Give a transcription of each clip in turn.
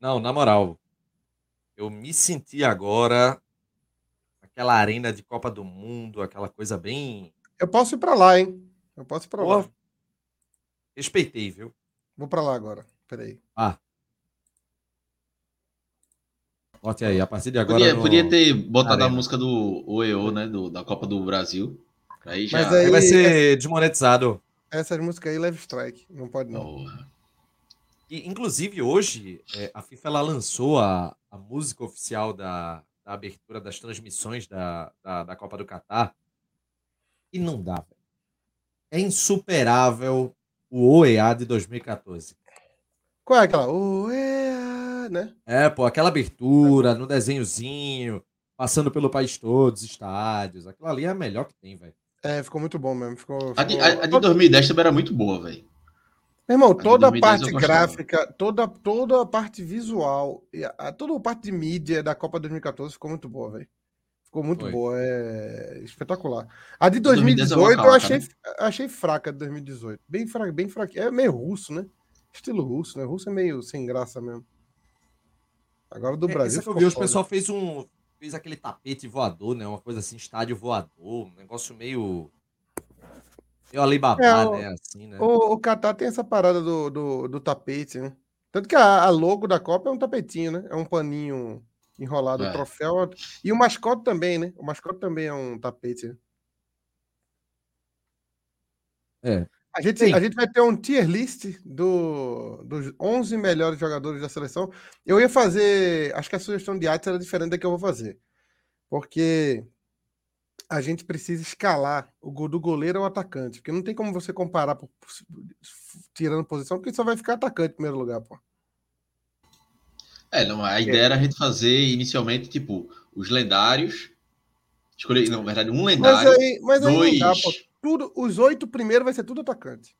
Não, na moral, eu me senti agora aquela arena de Copa do Mundo, aquela coisa bem. Eu posso ir pra lá, hein? Eu posso ir pra Pô, lá. respeitei, viu? Vou pra lá agora. Peraí. Ah. Note aí, a partir de agora. Podia, no- podia ter botado a Arena. música do OEO, né? do- da Copa do Brasil. Aí né? já. Mas aí- Aí vai ser desmonetizado. Essas músicas aí, Leve Strike. Não é pode não. Porra. E, inclusive, hoje, é, a FIFA ela lançou a, a música oficial da, da abertura das transmissões da, da, da Copa do Catar. E não dá, velho. É insuperável o OEA de 2014. Qual é aquela? Ué, né? É, pô, aquela abertura no desenhozinho, passando pelo país todo, os estádios. Aquilo ali é a melhor que tem, velho. É, ficou muito bom mesmo. Ficou, A de, ficou- a- a de 2010 também era muito boa, velho. Meu irmão, de toda a 2010 parte eu gostava. gráfica, toda, toda a parte visual, e a- a- toda a parte de mídia da Copa 2014 ficou muito boa, velho. Ficou muito Foi. boa, é espetacular. A de 2010 é 2018 eu uma achei, calaca, achei fraca, a de 2018. Bem fraca, bem fraca. É meio russo, né? Estilo russo, né? Russo é meio sem graça mesmo. Agora do É, Brasil. essa que eu vi hoje, o foda. pessoal fez um. Fez aquele tapete voador, né? Uma coisa assim, estádio voador, um negócio meio. Meio Alibaba, É, o- né? Assim, né? O, o Catar tem essa parada do, do, do tapete, né? Tanto que a, a logo da Copa é um tapetinho, né? É um paninho enrolado, o É. troféu. é- E o mascote também, né? O mascote também é um tapete. né? É. A gente, Sim. a gente vai ter um tier list do, dos 11 melhores jogadores da seleção. Eu ia fazer. Acho que a sugestão de Atos era diferente da que eu vou fazer. Porque a gente precisa escalar o gol do goleiro ao atacante. Porque não tem como você comparar por- por- tirando posição, porque só vai ficar atacante em primeiro lugar, pô. É, não, a ideia era a gente fazer inicialmente, tipo, os lendários. Escolher, não, na verdade, um Mas lendário. aí, mas aí dois. não dá, pô. Tudo, os oito primeiros vai ser tudo atacante.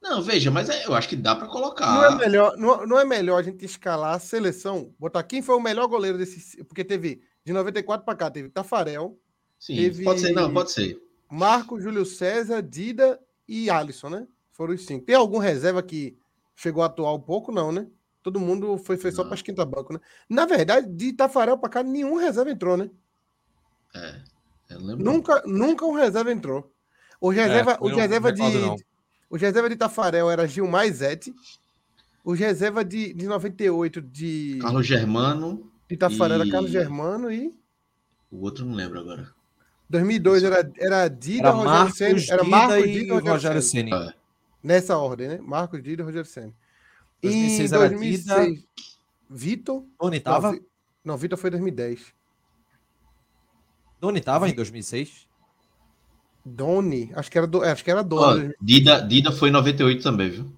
Não, veja, mas é- eu acho que dá pra colocar. Não, é melhor, não, não é melhor a gente escalar a seleção, botar quem foi o melhor goleiro desse. Porque teve de 94 pra cá, teve Tafarel, Sim, Teve- pode ser, não, pode ser. Marco, Júlio César, Dida e Alisson, né? Foram os cinco. Tem algum reserva que chegou a atuar um pouco, não, né? Todo mundo foi, foi só Não. para esquentar banco, né? Na verdade, de Tafarel para cá, nenhum reserva entrou, né? É, eu não lembro. Nunca, nunca um reserva entrou. O reserva, foi o um- reserva não recordo, não. de, o reserva de Tafarel era Gilmar e Zete. O reserva de, de 98 de, Carlos Germano, de Tafarel Ah, era e- Carlos Germano e o outro não lembro agora. 2002 era, era Dida, Era Rogério Marcos, Ceni, era Dida Marcos, e Dida, Rogério Ceni. É, Nessa ordem, né? Marcos, Dida e Rogério Senna. Em 2006 era 2006, Vitor. Doni tava? Não, Vi- Não, Vitor foi em 2010. Doni tava em 2006? Doni, acho que era, do, é, acho que era Ó, Doni. Dida, Dida foi em 98 também, viu?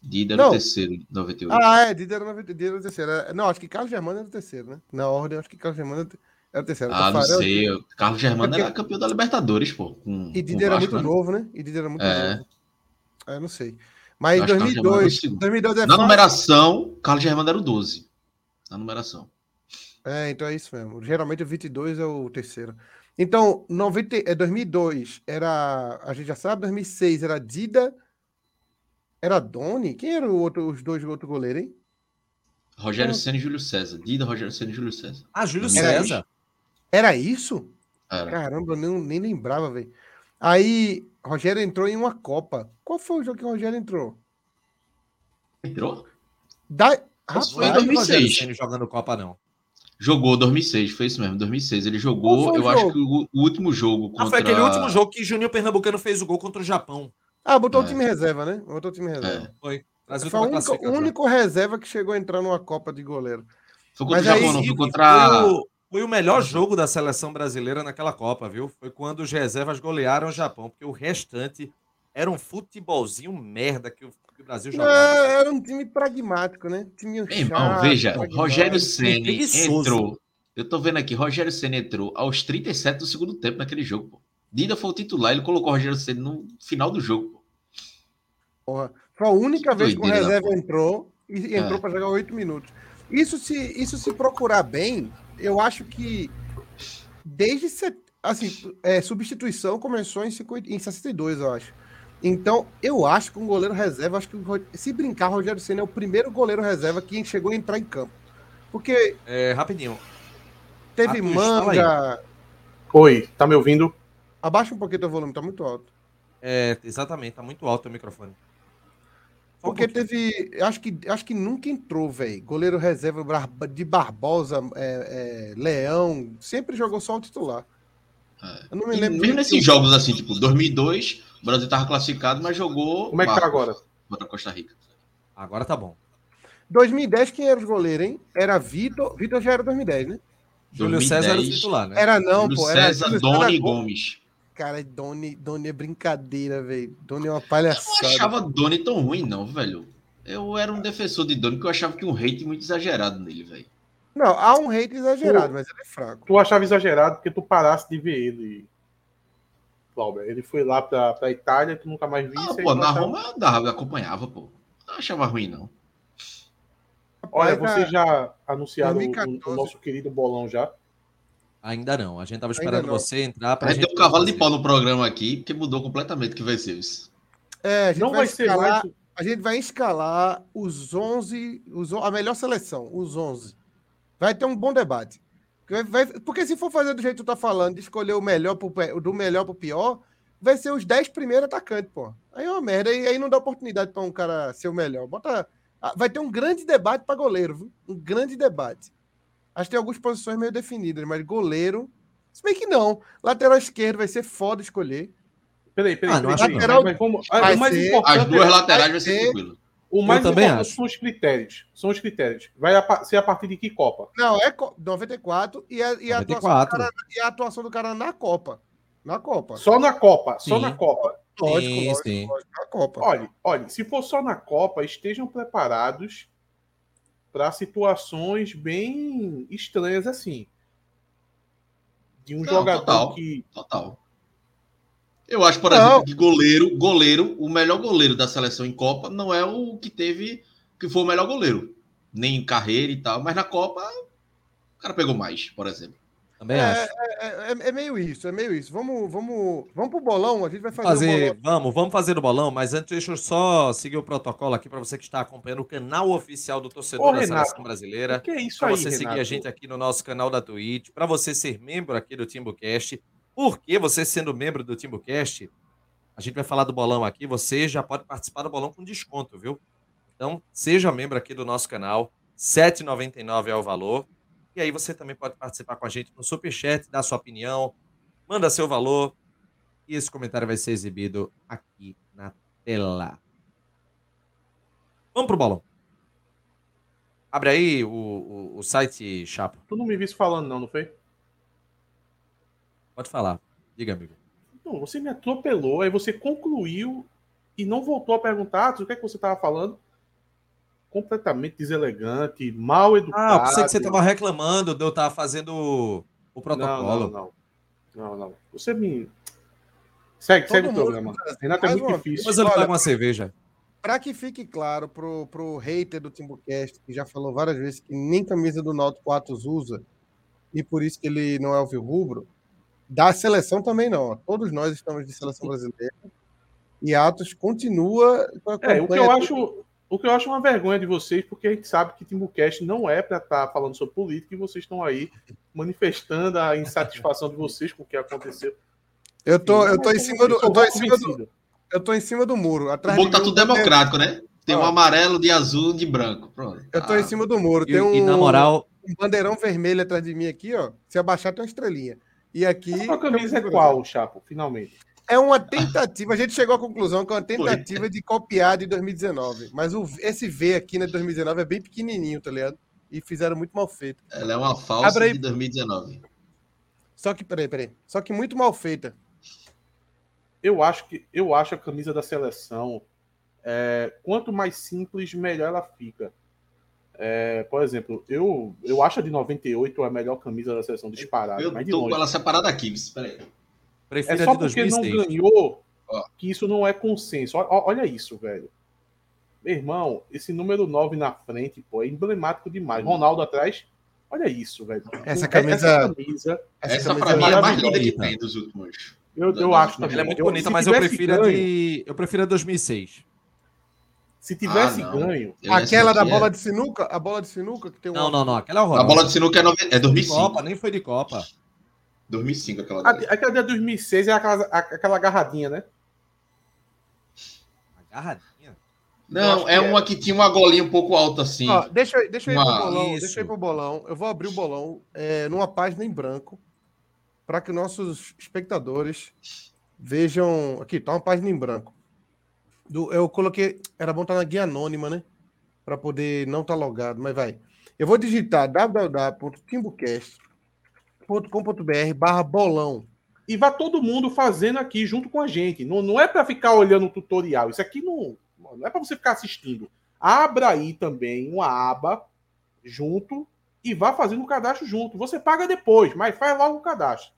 Dida era Não. o terceiro, em 98. ah, é, Dida era, 90 Dida era o terceiro. Era- Não, acho que Carlos Germano era o terceiro, né? Na ordem, acho que Carlos Germano era o te- era o terceiro. Ah, não Tafarel sei. eu- Carlos Germano É porque- era campeão da Libertadores, pô. Com, E com Dida o era Vasco, muito né? novo, né? E Dida era muito É. novo. É, não sei. Mas Eu acho que Carlos Germano era o 2002, segundo. 2002 é Na fácil. numeração, Carlos Germano era o 12. Na numeração. É, então é isso mesmo. Geralmente o 22 é o terceiro. Então, 90, e- é 2002 era, a gente já sabe, 2006 era Dida, era Doni. Quem eram os dois outros goleiros, hein? Rogério Pô. Senna e Júlio César. Dida, Rogério Senna e Júlio César. Ah, Júlio Era César. Era isso? Era. Caramba, eu nem, nem lembrava, velho. Aí, Rogério entrou em uma Copa. Qual foi o jogo que o Rogério entrou? Entrou? Da... Não Foi em era o Rapaz, Rogério 2006. Ceni jogando Copa, não. Jogou 2006, foi isso mesmo, 2006. Ele Qual jogou, foi o eu acho jogo? que o, o último jogo contra... Ah, foi aquele último jogo que Juninho Pernambucano fez o gol contra o Japão. ah, botou o É. time reserva, né? Botou o time reserva. Brasil Foi o tava único, classificado. único reserva que chegou a entrar numa Copa de goleiro. Foi contra Mas o Japão, aí, não. Inclusive, Foi contra... Uhum. foi o, foi o melhor jogo da seleção brasileira naquela Copa, viu? Foi quando os reservas golearam o Japão, porque o restante era um futebolzinho merda que o, que o Brasil jogava. É, era um time pragmático, né? Time Meu Ah, irmão, chato, veja, pragmático. é Rogério Ceni preguiçoso. entrou. Eu tô vendo aqui, Rogério Ceni entrou aos 37 do segundo tempo naquele jogo, pô. Dida foi o titular, ele colocou o Rogério Ceni no final do jogo, pô. Porra, foi a única Que vez que o doideira da reserva entrou e entrou pra jogar oito minutos. Isso se, isso se procurar bem, eu acho que desde set- assim, é, substituição começou em, 50, em 62, eu acho. Então, eu acho que um goleiro reserva, acho que o Ro- se brincar, Rogério Senna é o primeiro goleiro reserva que chegou a entrar em campo. Porque É, rapidinho. teve Matheus, fala manga. Oi, tá me ouvindo? Abaixa um pouquinho teu volume, tá muito alto. É, exatamente, tá muito alto o microfone. Só um Porque pouquinho. teve. Acho que, acho que nunca entrou, velho. Goleiro reserva Barba- de Barbosa, é, é, Leão, sempre jogou só o titular. É. Eu não me E lembro. mesmo de nesses jogos assim, tipo, 2002, o Brasil tava classificado, mas jogou. Como é que tá Marcos agora? Contra a Costa Rica. Agora tá bom. 2010, quem era os goleiros, hein? Era Vitor. Vitor já era 2010, né? Júlio César era o 2010, titular, né? Era é não, Júlio pô. Era É. César, Júlio César Doni e Gomes. Gomes. Cara, Doni, Doni é brincadeira, velho. Doni é uma Eu não palhaçada. achava Doni tão ruim, não, velho. Eu era um defensor de Doni, que eu achava que um hate muito exagerado nele, velho. Não, há um hate exagerado, O- mas ele é fraco. Tu achava exagerado porque tu parasse de ver ele, Glauber. Ele foi lá pra, pra Itália, tu nunca mais Ah, visse. aí pô, tu na achava- Roma eu andava, eu acompanhava, pô. Não achava ruim, não. Olha, Mas, vocês ah, já anunciaram o- o- o, 2014. nosso querido bolão já. Ainda não. A gente tava Ainda esperando não. você entrar pra A gente gente deu um cavalo de fazer. pau no programa aqui, porque mudou completamente que vai ser isso. É, a gente Não vai ser escalar, mais. A gente vai escalar os 11, os, on- a melhor seleção, os 11. Vai ter um bom debate. Vai- vai- porque se for fazer do jeito que tu tá falando, de escolher o melhor pro, pe- do melhor pro pior, vai ser os 10 primeiros atacantes, pô. Aí é uma merda, e aí não dá oportunidade pra um cara ser o melhor. Bota, ah, vai ter um grande debate pra goleiro, viu? Um grande debate. Acho que tem algumas posições meio definidas, mas goleiro. Se bem que não. Lateral esquerdo vai ser foda escolher. Peraí, peraí. Ah, não peraí, acho peraí, não. peraí, mas vamos- ah, Vai o mais ser- importante, As duas é- laterais vai ser ter- tranquilo. o mais Eu também importante acho. são os critérios. São os critérios. Vai a pa- ser a partir de que Copa? Não, é co- 94 e a, e a atuação do 94. cara é e a atuação do cara na Copa. Na Copa. Só na Copa, só Sim. na Copa. Lógico, Sim, lógico, sim. lógico, na Copa. Olha, olha, se for só na Copa, estejam preparados para situações bem estranhas assim. De um Não, jogador total. que Total. Eu acho, por Não. exemplo, que goleiro, goleiro, o melhor goleiro da seleção em Copa não é o que teve, que foi o melhor goleiro. Nem em carreira e tal, mas na Copa o cara pegou mais, por exemplo. Também É, acho. É, é- é meio isso, é meio isso. Vamos, vamos, vamos pro bolão, a gente vai fazer, o Fazer, bolão. vamos, vamos fazer o bolão, mas antes deixa eu só seguir o protocolo aqui para você que está acompanhando o canal oficial do torcedor Ô, da Renato, seleção brasileira. que é isso para aí, você seguir Renato? a gente aqui no nosso canal da Twitch, para você ser membro aqui do TimbuCast. Porque você sendo membro do TimbuCast, a gente vai falar do bolão aqui, você já pode participar do bolão com desconto, viu? Então, seja membro aqui do nosso canal, R$ 7,99 é o valor. E aí você também pode participar com a gente no Superchat, dar sua opinião, manda seu valor. E esse comentário vai ser exibido aqui na tela. Vamos pro bolão. Abre aí o, o, o site, Chapo. Tu não me visse falando não, não foi? Pode falar. Diga, amigo. Não, você me atropelou, aí você concluiu e não voltou a perguntar "Ah, o que é que você estava falando. Completamente deselegante, mal Ah, educado. eu pensei que você tava reclamando de eu estar fazendo o- o protocolo. Não, não, não. Não, não. Você me. Segue, Todo segue o mundo- programa. Renato, é Mais muito uma difícil. tá Mas ele Olha- pega uma cerveja. Pra que fique claro pro, pro hater do Timbucast, que já falou várias vezes que nem camisa do Náutico 4 usa, e por isso que ele não é o rubro, da seleção também não. ó. Todos nós estamos de seleção brasileira. E Atos continua com a É, o que eu campanha acho, o que eu acho uma vergonha de vocês, porque a gente sabe que Timbucast não é para estar falando sobre política e vocês estão aí manifestando a insatisfação de vocês com o que aconteceu. Eu tô, eu tô em cima do, Eu sou eu assim. tô em cima do, convencido. eu tô em cima do muro. O Atrás bom que tá mim, tudo um- democrático, né? Tem um Ó. amarelo, de azul, de branco. Pronto. Eu tô Ah, em cima do muro. E, Tem um, e na moral, um bandeirão vermelho atrás de mim aqui, ó. Se abaixar tem uma estrelinha. E aqui A sua camisa é qual, Chapo, finalmente? é uma tentativa. A gente chegou à conclusão que é uma tentativa de copiar de 2019. Mas o- esse V aqui na 2019 é bem pequenininho, tá ligado? E fizeram muito mal feito. Ela é uma falsa Abre aí. de 2019. Só que, peraí, peraí. Só que muito mal feita. Eu acho que eu acho a camisa da seleção é, quanto mais simples, melhor ela fica. É, por exemplo, eu, eu acho a de 98 a melhor camisa da seleção disparada, Eu mas Ah, de tô com longe. ela separada aqui, viu? Espera aí. É prefiro a só de porque não 2006. ganhou Ó. que isso não é consenso. Ó- ó- Olha isso, velho. Meu irmão, esse número 9 na frente, pô, é emblemático demais. Ronaldo atrás, olha isso, velho. Essa Essa camisa. camisa Essa, camisa pra mim é a mais maravilhosa. linda que tem dos últimos. Eu, eu acho também. Ela é muito Eu- bonita, se mas eu tivesse prefiro a ganho- de. Eu prefiro a 2006. Se tivesse Ah, não. ganho, Eu- essa Aquela da daqui é- bola de sinuca? A bola de sinuca que tem um. Não, não, não. Aquela é A horrorosa. bola de sinuca é, nove- é Nem foi de 2005. Copa, nem foi de Copa. 2005 aquela a- dali. aquela de 2006 é aquela, a- aquela agarradinha, né? Agarradinha. Não, acho é que é. uma que tinha uma golinha um pouco alta assim. Ó, deixa, eu- deixa eu ir Uma- pro bolão. isso. Deixa eu ir pro bolão. Eu vou abrir o bolão é, numa página em branco para que nossos espectadores vejam. Aqui, tá uma página em branco. Do- eu coloquei. Era bom estar na guia anônima, né? Para poder não estar logado, mas vai. Eu vou digitar www.timbucast.com.br barra bolão. E vá todo mundo fazendo aqui junto com a gente. Não, não é para ficar olhando o tutorial. Isso aqui não, não é para você ficar assistindo. Abra aí também uma aba junto e vá fazendo o cadastro junto. Você paga depois, mas faz logo o cadastro.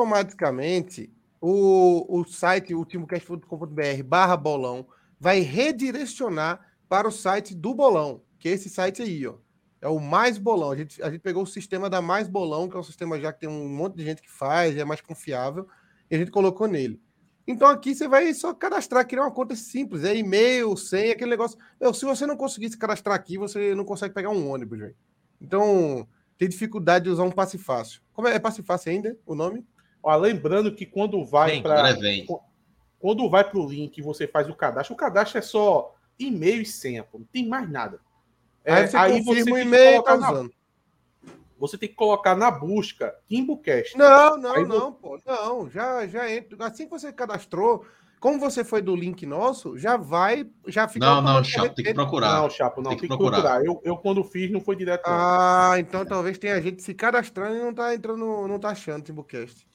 automaticamente o, o site ultimocast.com.br barra bolão vai redirecionar para o site do bolão, que é esse site aí, ó. É o Mais Bolão. A gente, a gente pegou o sistema da Mais Bolão, que é um sistema já que tem um monte de gente que faz, é mais confiável, e a gente colocou nele. Então aqui você vai só cadastrar, criar uma conta simples, é e-mail, senha, aquele negócio. Meu, se você não conseguir se cadastrar aqui, você não consegue pegar um ônibus, velho. Então, tem dificuldade de usar um passe fácil. Como é, é passe fácil ainda o nome? Ó, lembrando que quando vai Vem, para Agora vem. quando vai pro link e você faz o cadastro, o cadastro é só e-mail e senha, pô, não tem mais nada. É, aí você confirma o tem que e-mail colocar tá na, usando. você tem que colocar na busca Timbucast. Não, não, Aí não, pô. Não, já, já entra. Assim que você cadastrou, como você foi do link nosso, já vai, já fica. Não, não, automaticamente chato, tem que dentro. procurar. Não, Chapo, não, Tem tem que que procurar. procurar. Eu, eu, quando fiz, não foi direto. não. Ah, então talvez tenha gente se cadastrando e não tá entrando, não tá achando o Timbucast.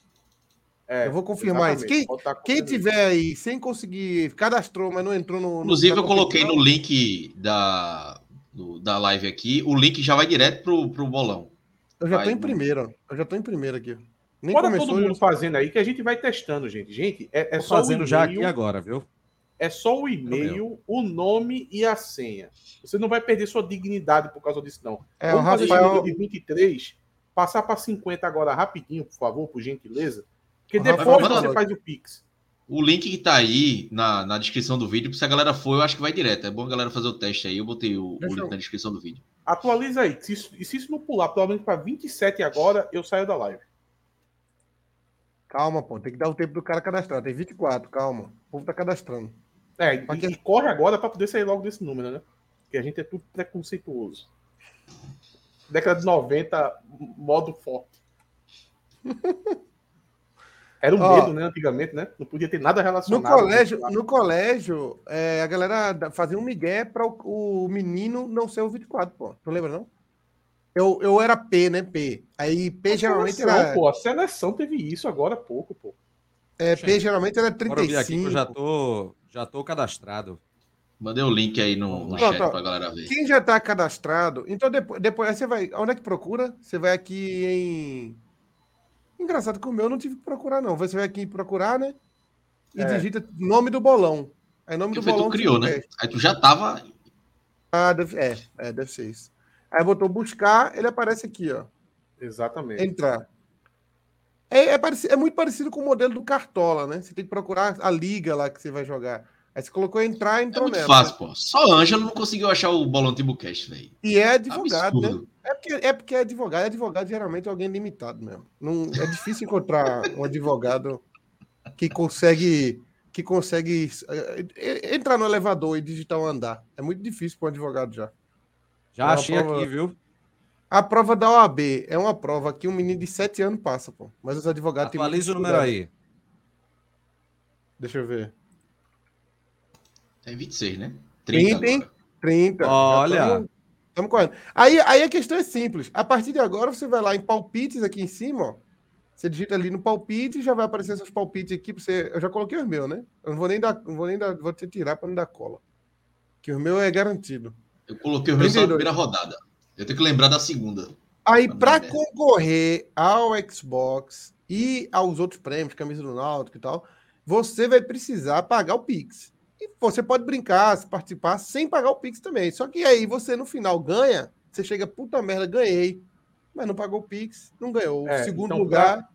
É, eu vou confirmar exatamente, isso. Quem, pode tá quem acontecendo tiver aí sem conseguir, cadastrou, mas não entrou no. no- Inclusive, na eu coloquei no competição, link da, do- da live aqui. O link já vai direto pro, pro bolão. Eu já tô Ai, em não. primeiro, ó. eu já tô em primeiro aqui. Nem Bora começou. todo já- mundo fazendo aí, que a gente vai testando, gente. Gente, é, é Tô só fazendo o já e-mail- aqui agora, viu? É só o e-mail, o nome e a senha. Você não vai perder sua dignidade por causa disso, não. É, o Vamos fazer esse Rafael. número de 23, passar para 50 agora rapidinho, por favor, por gentileza. Porque O depois Rafael você mandou. faz o Pix. O link que tá aí na, na descrição do vídeo, se a galera for, eu acho que vai direto. É bom a galera fazer o teste aí. Eu botei o, o Deixa link eu- na descrição do vídeo. Atualiza aí. Se isso, e se isso não pular, pelo menos para 27 agora, eu saio da live. Calma, pô, tem que dar o tempo do cara cadastrar. Tem 24, calma. O povo tá cadastrando. É, e, Aqui. e corre agora para poder sair logo desse número, né? Porque a gente é tudo preconceituoso. Década de 90, m- modo forte. Era um Ó. medo, né? Antigamente, né? Não podia ter nada No relacionado. colégio, no colégio é, a galera da- fazia um migué para o, o menino não ser o 24, pô. Tu lembra, não? Eu, eu era P, né? P. Aí P geralmente seleção, era. assim, pô, a seleção teve isso agora há pouco, pô. É, P geralmente era Bora eu vir aqui que 35. eu já tô, já tô cadastrado. Mandei o link aí no, no Pronto, chat ó. pra galera ver. Quem já tá cadastrado, então depois, depois aí você vai. Onde é que procura? Você vai aqui em. Engraçado que o meu eu não tive que procurar, não. Você vai aqui em procurar, né? E É. digita nome do bolão. Aí nome Porque do foi bolão. tu criou, né? Aí tu já tava. Ah, deve, é, é, deve ser isso. Aí botou buscar, ele aparece aqui, ó. Exatamente. Entrar. É, é pareci- é muito parecido com o modelo do Cartola, né? Você tem que procurar a liga lá que você vai jogar. Aí você colocou entrar, É entrou muito nessa. fácil, pô. Só Ângelo não conseguiu achar o bolão Timbucast, velho. E é advogado, né? Absurdo. É porque, é porque é advogado, é advogado geralmente é alguém limitado mesmo. Não, é difícil encontrar um advogado que consegue que consegue eh, eh, entrar no elevador e digitar um andar. É muito difícil para um advogado já. Já Não, achei prova- aqui, viu? A prova da OAB é uma prova que um menino de 7 anos passa, pô. Mas os advogados têm Atualiza o muita número dificuldade. aí. Deixa eu ver. Tem 26, né? 30, 30. hein? agora. 30. Olha. Estamos correndo. Aí, aí a questão é simples. A partir de agora, você vai lá em palpites aqui em cima, ó. Você digita ali no palpite e já vai aparecer seus palpites aqui. Pra você... Eu já coloquei os meus, né? Eu não vou nem dar. Não vou nem dar. Vou te tirar para não dar cola. Que o meu é garantido. Eu coloquei o resultado 32. da primeira rodada. Eu tenho que lembrar da segunda. Aí, Tá para bom, né? concorrer ao Xbox e aos outros prêmios, camisa do Náutico e tal, você vai precisar pagar o Pix. E você pode brincar, se participar, sem pagar o Pix também. Só que aí você, no final, ganha. Você chega, puta merda, ganhei. Mas não pagou o Pix, não ganhou. É, o segundo então, lugar,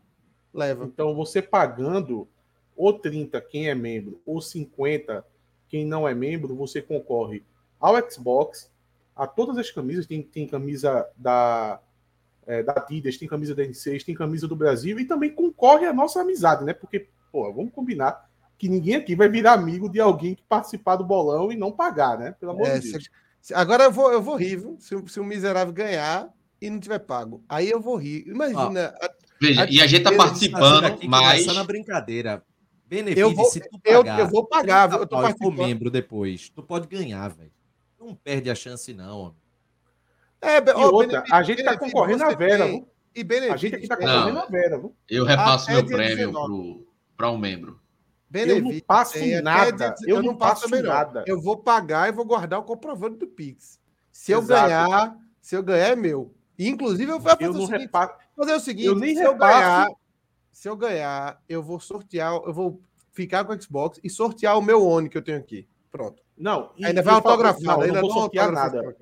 Leva. Então, você pagando ou 30 quem é membro, ou 50 quem não é membro, você concorre ao Xbox, a todas as camisas. Tem, tem camisa da, é, da Adidas, tem camisa da N6, tem camisa do Brasil e também concorre à nossa amizade, né? Porque, pô, vamos combinar que ninguém aqui vai virar amigo de alguém que participar do bolão e não pagar, né? Pelo amor É, de Deus. se- se- agora eu vou, eu vou rir, viu? Se, o- se o miserável ganhar e não tiver pago. Aí eu vou rir. Imagina. a- Veja, A e a gente despesa tá de Participando participando, mas. Começando a brincadeira. Benefício, Eu vou, se tu eu, pagar. eu vou pagar, viu? Eu tô pau e for participando. membro depois. Tu pode ganhar, velho. Não perde a chance, não, homem. É, be- E ó, outra, benefício- a gente tá benefício concorrendo à você Vera, tem, viu? E é, A benefício. gente aqui tá tem. concorrendo Não. à Vera, viu? Eu repasso Até meu dia prêmio 19. pro, pra um membro. Eu Benefício não passo tem até nada. dia- Eu, não passo, nada. Eu vou pagar e vou guardar o comprovante do Pix. Se eu Exato. ganhar, se eu ganhar é meu. Inclusive, eu vou fazer Eu o não seguinte, repasso. vou fazer o seguinte, eu nem se eu repasso. ganhar, se eu ganhar, eu vou sortear, eu vou ficar com o Xbox e sortear o meu One que eu tenho aqui. Pronto. Não, e- ainda e vai eu falo- autografado, Não, eu ainda um não vou sortear autografado. nada.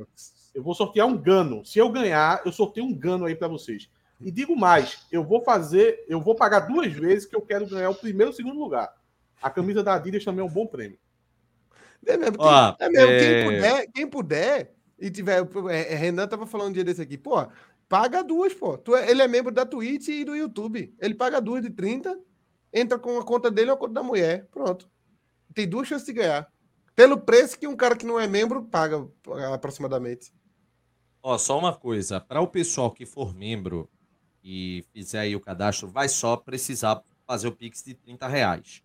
Eu vou sortear um gano. Se eu ganhar, eu sorteio um gano aí pra vocês. E digo mais, eu vou fazer, eu vou pagar duas vezes que eu quero ganhar o primeiro e o segundo lugar. A camisa da Adidas também é um bom prêmio. É mesmo, quem, Ó, é mesmo, é- quem puder, quem puder e tiver, é, é, Renan tava falando um dia desse aqui, pô, paga duas, pô. Tu é- ele é membro da Twitch e do YouTube. Ele paga duas de 30, entra com a conta dele ou a conta da mulher. Pronto. Tem duas chances de ganhar. Pelo preço que um cara que não é membro paga aproximadamente. Ó, só uma coisa. Para o pessoal que for membro e fizer aí o cadastro, vai só precisar fazer o Pix de 30 reais.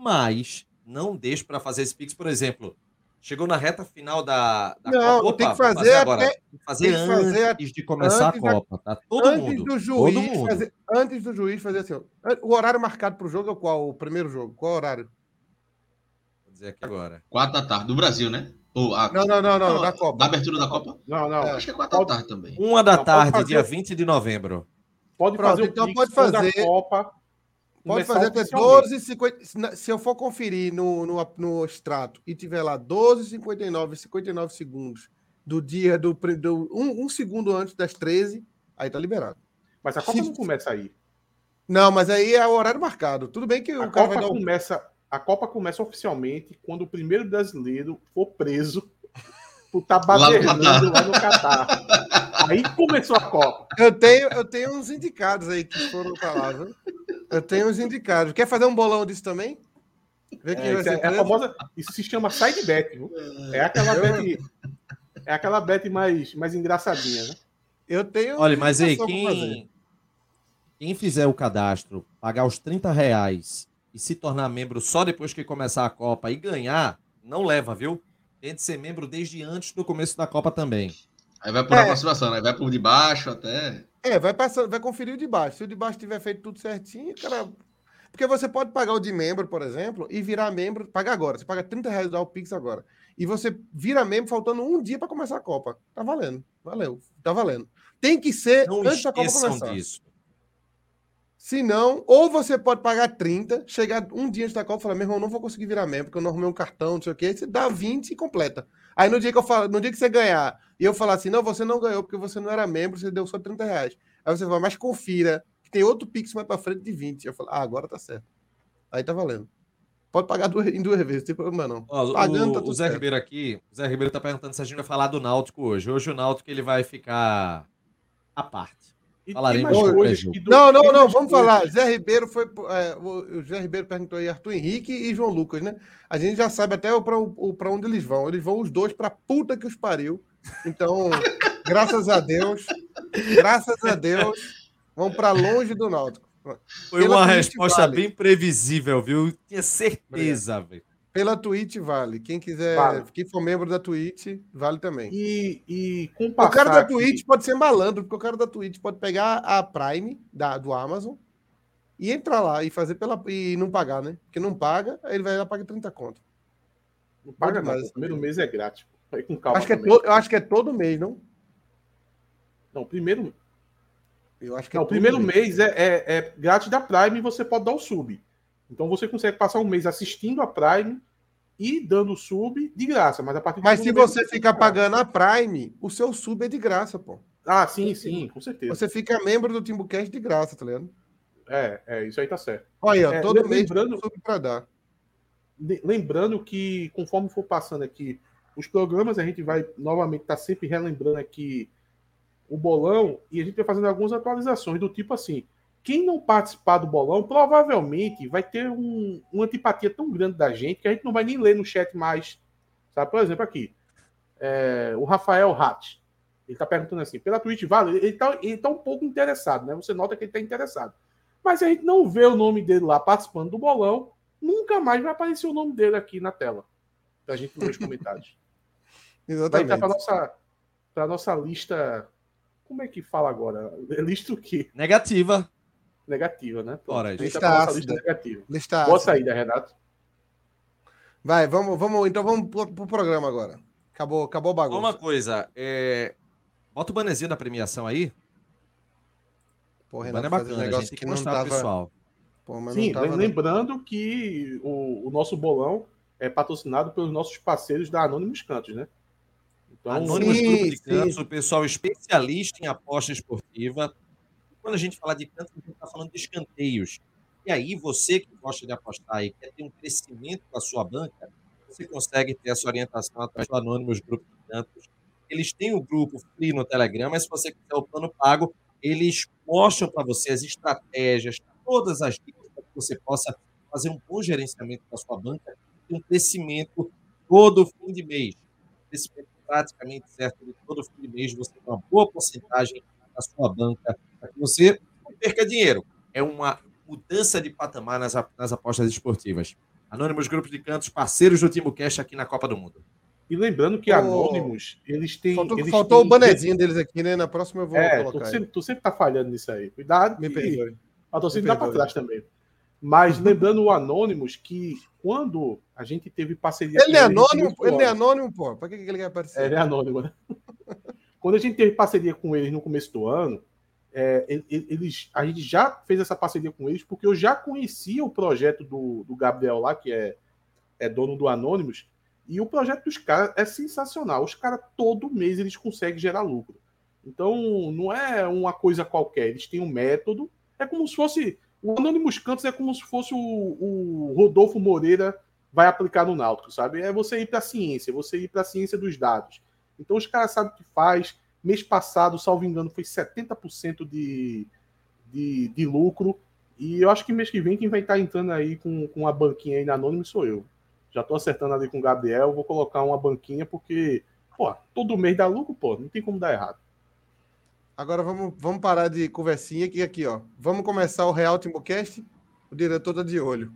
Mas não deixe para fazer esse Pix, por exemplo. Chegou na reta final da, da Não, Copa. tem que vou fazer agora. até- Tem que fazer tem que fazer antes de começar antes a da- Copa, tá? Todo antes mundo. do todo juiz mundo. fazer, antes do juiz fazer assim, ó, o horário marcado pro jogo é qual? O primeiro jogo? Qual horário? Vou dizer aqui agora. Quatro da tarde, do Brasil, né? Ou a- Não, não, não, não, Não, da Copa. Da abertura da Copa? Não, não. Acho que é quatro da tarde também. Uma da Não, pode tarde, fazer- dia 20 de novembro. Pode Pronto, fazer então Pix pode quando a fazer- Copa. Pode começar fazer até oficialmente. 12,50. Se na- Se eu for conferir no, no, no extrato e tiver lá 12,59, 59 segundos do dia do. pri- do um, um segundo antes das 13, aí tá liberado. Mas a Copa não começa aí. Não, mas aí é o horário marcado. Tudo bem que A o cara Copa vai dar um. começa, a Copa começa oficialmente quando o primeiro brasileiro for preso por estar Lá no badernando lá no Catar. Aí começou a Copa. Eu tenho, eu tenho uns indicados aí que foram pra lá, viu? Eu tenho uns indicados. Quer fazer um bolão disso também? Vê quem É, vai isso, ser é- é a preso? famosa, isso se chama side bet, viu? É aquela bet, é aquela bet mais, mais engraçadinha, né? Eu tenho. Olha, mas aí, indicação pra fazer. quem, quem fizer o cadastro, pagar os 30 reais e se tornar membro só depois que começar a Copa e ganhar, não leva, viu? Tem de ser membro desde antes do começo da Copa também. Aí vai por É. aproximação, né? Vai por debaixo até. É, vai passando, vai conferir o de baixo. Se o de baixo tiver feito tudo certinho, o cara. Porque você pode pagar o de membro, por exemplo, e virar membro. Paga agora. Você paga 30 reais do Pix agora. E você vira membro faltando um dia para começar a Copa. Tá valendo. Valeu. Tá valendo. Tem que ser Não antes da Copa esqueçam começar. disso. Se não, ou você pode pagar 30, chegar um dia antes da Copa e falar, meu irmão, não vou conseguir virar membro, porque eu não arrumei um cartão, não sei o quê. Você dá 20 e completa. Aí no dia que eu falo, no dia que você ganhar, e eu falar assim, não, você não ganhou porque você não era membro, você deu só 30 reais. Aí você fala, mas confira, que tem outro Pix mais pra frente de 20. Eu falo, ah, agora tá certo. Aí tá valendo. Pode pagar duas- em duas vezes, tipo, não tem problema não. Ó, Pagando, o, tá tudo o Zé certo. Ribeiro aqui, o Zé Ribeiro tá perguntando se a gente vai falar do Náutico hoje. Hoje o Náutico ele vai ficar à parte. E Falaremos tem mais do coisas jogo. que do- Não, não, tem não, mais vamos coisas. falar. Zé Ribeiro foi. é, o o Zé Ribeiro perguntou aí Arthur Henrique e João Lucas, né? A gente já sabe até para onde eles vão. Eles vão os dois para puta que os pariu. Então, graças a Deus, graças a Deus, vão para longe do Náutico. Foi Pela uma Twitch resposta vale. bem previsível, viu? Tinha certeza, velho. Pela Twitch vale. Quem quiser, Vale. quem for membro da Twitch, vale também. E, e com O cara passar da aqui- Twitch pode ser malandro, porque o cara da Twitch pode pegar a Prime da, do Amazon e entrar lá e fazer pela e não pagar, né? Porque não paga, aí ele vai lá e paga 30 conto. Não paga nada. demais. O primeiro mês é grátis. Aí com calma. acho que é também. todo, eu acho que é todo mês, não? Não, primeiro, Eu acho que é não, o todo primeiro mês é, é, é grátis da Prime e você pode dar o sub. Então você consegue passar um mês assistindo a Prime e dando o sub de graça. Mas a partir do Mas se segundo mês você tem que ficar pagar. pagando a Prime, o seu sub é de graça, pô. Ah, sim, sim, com certeza. Você fica membro do Timbucast de graça, tá ligado? É, é, isso aí tá certo. Olha, É, todo mês lembrando- sub pra dar. Le- Lembrando que, conforme for passando aqui os programas, a gente vai novamente estar sempre relembrando aqui o bolão e a gente vai fazendo algumas atualizações do tipo assim: quem não participar do bolão provavelmente vai ter um, uma antipatia tão grande da gente que a gente não vai nem ler no chat mais. Sabe, por exemplo, aqui, é, o Rafael Hatt. Ele está perguntando assim, pela Twitch, vale? Ele está ele tá um pouco interessado, né? Você nota que ele está interessado. Mas se a gente não vê o nome dele lá participando do bolão, nunca mais vai aparecer o nome dele aqui na tela. Pra gente ler os comentários. Vai Exatamente. entrar pra nossa, pra nossa lista. Como é que fala agora? É Lista o quê? Negativa. Negativa, né? Pronto, Ora, a gente lista tá pra nossa ácida. lista negativa. Lista Boa ácida. saída, Renato. Vai, vamos, vamos, então vamos pro, pro programa agora. Acabou, acabou o Só bagulho. uma coisa. é, Bota o banezinho da premiação aí. Pô, O Renato um banner é fazendo bacana, a gente tem que mostrar pro pessoal. Pô, mas Sim, não tava, lem- lembrando que o, o nosso bolão é patrocinado pelos nossos parceiros da Anonymous Cantos, né? Então, Anônimos Sim, Grupo de sim. Cantos, o pessoal especialista em aposta esportiva. Quando a gente falar de cantos, a gente está falando de escanteios. E aí, você que gosta de apostar e quer ter um crescimento com a sua banca, você consegue ter essa orientação através do Anônimos Grupo de Cantos. Eles têm o grupo free no Telegram, mas se você quiser o plano pago, eles mostram para você as estratégias, todas as dicas para que você possa fazer um bom gerenciamento da sua banca e um crescimento todo fim de mês. Crescimento praticamente certo de todo fim de mês, você tem uma boa porcentagem da sua banca para que você não perca dinheiro. É uma mudança de patamar nas, a- nas apostas esportivas. Anônimos Grupos de Cantos, parceiros do Timo Cash aqui na Copa do Mundo. e lembrando que Ô, a Anonymous, eles têm. Faltou, eles faltou o têm- banezinho deles aqui, né? Na próxima eu vou É, tu colocar. aí. sempre, tu sempre tá falhando nisso aí. Cuidado. Me que- perdoe. A torcida Me dá para perdoe. trás também. Mas lembrando o Anonymous que quando a gente teve parceria. Ele é com eles anônimo, no ele é ano- anônimo, pô. Pra que que ele quer aparecer? É, ele é anônimo, né? quando a gente teve parceria com eles no começo do ano, é, ele- ele- eles, a gente já fez essa parceria com eles porque eu já conhecia o projeto do, do Gabriel lá, que é, é dono do Anonymous. E o projeto dos caras é sensacional. Os caras, todo mês, eles conseguem gerar lucro. Então, não é uma coisa qualquer. Eles têm um método. É como se fosse. O Anonymous Cantos é como se fosse o, o Rodolfo Moreira vai aplicar no Náutico, sabe? É você ir para a ciência, você ir para a ciência dos dados. Então, os caras sabem o que faz. Mês passado, salvo engano, foi 70% de, de, de lucro. E eu acho que mês que vem, quem vai estar entrando aí com, com uma banquinha aí na Anonymous sou eu. Já tô acertando ali com o Gabriel, vou colocar uma banquinha, porque, pô, todo mês dá lucro, pô, não tem como dar errado. Agora vamos, vamos parar de conversinha que aqui, ó. Vamos começar o Real Timocast. O diretor tá de olho.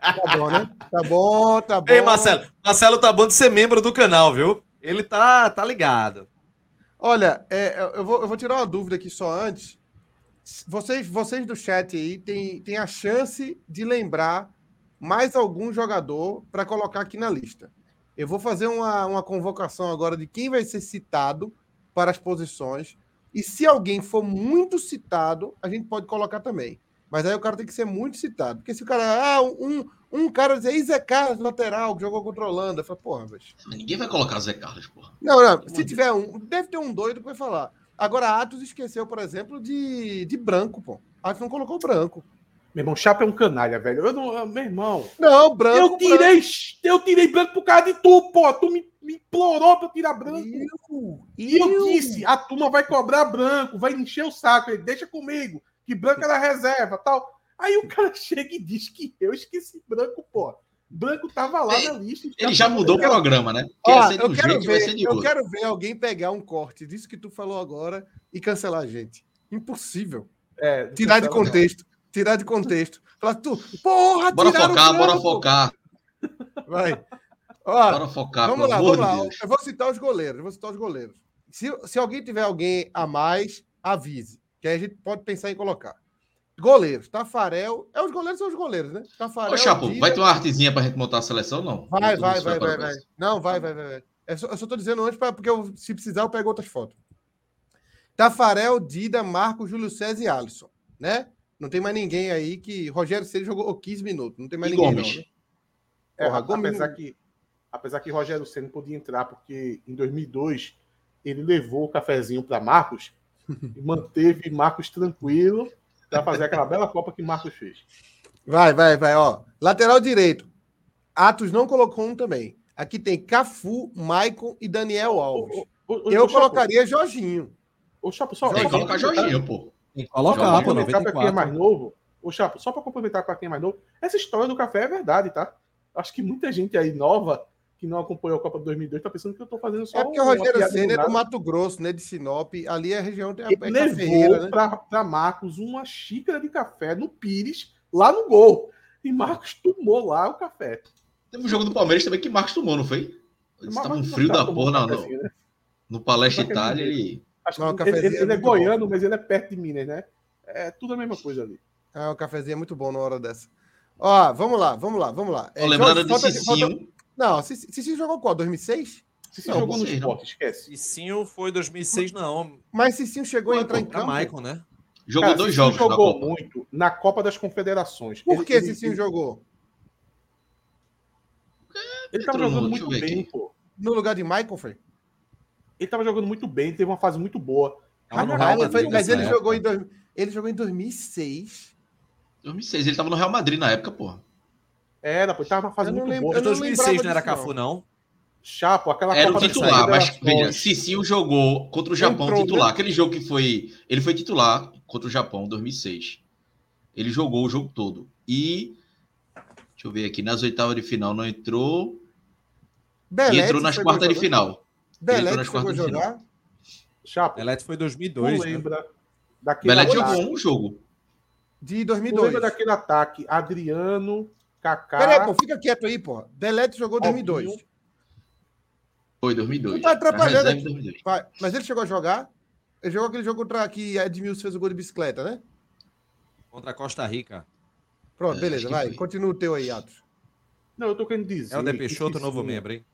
tá bom, né? Tá bom, tá bom. Ei, Marcelo, Marcelo tá bom de ser membro do canal, viu? Ele tá, tá ligado. Olha, é, eu- eu, vou, eu vou tirar uma dúvida aqui só antes. Vocês, vocês do chat aí têm tem a chance de lembrar mais algum jogador para colocar aqui na lista. Eu vou fazer uma, uma convocação agora de quem vai ser citado para as posições. E se alguém for muito citado, a gente pode colocar também. Mas aí o cara tem que ser muito citado. Porque se o cara. Ah, um, um cara dizer, "Ih, Zé Carlos, lateral, que jogou contra a Holanda. Eu falo, porra, bicho. Mas Ninguém vai colocar Zé Carlos, porra. Não, não. Se tiver um, deve ter um doido que vai falar. Agora, Atos esqueceu, por exemplo, de, de branco, pô. Atos não colocou branco. Meu irmão, Chapa é um canalha, velho. Eu não, eu- meu irmão, Não, branco. eu tirei, eu tirei branco por causa de tu, pô. Tu me, me implorou pra eu tirar branco. branco. E eu disse, a turma vai cobrar branco, vai encher o saco, ele deixa comigo, que branco era reserva, tal. Aí o cara chega e diz que eu esqueci branco, pô. Branco tava lá na lista. Ele já mudou o programa, né? Quem ia Ó, ser de eu, um quero jeito vai ver, ser de eu outro. quero ver alguém pegar um corte disso que tu falou agora e cancelar a gente. Impossível. É, Tirar de cancela, não. contexto. Tirar de contexto. Falar, tu, porra, Bora tiraram o focar, bora branco. focar. Vai. Ó, Bora focar, vamos Ah, lá, pelo vamos amor de lá. Deus. Eu vou citar os goleiros. Eu vou citar os goleiros. Se, se alguém tiver alguém a mais, avise. Que aí a gente pode pensar em colocar. Goleiros, Tafarel. É os goleiros são os goleiros, né? Tafarel. Ô, Chapo, Dida- vai ter uma artezinha pra gente montar a seleção, não? vai, Ou vai, isso vai, pra vai, vai. você? Não, vai, vai, vai, vai. Eu só, eu só tô dizendo antes, pra, porque eu- se precisar, eu pego outras fotos. Tafarel, Dida, Marco, Júlio César e Alisson, né? Não tem mais ninguém aí que. Rogério Ceni jogou 15 minutos. Não tem mais E ninguém. Gomes? Não, né? É, Porra, a- Gomes apesar não- que apesar que Rogério Ceni podia entrar porque em 2002 ele levou o cafezinho para Marcos e manteve Marcos tranquilo Pra fazer aquela bela Copa que Marcos fez. Vai, vai, vai, ó. Lateral direito. Atos não colocou um também. Aqui tem Cafu, Maicon e Daniel Alves. Ô, ô, ô, Eu ô, Chapo, colocaria Jorginho. Ô, Chapo, só. Tem que só pra colocar complementar- Jorginho, pô. Tem que só pra colocar, pô, complementar pra quem é mais 94. novo. Ô, Chapo, só pra complementar pra quem é mais novo. Essa história do café é verdade, tá? Acho que muita gente aí nova que não acompanhou a Copa de 2002 tá pensando que eu tô fazendo só. É um porque o uma Rogério piada Senna é do nada. Mato Grosso, né? De Sinop. Ali é a região tem a é Ele Ferreira, levou né? pra para Marcos uma xícara de café no Pires, lá no gol. E Marcos tomou lá o café. Teve um jogo do Palmeiras também que Marcos tomou, não foi? Eles Mas- estavam um mas frio não tá da tomando porra na- no, cafezinho, né? no Palestra Só que Itália. ele- Ele... Acho Não, o que ele, cafezinho ele- é ele é muito bom. goiano, mas ele é perto de Minas, né? É tudo a mesma coisa ali. Ah, o cafezinho é muito bom na hora dessa. Ó, vamos lá, vamos lá, vamos lá. É, Ó, lembrando Jorge- de falta- falta- Cicinho. Não, Cicinho Cicinho jogou qual? 2006? Se você Não, jogou no vocês É, não. esporte, esquece. Cicinho foi 2006, não. Mas Cicinho chegou a entrar em Pra campo. Maicon, né? Jogou Cara, dois Cicinho jogos na jogou Copa. muito na Copa das Confederações. Por Ele- que ele- Cicinho jogou? Ele tava Entrou jogando no- deixa muito eu ver bem, aqui. pô. No lugar de Michael, foi? Ele tava jogando muito bem, teve uma fase muito boa. Tava no Ah, Real Ah, ele Madrid foi- mas nessa ele época. jogou, em dois, ele jogou em 2006. 2006, ele tava no Real Madrid na época, porra. Era, pô, ele tava uma fase Eu não muito lembro- boa. eu Mas 2006 não era lembrava disso, Cafu, não. Chapo, aquela Era o Copa das titular, mas Confederações. veja, Cicinho jogou contra o Japão Entrou, titular. Aquele jogo que foi. Ele foi titular contra o Japão em 2006. Ele jogou o jogo todo. E. Deixa eu ver aqui. Nas oitavas de final não entrou. e Belete entrou nas chegou a quartas de jogar. final. Ele Belete entrou nas chegou a quartas de jogar. Chapo, Belete foi tu 2002, né? lembra daquele Belete ataque- jogou um jogo. De tu 2002. lembra daquele ataque? Adriano, Kaká. Peraí, é, pô, fica quieto aí, pô. Belete jogou em Robinho. 2002. Foi 2002. Não tá atrapalhando Na reserva aqui. em 2002. Vai, Mas ele chegou a jogar. Ele jogou aquele jogo contra que Edmilson fez o gol de bicicleta, né? Contra a Costa Rica. Pronto, É, acho beleza, que vai. foi. Continua o teu aí, Atos. Não, eu tô querendo dizer. É o De que Peixoto, Cicinho- novo membro, hein?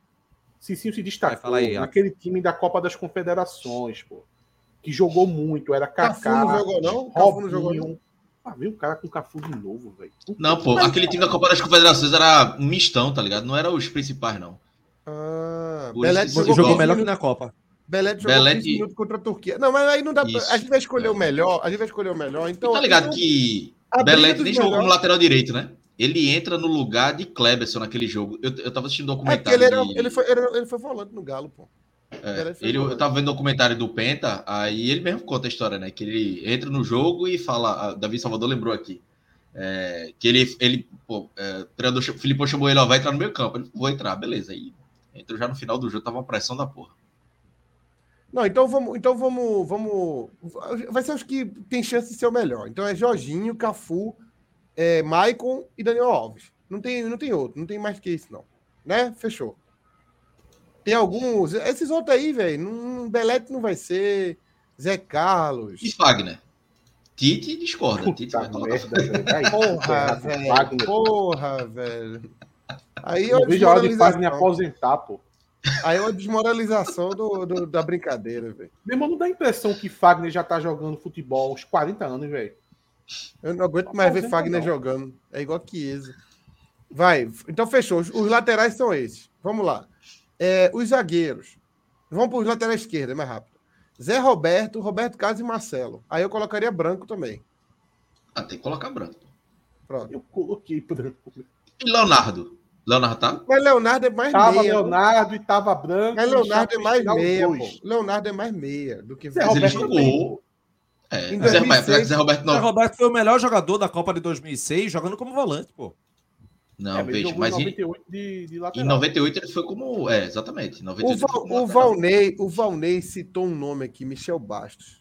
Cicinho se Vai, destacou fala aí, Iago. naquele time da Copa das Confederações, pô. Que jogou muito, era Cafu Kaká. não jogou, não? Cafu não jogou, né? não? Robinho. Ah, veio um cara com Cafu de novo, velho. Não, pô, aquele time da Copa das Confederações era um mistão, tá ligado? Não era os principais, não. Ah, Hoje Belete sim, jogou, Jogou, jogou. 15 melhor que minutos- na Copa. Belete jogou Belete- 15 minutos contra a Turquia. Não, mas aí não dá pra... Isso, A gente vai escolher é. o melhor. A gente vai escolher o melhor. Então, tá ligado então, que a briga Belete dos nem jogou como melhores- lateral direito, né? Ele entra no lugar de Kleberson naquele jogo. Eu, eu tava assistindo um É documentário. porque ele, era, de- ele, foi, era- ele foi volante no Galo, pô. Belete foi Ele, eu volante. tava vendo o documentário do Penta, aí ele mesmo conta a história, né? Que ele entra no jogo e fala. a Davi Salvador lembrou aqui. é, que ele, ele pô, é, o treinador, ch- o Filipão chamou ele, ó, vai entrar no meio campo. Ele, vou entrar, beleza. Aí entrou já no final do jogo, tava uma pressão da porra. Não, então vamos, então vamos, vamos. Vai ser os que tem chance de ser o melhor. Então é Jorginho, Cafu, é, Maicon e Daniel Alves. Não tem, não tem outro, não tem mais que isso, não. Né? Fechou. Tem alguns. Esses outros aí, velho. não- Belete não vai ser. Zé Carlos. E Fagner? Tite discorda. Tite vai Puta colocar. merda, velho. Vai, Porra, porra, velho. Wagner. Porra, velho. Aí é Eu uma vejo a hora de Wagner desmoralização. aposentar, pô. Aí é uma desmoralização do, do- da brincadeira, velho. Meu irmão, não dá a impressão que Fagner já tá jogando futebol há uns 40 anos, velho. Eu não aguento mais ver Aposenta Fagner não. jogando. É igual que Chiesa. Vai, então fechou. Os, os laterais são esses. Vamos lá. É, os zagueiros. Vamos para os laterais esquerda, é mais rápido. Zé Roberto, Roberto Carlos e Marcelo. Aí eu colocaria branco também. Ah, tem que colocar branco. Pronto. Eu coloquei branco. E Leonardo? Leonardo tá? Mas Leonardo é mais Tava meia. Leonardo e tava branco. Mas Leonardo é Chapo mais fez meia, os dois. pô. Leonardo é mais meia do que Zé Mas ele Roberto jogou. É, Em Zé, mas 2006, apesar que Zé Roberto O não. Roberto foi o melhor jogador da Copa de 2006, jogando como volante, pô. Não, É, mas ele vejo, jogou mas em em, 98 de, de em lateral. 98 ele foi como. É, exatamente. em né? O, 98 ele foi Val, como o, lateral. Valnei, o Valnei citou um nome aqui, Michel Bastos.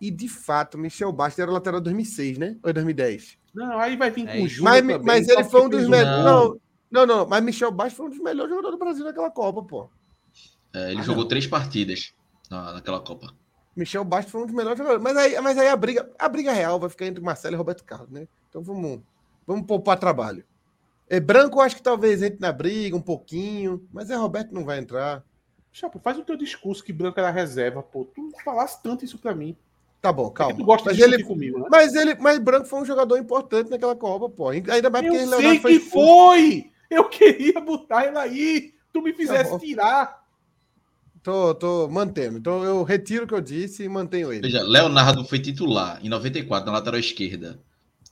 E de fato, Michel Bastos era lateral 2006, né? Ou é 2010? Não, aí vai vir É com o isso. Júnior mas, também, mas só ele foi um porque dos fez melhores. Não. Não. não, não, mas Michel Bastos foi um dos melhores jogadores do Brasil naquela Copa, pô. É, ele Ah, jogou não. três partidas na, naquela Copa. Michel Bastos foi um dos melhores jogadores. Mas aí, mas aí a briga, a briga real vai ficar entre Marcelo e Roberto Carlos, né? Então vamos, vamos poupar trabalho. É, Branco, eu acho que talvez entre na briga um pouquinho, mas é Roberto não vai entrar. Chapo, faz o teu discurso que branco era reserva, pô. Tu falasse tanto isso pra mim. Tá bom, É que calma. tu gosta mas de discutir ele, comigo, né? mas ele, mas Branco foi um jogador importante naquela Copa, pô. Ainda mais É porque eu Leonardo sei que foi expulso. foi! Eu queria botar ele aí! Tu me Tá fizesse bom. tirar! Tô, tô mantendo. Então eu retiro o que eu disse e mantenho ele. Veja, Leonardo foi titular em 94, na lateral esquerda.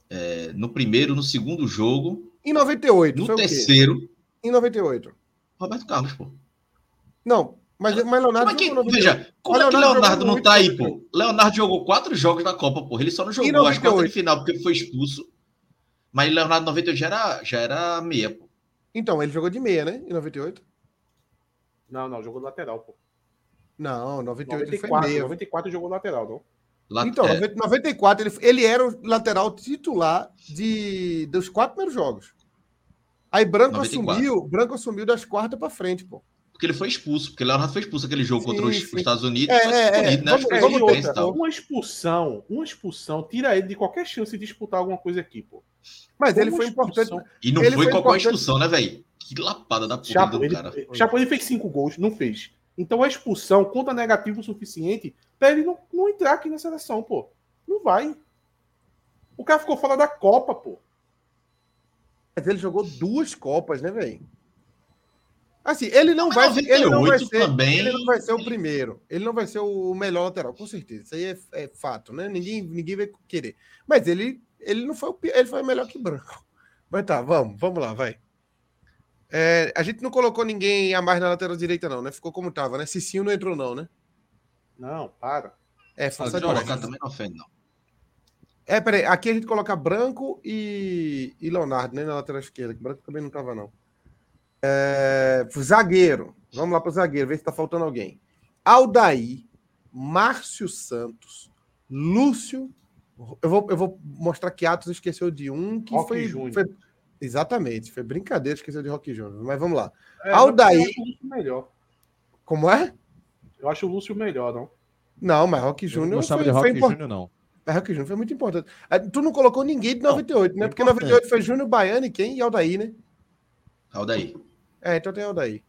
É, no primeiro, no segundo jogo. Em 98, No foi o quê? terceiro, Em 98. Roberto Carlos, pô. Ah, Não, mas, mas Leonardo. Como é que, jogou 98. veja, como é que Leonardo Leonardo jogou não muito tá aí, bem. pô? Leonardo jogou quatro jogos na Copa, porra. Ele só não jogou as 98. quartas de final porque foi expulso. Mas Leonardo 98 já era, já era meia, pô. Então, ele jogou de meia, né? Em 98? Não, não, jogou de lateral, pô. Não, 98 ele foi 94, meia. 94 jogou de lateral, não? Lá, Então, é, 90 94, ele, ele era o lateral titular de, dos quatro primeiros jogos. Aí Branco 94. assumiu, Branco assumiu das quartas pra frente, pô. porque ele foi expulso, porque Leonardo foi expulso aquele jogo Sim, contra os, sim. os Estados Unidos, É, mas é, foi é. né? As Vamos- coisas vamos então. de imprensa e outra, tal. Uma expulsão, uma expulsão, tira ele de qualquer chance de disputar alguma coisa aqui, pô. Mas ele Uma foi importante. expulsão. E não Ele foi foi qualquer importante. expulsão, né, velho? Que lapada da porra Chapo, do ele, eh, cara. Chapo, ele fez cinco gols, não fez. Então a expulsão conta negativo o suficiente pra ele não, não entrar aqui na seleção, pô. Não vai. O cara ficou fora da Copa, pô. Mas ele jogou duas Copas, né, velho? Assim, ele não, Mas vai, ele não vai 98 ser, também- ele não vai ser o primeiro. Ele não vai ser o melhor lateral, com certeza. Isso aí é, é fato, né? Ninguém, ninguém vai querer. Mas ele, ele não foi o pi- ele foi melhor que Branco. Mas tá, vamos, vamos lá, vai. É, a gente não colocou ninguém a mais na lateral direita, não, né? Ficou como tava, né? Cicinho não entrou, não, né? Não, para. É, força de Jorge. ordem. Colocar também não ofende, não. É, peraí, aqui a gente coloca Branco e, e Leonardo, né? Na lateral esquerda. que Branco também não tava, não. É, zagueiro. Vamos lá pro zagueiro, ver se tá faltando alguém. Aldaí, Márcio Santos, Lúcio. Eu vou, eu vou mostrar que Atos esqueceu de um que Roque foi, Júnior. foi- Exatamente, foi brincadeira, esqueceu de Rock Júnior. Mas vamos lá. É, Aldair. Eu acho o Lúcio melhor. Como é? Eu acho o Lúcio melhor, não. Não, mas Rock Eu não Júnior gostava foi, de foi Rock importante. Júnior, não. Mas Rock Júnior foi muito importante. Ah, Tu não colocou ninguém de 98, né? Porque importante. 98 foi Júnior Baiano e quem? E Aldaí, né? Aldaí. É, então tem Aldaí.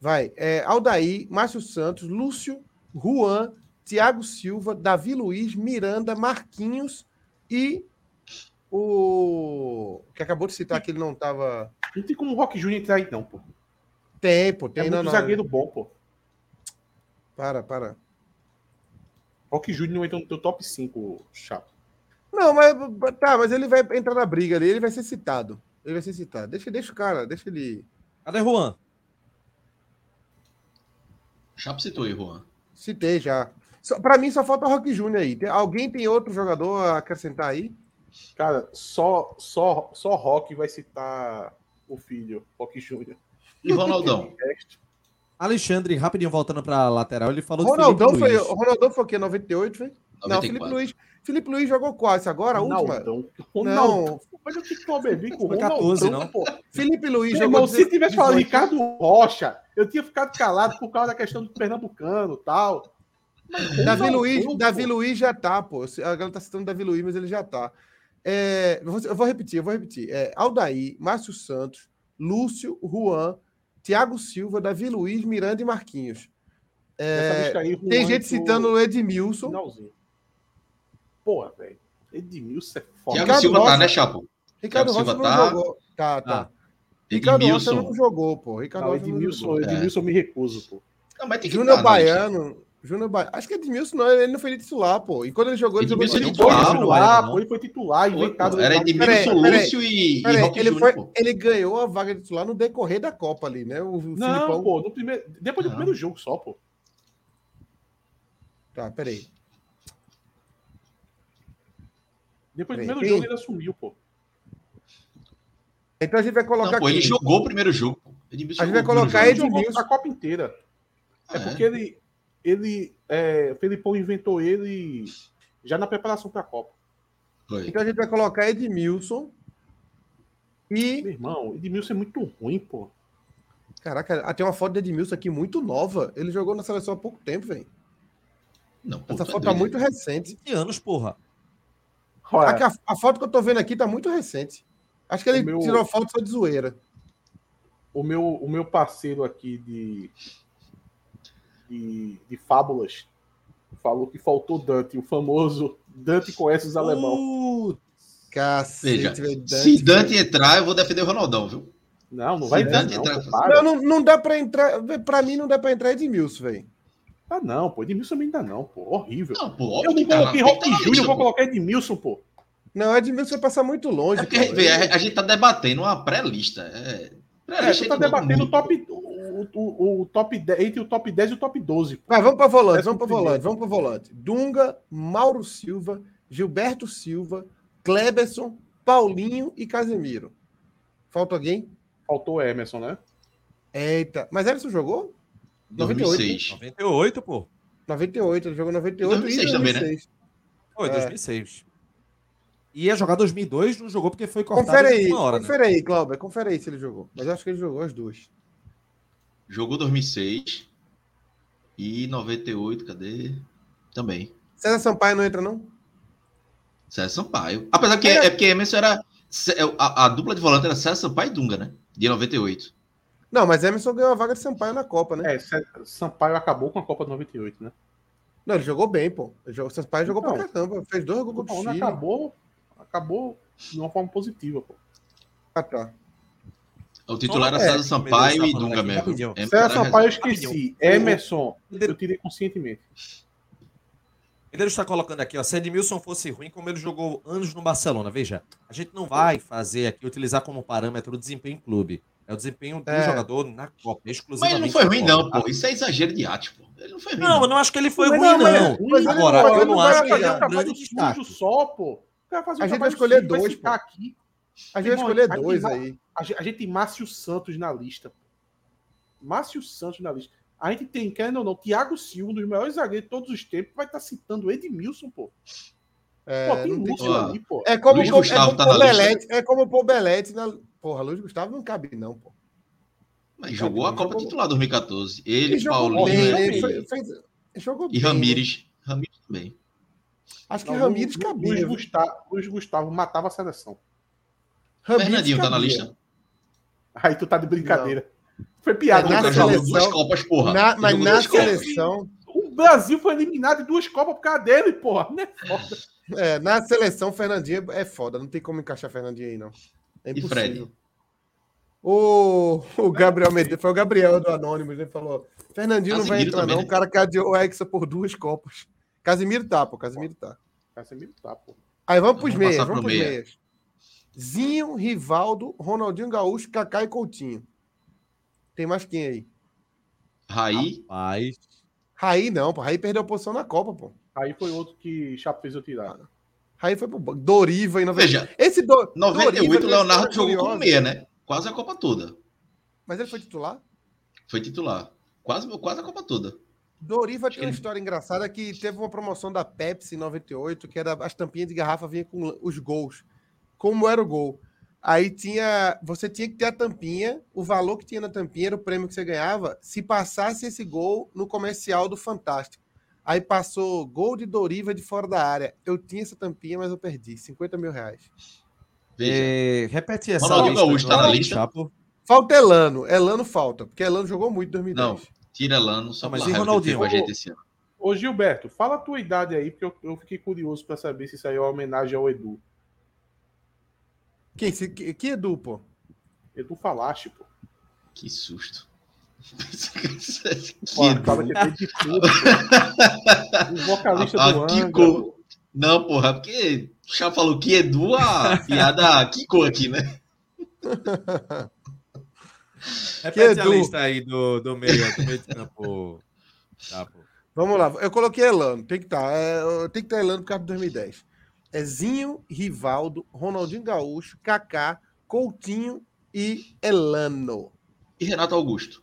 Vai. É, Aldaí, Márcio Santos, Lúcio, Juan, Thiago Silva, Davi Luiz, Miranda, Marquinhos e o. Que acabou de citar que ele não tava. Não tem como o Rock Júnior entrar aí, não, pô. Tempo, tem. É não, muito não. zagueiro bom, pô. Para, para. Rock Júnior não entra no teu top 5, Chapo. Não, mas tá, mas ele vai entrar na briga ali, ele vai ser citado. Ele vai ser citado. Deixa, deixa o cara, deixa ele. Cadê Juan? Chapo citou aí, Juan. Citei já. Só, pra mim só falta Rock Júnior aí. Tem- alguém tem outro jogador a acrescentar aí? Cara, só, só, só Rock vai citar o filho, Rock Júnior. E Ronaldão? Alexandre, rapidinho voltando pra lateral, ele falou Ronaldão de foi, Felipe Luiz. Ronaldão foi o quê? 98, foi? Não, Felipe 94. Luiz. Felipe Luiz jogou quase agora, a última. Ronaldão. Ronaldão. Não, Olha o que tu bebê com o Foi Ronaldão, 14, não? pô. Felipe Luiz Meu jogou. irmão, se tivesse falado 18. Ricardo Rocha, eu tinha ficado calado por causa da questão do pernambucano e tal. Mas Davi Ronaldão, Luiz, pô. Davi Luiz já tá, pô. A galera tá citando Davi Luiz, mas ele já tá. É, eu vou- eu vou repetir, eu vou repetir. É, Aldaí, Márcio Santos, Lúcio, Juan, Thiago Silva, Davi Luiz, Miranda e Marquinhos. Essa lista é aí, é, Tem Juan gente pro citando o Edmilson. Finalzinho. Porra, velho. Edmilson é foda. Thiago Ricardo Silva tá, Rocha. né, Chapo? Ricardo Thiago Rocha Silva não tá. jogou. Tá, tá. Tá. Ricardo Rocha Edmilson. não jogou, pô. Ricardo Não, Rocha não Edmilson, jogou. Edmilson eu me recuso, pô. Não, mas tem que Júnior dar, né, Alexandre? Baiano. Júnior Baiano. Acho que Edmilson não, ele não foi nem titular, pô. E quando ele jogou, ele Edmilson jogou ele de foi dois. titular, Edmilson não. pô, ele foi titular, inventado. Era Peraí, Edmilson, peraí. Lúcio e, e Peraí, Rock ele, Júnior, foi- pô. ele ganhou a vaga de titular no decorrer da Copa ali, né? O, o Não, Filipão. pô, no primeiro, depois do Não. primeiro jogo só, pô. Tá, peraí. Depois do Bem, primeiro bem. jogo ele assumiu, pô. Então a gente vai colocar Não, pô, ele aqui. jogou o primeiro jogo. pô. Edmilson A gente vai jogou o colocar Ele primeiro jogou Edmilson. a Copa inteira. jogo. É porque ele. ele é, Felipão inventou ele já na preparação pra Copa. Foi. Então a gente vai colocar Edmilson. E. Meu irmão, Edmilson é muito ruim, pô. Caraca, ah, tem uma foto de Edmilson aqui muito nova. Ele jogou na seleção há pouco tempo, velho. Não, pô, Essa tá foto tá doido. muito recente. 20 anos, porra. Olha, Aqui, a, a foto que eu tô vendo aqui tá muito recente. Acho que ele O meu- tirou foto só de zoeira. o, meu, o meu parceiro aqui de, de. de fábulas falou que faltou Dante, o famoso Dante conhece os alemão. Uh, Cacete, Veja, velho, Se Dante entrar, eu vou defender o Ronaldão, viu? Não, não se vai Dante dar, não, entrar- pô, para. Não, não, não dá pra entrar. Pra mim, não dá pra entrar Edmilson, velho. Tá não, pô. Edmilson também dá não, pô. Horrível. Não, pô, eu não tá lá, tem coloquei que Rock tá na Júnior, lista, eu vou pô. colocar Edmilson, pô. Não, Edmilson vai passar muito longe. É porque cara. vê, a, a gente tá debatendo uma pré-lista. É, É, tu pré-lista tá aí todo debatendo o mundo. top, o, o, o top 10, entre o top 10 e o top 12. pô. Mas vamos para É volante, Décimo vamos para volante, primeiro. vamos para volante. Dunga, Mauro Silva, Gilberto Silva, Kleberson, Paulinho e Casemiro. Falta alguém? Faltou Emerson, né? Eita. Mas Everson jogou? né? 2006. 98, pô. 98, ele jogou 98 2006 e também, 2006. né? Foi, É. 2006. Ia é jogar 2002, não jogou porque foi cortado Confere aí, uma hora, né? confere aí, Cláudio, confere aí se ele jogou. Mas eu acho que ele jogou as duas. Jogou 2006. E 98, cadê? Também. César Sampaio não entra, não? César Sampaio. Apesar que é, Era- porque Emerson era. Cé- A, a dupla de volante era César Sampaio e Dunga, né? De 98. Não, mas Emerson ganhou a vaga de Sampaio na Copa, né? É, Cé- Sampaio acabou com a Copa de 98, né? Não, ele jogou bem, pô. Ele jogou, Sampaio jogou pra Então. caramba. Fez dois gols contra o Não, não Chile. acabou, acabou de uma forma positiva, pô. Ah, tá. O titular era É, César Sampaio beleza, e Dunga aqui, mesmo. né? É. rapidinho. Emerson César era Sampaio eu reserva. esqueci. Emerson, eu tirei conscientemente. Pedreiro está colocando aqui, ó. Se Edmilson fosse ruim, como ele jogou anos no Barcelona. Veja, a gente não vai fazer aqui, utilizar como parâmetro o desempenho em clube. É o desempenho do É. jogador na Copa, é Mas ele exclusivamente. não foi na ruim, Copa, não, tá? pô. Isso é exagero de arte, pô. Ele não foi ruim. Não, eu não acho que ele foi Mas ruim, não, não. mas é ruim, Agora, mas eu ele não não acho vai que ele é fazer tá um grande destaque. só, pô. O cara faz um A gente vai trabalho escolher sujo, dois, ficar aqui. A gente vai Irmão, escolher aí dois vai- aí. A gente, a gente tem Márcio Santos na lista. Márcio Santos na lista. A gente tem, querendo ou não, Thiago Silva, um dos maiores zagueiros de todos os tempos, vai estar citando Edmilson, pô. É, Pô, tem não tem Lúcio como. ali, pô. É como, Luiz o Pô- Gustavo é como tá o na lista. Belete, é como o Belete na. Porra, Luiz Gustavo não cabe, não, pô. Mas jogou a Ele Copa jogou- titular 2014. Ele, jogou Paulinho bem, né? ele e- foi- fez- ele jogou e bem, né? Ramires. Ramires também. Acho que Não, Ramires Lu- Luiz cabia. viu? Gustavo, Luiz Gustavo matava a seleção. Ramires Fernandinho tá na cabia. lista. Aí tu tá de brincadeira. Foi É, na piada. O cara né? jogou seleção- duas Copas, porra. Na- Ele mas jogou na duas Copas. seleção, O Brasil foi eliminado de duas Copas por causa dele, porra. Né? Foda. é, na seleção, Fernandinho é foda. Não tem como encaixar Fernandinho aí, não. É E impossível. Fred? O, o Gabriel Medeiros, foi o Gabriel do Anônimos, ele falou: Fernandinho não vai Casimiro entrar, também, não. né? O cara cadeou o Hexa por duas Copas. Casimiro tá, pô, Casimiro tá. Casemiro tá, pô. Aí vamos pros Vamos meias, passar vamos pro pros meia. meias. Zinho, Rivaldo, Ronaldinho Gaúcho, Kaká e Coutinho. Tem mais quem aí? Raí. Rapaz, Raí não, pô. Raí perdeu a posição na Copa, pô. Aí foi outro que Chapo fez eu tirar. Raí foi pro banco. Doriva em 98. Veja, Esse do... 98 o Doriva, Leonardo esse jogou curioso. como meia, né? Quase a Copa toda. Mas ele foi titular? Foi titular. Quase, quase a Copa toda. Doriva tem uma Ele- história engraçada que teve uma promoção da Pepsi em 98, que era as tampinhas de garrafa vinha com os gols. Como era o gol? Aí tinha, você tinha que ter a tampinha, o valor que tinha na tampinha era o prêmio que você ganhava, se passasse esse gol no comercial do Fantástico. Aí passou gol de Doriva de fora da área. Eu tinha essa tampinha, mas eu perdi 50 mil reais. É. Veja. eh, repete essa Ronaldinho Gaúcho tá na Ronaldinho É, lista? Chapo. Falta Elano. Elano falta, porque Elano jogou muito em 2010. Não. Tira Lano, só Não, mas pela e raiva que ele teve Ronaldinho? com a gente esse ano. Ô Gilberto, fala a tua idade aí, porque eu, eu fiquei curioso pra saber se isso aí é uma homenagem ao Edu. Quem, se- que, é que Edu, pô? Edu falaste, pô. Que susto. Pô, que acaba de duro. ter de tudo, pô. O vocalista A- a do Angra. Ah, Kiko. Não, porra, porque o Chá falou que Edu, a piada quicou aqui, né? Repete a Edu. lista aí do, do meio, do meio de campo. Chapo. Vamos lá, eu coloquei Elano, tem que estar. tem que estar Elano por causa de 2010. É Zinho, Rivaldo, Ronaldinho Gaúcho, Kaká, Coutinho e Elano. E Renato Augusto.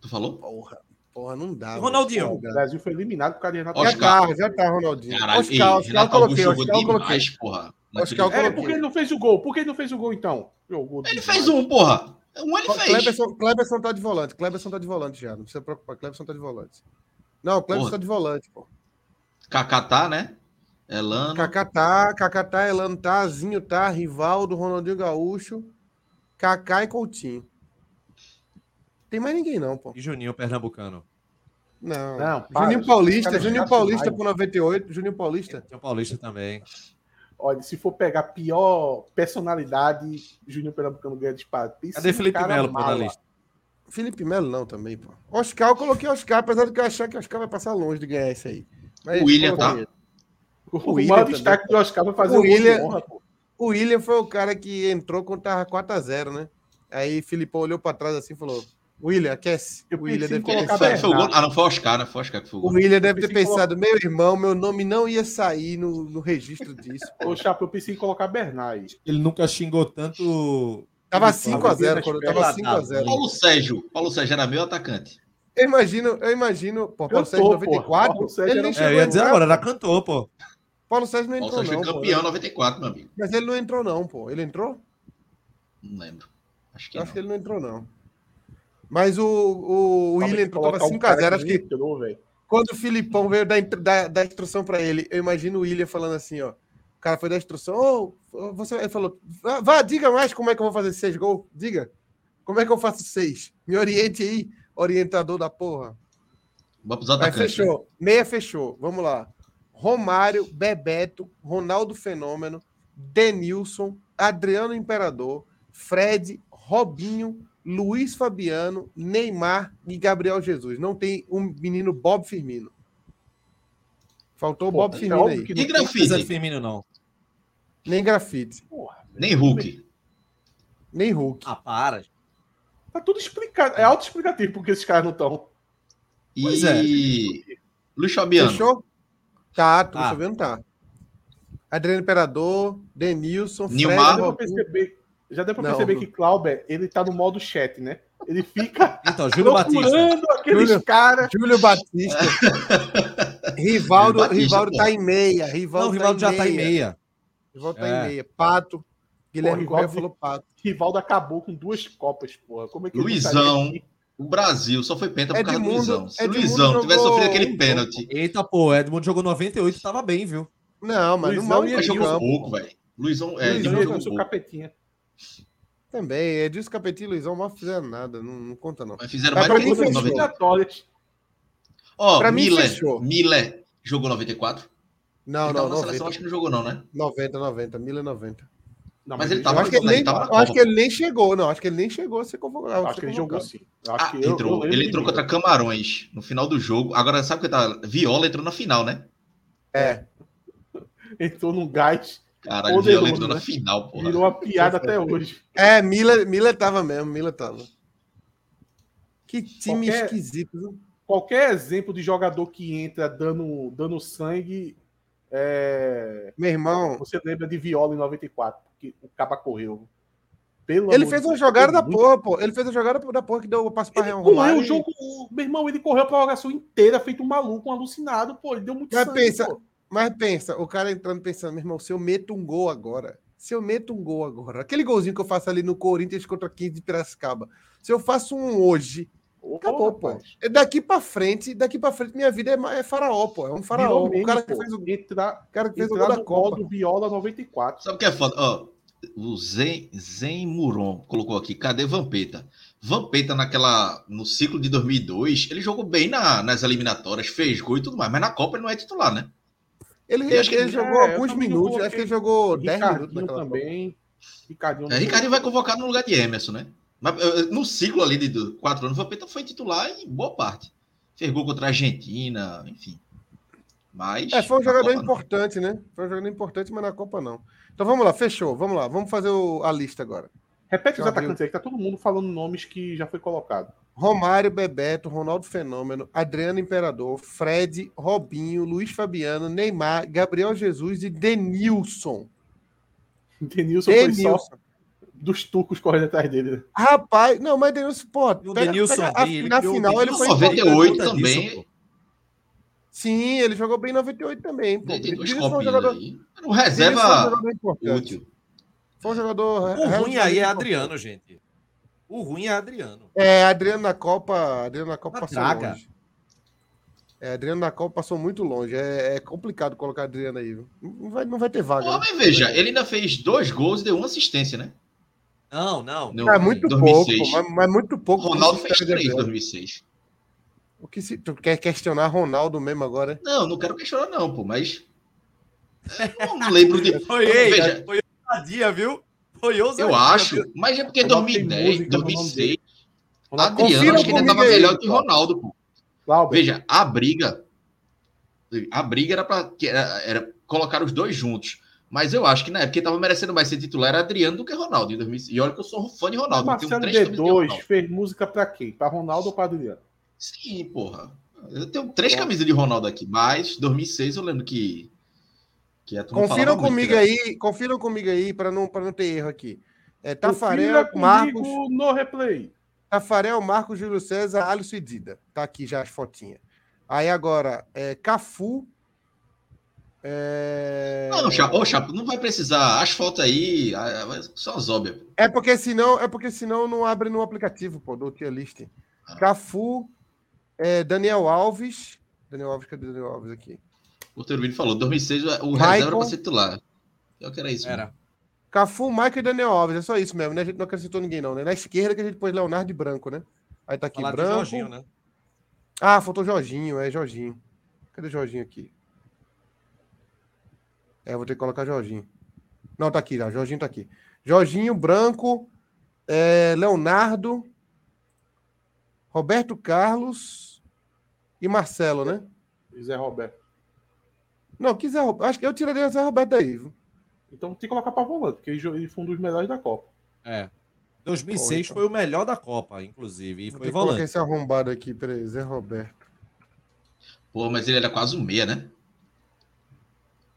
Tu falou? Porra, porra, não dá. E velho. Ronaldinho? O Brasil foi eliminado por causa de Renato Já Oscar. tá, já tá, Ronaldinho. Caralho, ei, Oscar, Oscar, eu Renato coloquei, Augusto Oscar, jogou eu coloquei. demais, porra. Oscar, eu É, Naquele- porque ele não fez o gol. Por que ele não fez o gol, então? Jogou Ele demais. fez um, porra. Um ele fez. Cleberson, Cleberson tá de volante, Cleberson tá de volante já, não precisa preocupar, Cleberson tá de volante. Não, Cleberson Porra. tá de volante, pô. Kaká tá, né? Elano. Kaká tá, Kaká tá, Elano tá, Zinho tá, Rivaldo, Ronaldinho Gaúcho, Kaká e Coutinho. Tem mais ninguém não, pô. E Juninho Pernambucano. Não. Não, para, Juninho Paulista, Ah, cara, Juninho já Paulista demais. com 98, Juninho Paulista. São Paulista também. Olha, se for pegar a pior personalidade, Júnior Pernambucano ganha disparado. Pensa Cadê É num Felipe cara é Melo pô, na mala. lista? Felipe Melo não também, pô. Oscar, eu coloquei Oscar, apesar de que eu achar que Oscar vai passar longe de ganhar isso aí. Mas, O William pô, tá. O, O maior Willian também. destaque do Oscar vai fazer O o William. Willian- O William foi o cara que entrou quando tava 4x0, né? Aí Filipão olhou pra trás assim e falou: William, aquece. Eu O William pensei deve em ter Ele colocar pensado. foi, foi o Bernardo. gol. Ah, não foi o Oscar, né? Foi o Oscar que foi o O gol. William deve ter pensei em pensado: meu irmão, meu nome não ia sair no, no registro disso. pô." Ô, Chapa, eu pensei em colocar Bernard. Ele nunca xingou tanto. Tava Felipe, 5x0 Felipe, quando Felipe, tava Felipe, né? 5x0. Paulo Sérgio. Paulo Sérgio era meu atacante. Eu imagino, eu imagino. Pô, Paulo tô, Sérgio pô. 94. Paulo Sérgio ele era nem um- chegou É, eu ia em dizer lugar, agora, pô. era cantor, pô. Paulo Sérgio não Paulo entrou, Sérgio não. foi pô. campeão em 94, meu amigo. Mas ele não entrou, não, pô. Ele entrou? Não lembro. Acho que Eu acho não. que ele não entrou, não. Mas o, o, o Talvez William entrou, tava colocar um cara 5x0. Acho que entrou, velho. quando o Filipão veio dar, da, da instrução pra ele, eu imagino o William falando assim, ó. O cara foi dar instrução. Ô, você ele falou, vá, vá, diga mais como é que eu vou fazer seis gols. Diga. Como é que eu faço seis? Me oriente aí, orientador da porra. Vamos pros Aí atacantes. né? fechou. Meia fechou. Vamos lá. Romário, Bebeto, Ronaldo Fenômeno, Denilson, Adriano Imperador, Fred, Robinho, Luiz Fabiano, Neymar e Gabriel Jesus. Não tem um menino Bob Firmino. Faltou o Pô, Bob é Firmino óbvio aí. que E Apesar não. de assim. grafite? Firmino, não. Nem grafite, Porra, velho. Nem Hulk. nem Hulk. Ah, para. Tá tudo explicado. É autoexplicativo porque esses caras não estão. Pois é. E Luiz Fabiano. Fechou? Tá, tô Tá. sabendo, tá. Adriano Imperador, Denilson, Neymar. Já deu pra Robinho. perceber, já deu pra Não. perceber que Clauber, ele tá no modo chat, né? Ele fica Então, Júlio Batista. procurando aqueles Júlio- caras. Júlio Batista. Rivaldo, Júlio Batista, Rivaldo pô. tá em meia. Rivaldo, Não, o Rivaldo já tá em meia. Rivaldo tá É. em meia. Pato. Guilherme Rivaldo- Correia falou pato. Rivaldo acabou com duas copas, porra. Como é que ele Luizão. não saiu daqui? O Brasil só foi penta por causa do Edmundo- Luizão. Se Edmundo Luizão tivesse jogou sofrido um aquele jogo, pênalti, Eita, pô, Edmundo jogou 98, tava bem, viu? Não, mas não Luizão mal e ia mas de jogou campo pouco, velho. Luizão, é, Luizão Edmundo jogou seu jogou pouco. capetinha. também. É disso que Capetinho e Luizão mal fizeram nada. Não, não conta, não. Mas fizeram Mas mais pra do mim que Todas todo as mundo. fechou. 94. eliminatórias. Ó, Pra mim Miller. fechou. Miller jogou 94. Não, ele tava não, Então, na seleção, 90. acho que não jogou, não, né? 90, 90. Mila 90. Não, Mas ele Eu Tava acho que ele jogando, nem, tava na eu acho Copa. que ele nem chegou, não. Acho que ele nem chegou a ser convocado. a Acho ser que Ah, ele jogou convocado. sim. Eu Acho Ah, que eu- eu entrou. lembro ele de entrou mim. contra Camarões no final do jogo. Agora, sabe o que tá? Viola entrou na final, né? É. Entrou num gás, Caralho, Poderoso, Viola entrou né? na final, porra. virou uma piada até hoje. É, Mila, Mila tava mesmo. Mila tava. Que time Qualquer- esquisito. viu? Qualquer exemplo de jogador que entra dando, dando sangue, é, Meu irmão. você lembra de Viola em 94, que o Caba correu. né? Pelo Ele amor fez de uma Deus, jogada da correu muito. porra, pô. Ele fez a jogada da porra que deu o passo para Ele Real correu Romário. o jogo. Meu irmão, ele correu a prorrogação inteira, feito um maluco, um alucinado, pô. Ele deu muito Mas sangue, pensa- pô. Mas pensa, o cara entrando pensando, meu irmão, se eu meto um gol agora, se eu meto um gol agora, aquele golzinho que eu faço ali no Corinthians contra 15 de Piracicaba, se eu faço um hoje, Ô, acabou, pô. rapaz. É Daqui pra frente, daqui pra frente, minha vida é, ma- é faraó, pô. É um faraó. Virou O cara meme, que pô. fez o, o Entrar, cara que fez o gol entrar da no modo Copa. do Viola 94. Sabe o que é foda? Ó, o Zen, Zen Muron colocou aqui, cadê Vampeta? Vampeta naquela, no ciclo de 2002, ele jogou bem na- nas eliminatórias, fez gol e tudo mais, mas na Copa ele não é titular, né? Ele, Eu acho que ele ele- jogou é, eu alguns também não minutos, acho coloquei. que ele jogou 10 minutos Ricardinho naquela Copa. também. Ricardinho, É, Ricardinho vai convocar no lugar de Emerson, né? Mas eh, no ciclo ali de do- quatro anos, Vampeta foi titular em boa parte. Fez gol contra a Argentina, enfim. Mas. É, foi um na jogador Copa não. importante, né? Foi um jogador importante, mas na Copa não. Então vamos lá, fechou. Vamos lá, vamos fazer o- a lista agora. Repete os Já atacantes aí, que tá todo mundo falando nomes que já foi colocado. Romário, Bebeto, Ronaldo Fenômeno, Adriano Imperador, Fred, Robinho, Luiz Fabiano, Neymar, Gabriel Jesus e Denilson. Denilson, foi só Denilson. dos turcos correndo atrás dele. né? Rapaz, não, mas Denilson, E pô, o pega- Denilson pega a- bem, ele na criou o final ele Denilson foi. Só vê- importante. 98 por conta disso, também. pô. Sim, ele jogou bem em 98 também, pô. Tem- Tem dois é Denilson foi um copinhos né? jogador- aí. Era um Denilson foi um reserva jogador importante. útil. Foi um jogador. O ruim relativamente aí é importante. Adriano, gente. O ruim é Adriano. É, Adriano na Copa, Adriano na Copa Uma passou draga. longe. É, Adriano na Copa passou muito longe. É, é complicado colocar Adriano aí. viu? Não vai, não vai ter vaga. Pô, né? mas veja, ele ainda fez dois gols e deu uma assistência, né? Não, não. No- É muito em 2006. pouco, mas, mas muito pouco. é Ronaldo O que fez se- três né? em 2006. O que se, tu quer questionar Ronaldo mesmo agora? Não, não quero questionar, não, pô, mas. eh, Eu não lembro de. Foi Veja. ei, foi ousadia, viu? Foi ousadia. Eu acho, viu? mas é porque Ronaldo tem 2010, música no nome 2006. Adriano Confira acho que ainda comigo tava aí, melhor que Paulo. Ronaldo, pô. Clauber, Veja, a briga. A briga era pra que era, era colocar os dois juntos. Mas eu acho que na época quem tava merecendo mais ser titular era Adriano do que Ronaldo. Em 2006. E olha que eu sou um fã de Ronaldo. eu tenho Marcelo três um camisas de D2 Ronaldo. fez música pra quem? Pra Ronaldo ou pra Adriano? Sim, porra. Eu tenho três camisas de Ronaldo aqui. Mas 2006 eu lembro que. que a turma Confiram falava muito, comigo né? aí, confiram comigo aí para não para não ter erro aqui. É Confira Tafarel, comigo Marcos, no replay. Tafarel, Marcos, Júlio César, Alisson e Dida. Tá aqui já as fotinhas. Aí agora, é, Cafu. É... Não, Chapo, ô, Chapo, não vai precisar. As fotos aí, ah, mas só as óbvias. pô. É porque senão, é porque senão não abre no aplicativo, pô, do tier list. Ah. Cafu, é, Daniel Alves. Daniel Alves, cadê Daniel Alves aqui? O Turbino falou: 2006 o Michael. reserva era pra ser titular. Eu que era isso. Era. Cafu, Michael e Daniel Alves, é só isso mesmo, né? A gente não acrescentou ninguém, não, né? Na esquerda que a gente pôs Leonardo e Branco, né? Aí tá aqui Falar de Branco. Jorginho, né? Ah, faltou Jorginho, é Jorginho. Cadê Jorginho aqui? É, vou ter que colocar Jorginho. Não, tá aqui já, Jorginho tá aqui. Jorginho, Branco, é, Leonardo, Roberto Carlos e Marcelo, né? Zé Roberto. Não, que Zé Roberto. Acho que eu tiraria Zé Roberto daí. viu? Então tem que colocar pra volante, porque ele jo- ele foi um dos melhores da Copa. É. 2006 Pô, então. foi o melhor da Copa, inclusive, e Vou foi ter que colocar volante. esse arrombado aqui, peraí, Zé Roberto. Pô, mas ele era quase um meia, né?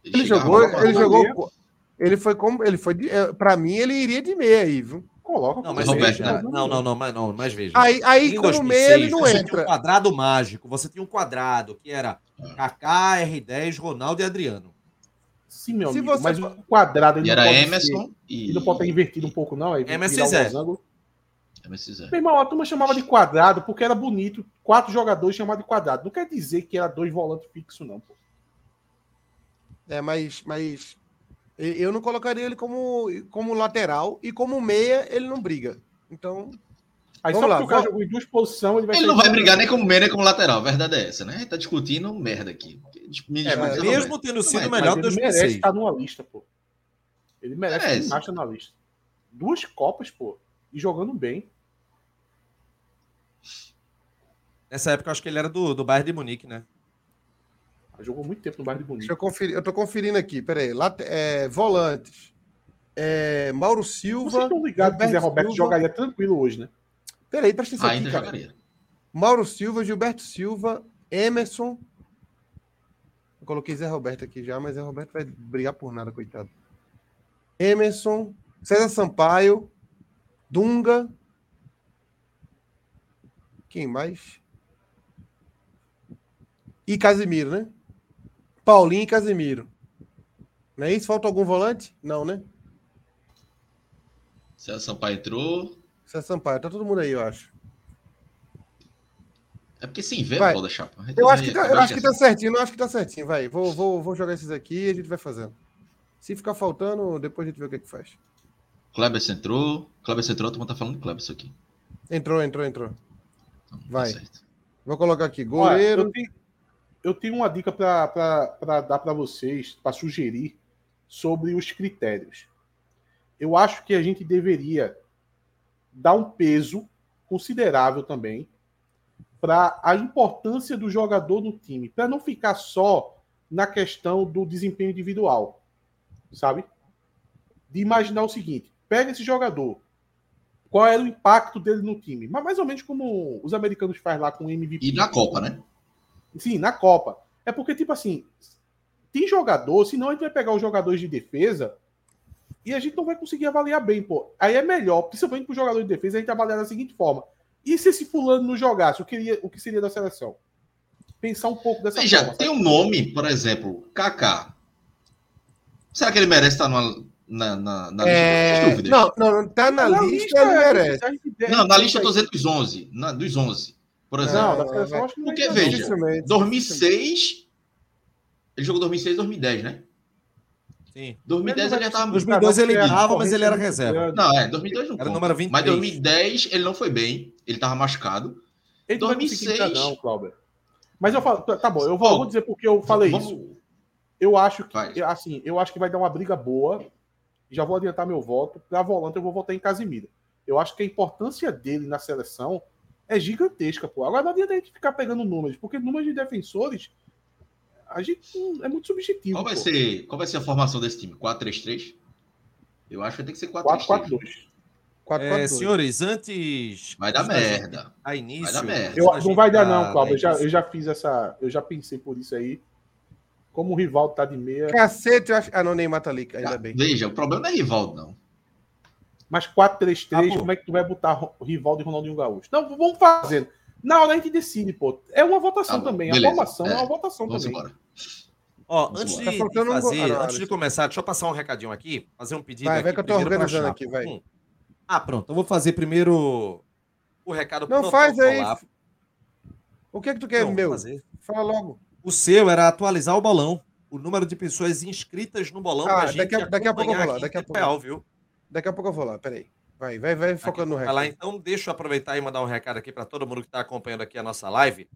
Ele chegava jogou, lá pra- ele bola meia. jogou. Ele foi como. Ele foi. de- é, Pra mim, ele iria de meia aí, viu? Coloca. Não, mas Roberto, veja. né? Não, não, não, mas não, mas veja. Aí, aí Em como meia, ele não você Tinha entra. um quadrado mágico. Você tinha um quadrado que era Kaká, R10, Ronaldo e Adriano. Sim, meu Se amigo, você mas o quadrado ele E não era pode Emerson ser- e. ele não pode ter invertido um pouco, não. Aí Emerson virar e Zé. losango. Emerson e Zé. Meu irmão, a turma chamava de quadrado porque era bonito. Quatro jogadores chamavam de quadrado. Não quer dizer que era dois volantes fixos, não. Pô. É, mas, mas eu- eu não colocaria ele como, como lateral e como meia ele não briga. Então, Aí Vamos só lá, porque o cara vamos- jogou em duas posições, ele vai Ele ser- não vai brigar nem como meia nem como lateral. A verdade é essa, né? A gente tá discutindo merda aqui. Me É, mas Zé Roberto. Mesmo tendo sido o mas melhor de Mas ele merece 2006. estar numa lista, pô. Ele merece, É Merece. estar acha na lista. Duas Copas, pô. E jogando bem. Nessa época, eu acho que ele era do, do Bayern de Munique, né? Jogou muito tempo no bairro de deixa Bonito. eu conferir. Eu tô conferindo aqui, peraí. Late, é, volantes. É, Mauro Vocês Silva. estão ligados que o Zé Gilberto Roberto Silva. jogaria tranquilo hoje, né? Peraí, presta atenção Ainda aqui, cara. jogaria. Mauro Silva, Gilberto Silva, Emerson. Eu coloquei Zé Roberto aqui já, mas Zé Roberto vai brigar por nada, coitado. Emerson, César Sampaio, Dunga. Quem mais? E Casimiro, né? Paulinho e Casimiro. Não é isso? Falta algum volante? Não, né? César Sampaio entrou. César Sampaio, tá todo mundo aí, eu acho. É porque se vê Vai. é foda, chapa. Eu acho que tá, eu Vai acho que tá esquecer. certinho, eu acho que tá certinho. Vai, vou, vou, vou jogar esses aqui e a gente vai fazendo. Se ficar faltando, depois a gente vê o que, que faz. tá- Kleberson entrou. Kleberson entrou, todo mundo tá falando de Kleberson aqui. Entrou, entrou, entrou. Então, tá Vai. certo. Vou colocar aqui, Olha, goleiro. eu, tenho, eu tenho uma dica pra- pra pra dar pra vocês, pra sugerir sobre os critérios. Eu acho que a gente deveria dar um peso considerável também para a importância do jogador no time, para não ficar só na questão do desempenho individual, sabe? De imaginar o seguinte: pega esse jogador, qual era o impacto dele no time? Mas mais ou menos como os americanos fazem lá com o MVP. E na Copa, né? Sim, na Copa. É porque, tipo assim, tem jogador, senão a gente vai pegar os jogadores de defesa e a gente não vai conseguir avaliar bem, pô. Aí é melhor, principalmente para jogador de defesa, a gente avaliar da seguinte forma. E se esse fulano não jogasse, o que, iria- o que seria da seleção? Pensar um pouco dessa Veja, forma. tem um nome, por exemplo, Kaká. Será que ele merece estar numa, na, na, na lista? Sem É, dúvidas. não, não, não, tá na, lista, ele merece. um Não, na lista eu tô dizendo dos 11. Na, dos 11, por exemplo. é Não, é da seleção Não, acho que não Porque, entra, não. veja, Dificilmente. 2006. Ele jogou 2006, 2010, né? Sim. 2010 ele já tava. 2002 ele Era errava, mas ele era corrente reserva. Não, é, 2002 Era não. o conta. número 23. Mas 2010 ele não foi bem. Ele tava machucado. Ele não vai conseguir 2006. entrar, não, Cláudio. Mas eu falo, tá bom, eu vou, eu vou dizer porque eu falei Vamos- isso. Eu acho que Vai. eu- assim, eu acho que vai dar uma briga boa. Já vou adiantar meu voto. Para volante, eu vou votar em Casimiro. Eu acho que a importância dele na seleção é gigantesca, pô. Agora não adianta a gente ficar pegando números, porque números de defensores a gente hum, é muito subjetivo. Qual vai, pô. ser, qual vai ser a formação desse time? 4-3-3? Eu acho que tem que ser 4-3-3. 4-4-2. É, 4-4-2. senhores, antes. Vai dar antes da gente merda. dar início. Vai Ah, dar merda. antes Eu, da não gente vai dar, dar não, Cláudio. Eu já, início. eu já fiz essa. Eu já pensei por isso aí. Como o rival tá de meia. Cacete, eu acho. Ah, não, Neymar tá ali, ainda Ah, bem. Veja, o problema não é Rivaldo, não. Mas 4-3-3, Ah, pô. como é que tu vai botar Ro- o rival de Ronaldinho Gaúcho? Não, vamos fazendo. Na hora a gente decide, pô. É uma votação Tá bom, também. beleza. A formação é, É, uma votação Vamos também. embora. Ó, Vamos antes de, embora. de Tá faltando um go- fazer, Ah, não, antes de Alex. começar, deixa eu passar um recadinho aqui, fazer um pedido Vai, aqui vai que eu tô primeiro pra organizando Chapa. aqui, vai. Hum. Ah, pronto, eu vou fazer primeiro o recado Não, faz aí. protocolar. O que é que tu quer, Não, vou meu? fazer. Fala logo. O seu era atualizar o bolão, o número de pessoas inscritas no bolão Ah, pra gente daqui a- daqui a pouco eu vou acompanhar lá, aqui em daqui a tempo pouco. real, viu? Daqui a pouco eu vou lá, peraí. Vai, vai, vai focando no Vai lá, resto. então deixa eu aproveitar e mandar um recado aqui para todo mundo que está acompanhando aqui a nossa live.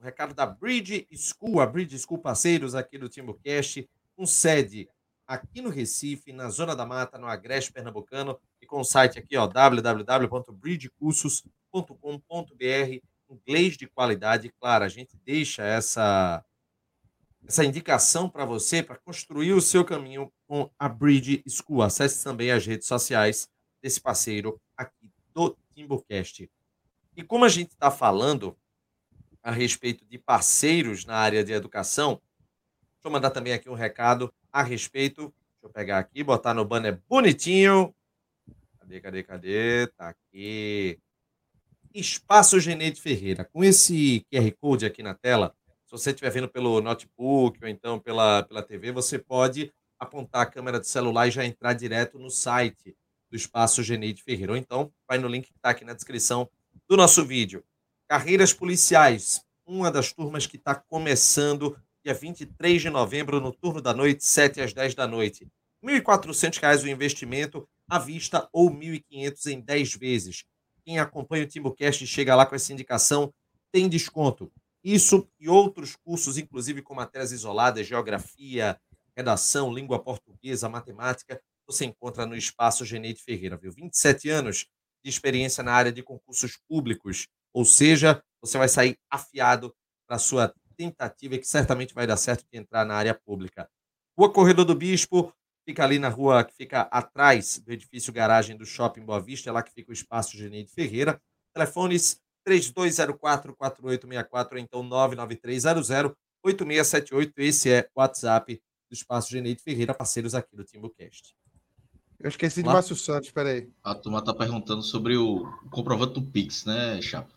Um recado da Bridge School, a Bridge School parceiros aqui do TimbuCast, com sede aqui no Recife, na Zona da Mata, no Agreste Pernambucano, e com o site aqui, ó, www.bridgecursos.com.br, inglês de qualidade. Claro, a gente deixa essa essa indicação para você para construir o seu caminho com a Bridge School. Acesse também as redes sociais desse parceiro aqui do Timbucast. E como a gente está falando a respeito de parceiros na área de educação, deixa eu mandar também aqui um recado a respeito. Deixa eu pegar aqui, botar no banner bonitinho. Cadê, cadê, cadê? Tá aqui. Espaço Genete Ferreira. Com esse QR Code aqui na tela, se você estiver vendo pelo notebook ou então pela, pela TV, você pode apontar a câmera do celular e já entrar direto no site do Espaço Geneide Ferreira. Ou então, vai no link que está aqui na descrição do nosso vídeo. Carreiras Policiais, uma das turmas que está começando dia 23 de novembro, no turno da noite, 7 às 10 da noite. R$ 1.400 o investimento à vista ou R$ 1.500 em 10 vezes. Quem acompanha o TimbuCast e chega lá com essa indicação tem desconto. Isso e outros cursos, inclusive com matérias isoladas, geografia, redação, língua portuguesa, matemática, você encontra no Espaço Geneide Ferreira, viu? 27 anos de experiência na área de concursos públicos, ou seja, você vai sair afiado para sua tentativa, que certamente vai dar certo de entrar na área pública. Rua Corredor do Bispo, fica ali na rua que fica atrás do edifício garagem do Shopping Boa Vista, é lá que fica o Espaço Geneide Ferreira. Telefones 3204-4864 ou então 99300-8678. Esse é o WhatsApp do Espaço Geneide Ferreira, parceiros aqui do TimbuCast. Eu esqueci de Lá. Márcio Santos, peraí. A turma tá perguntando sobre o comprovante do Pix, né, Chapa?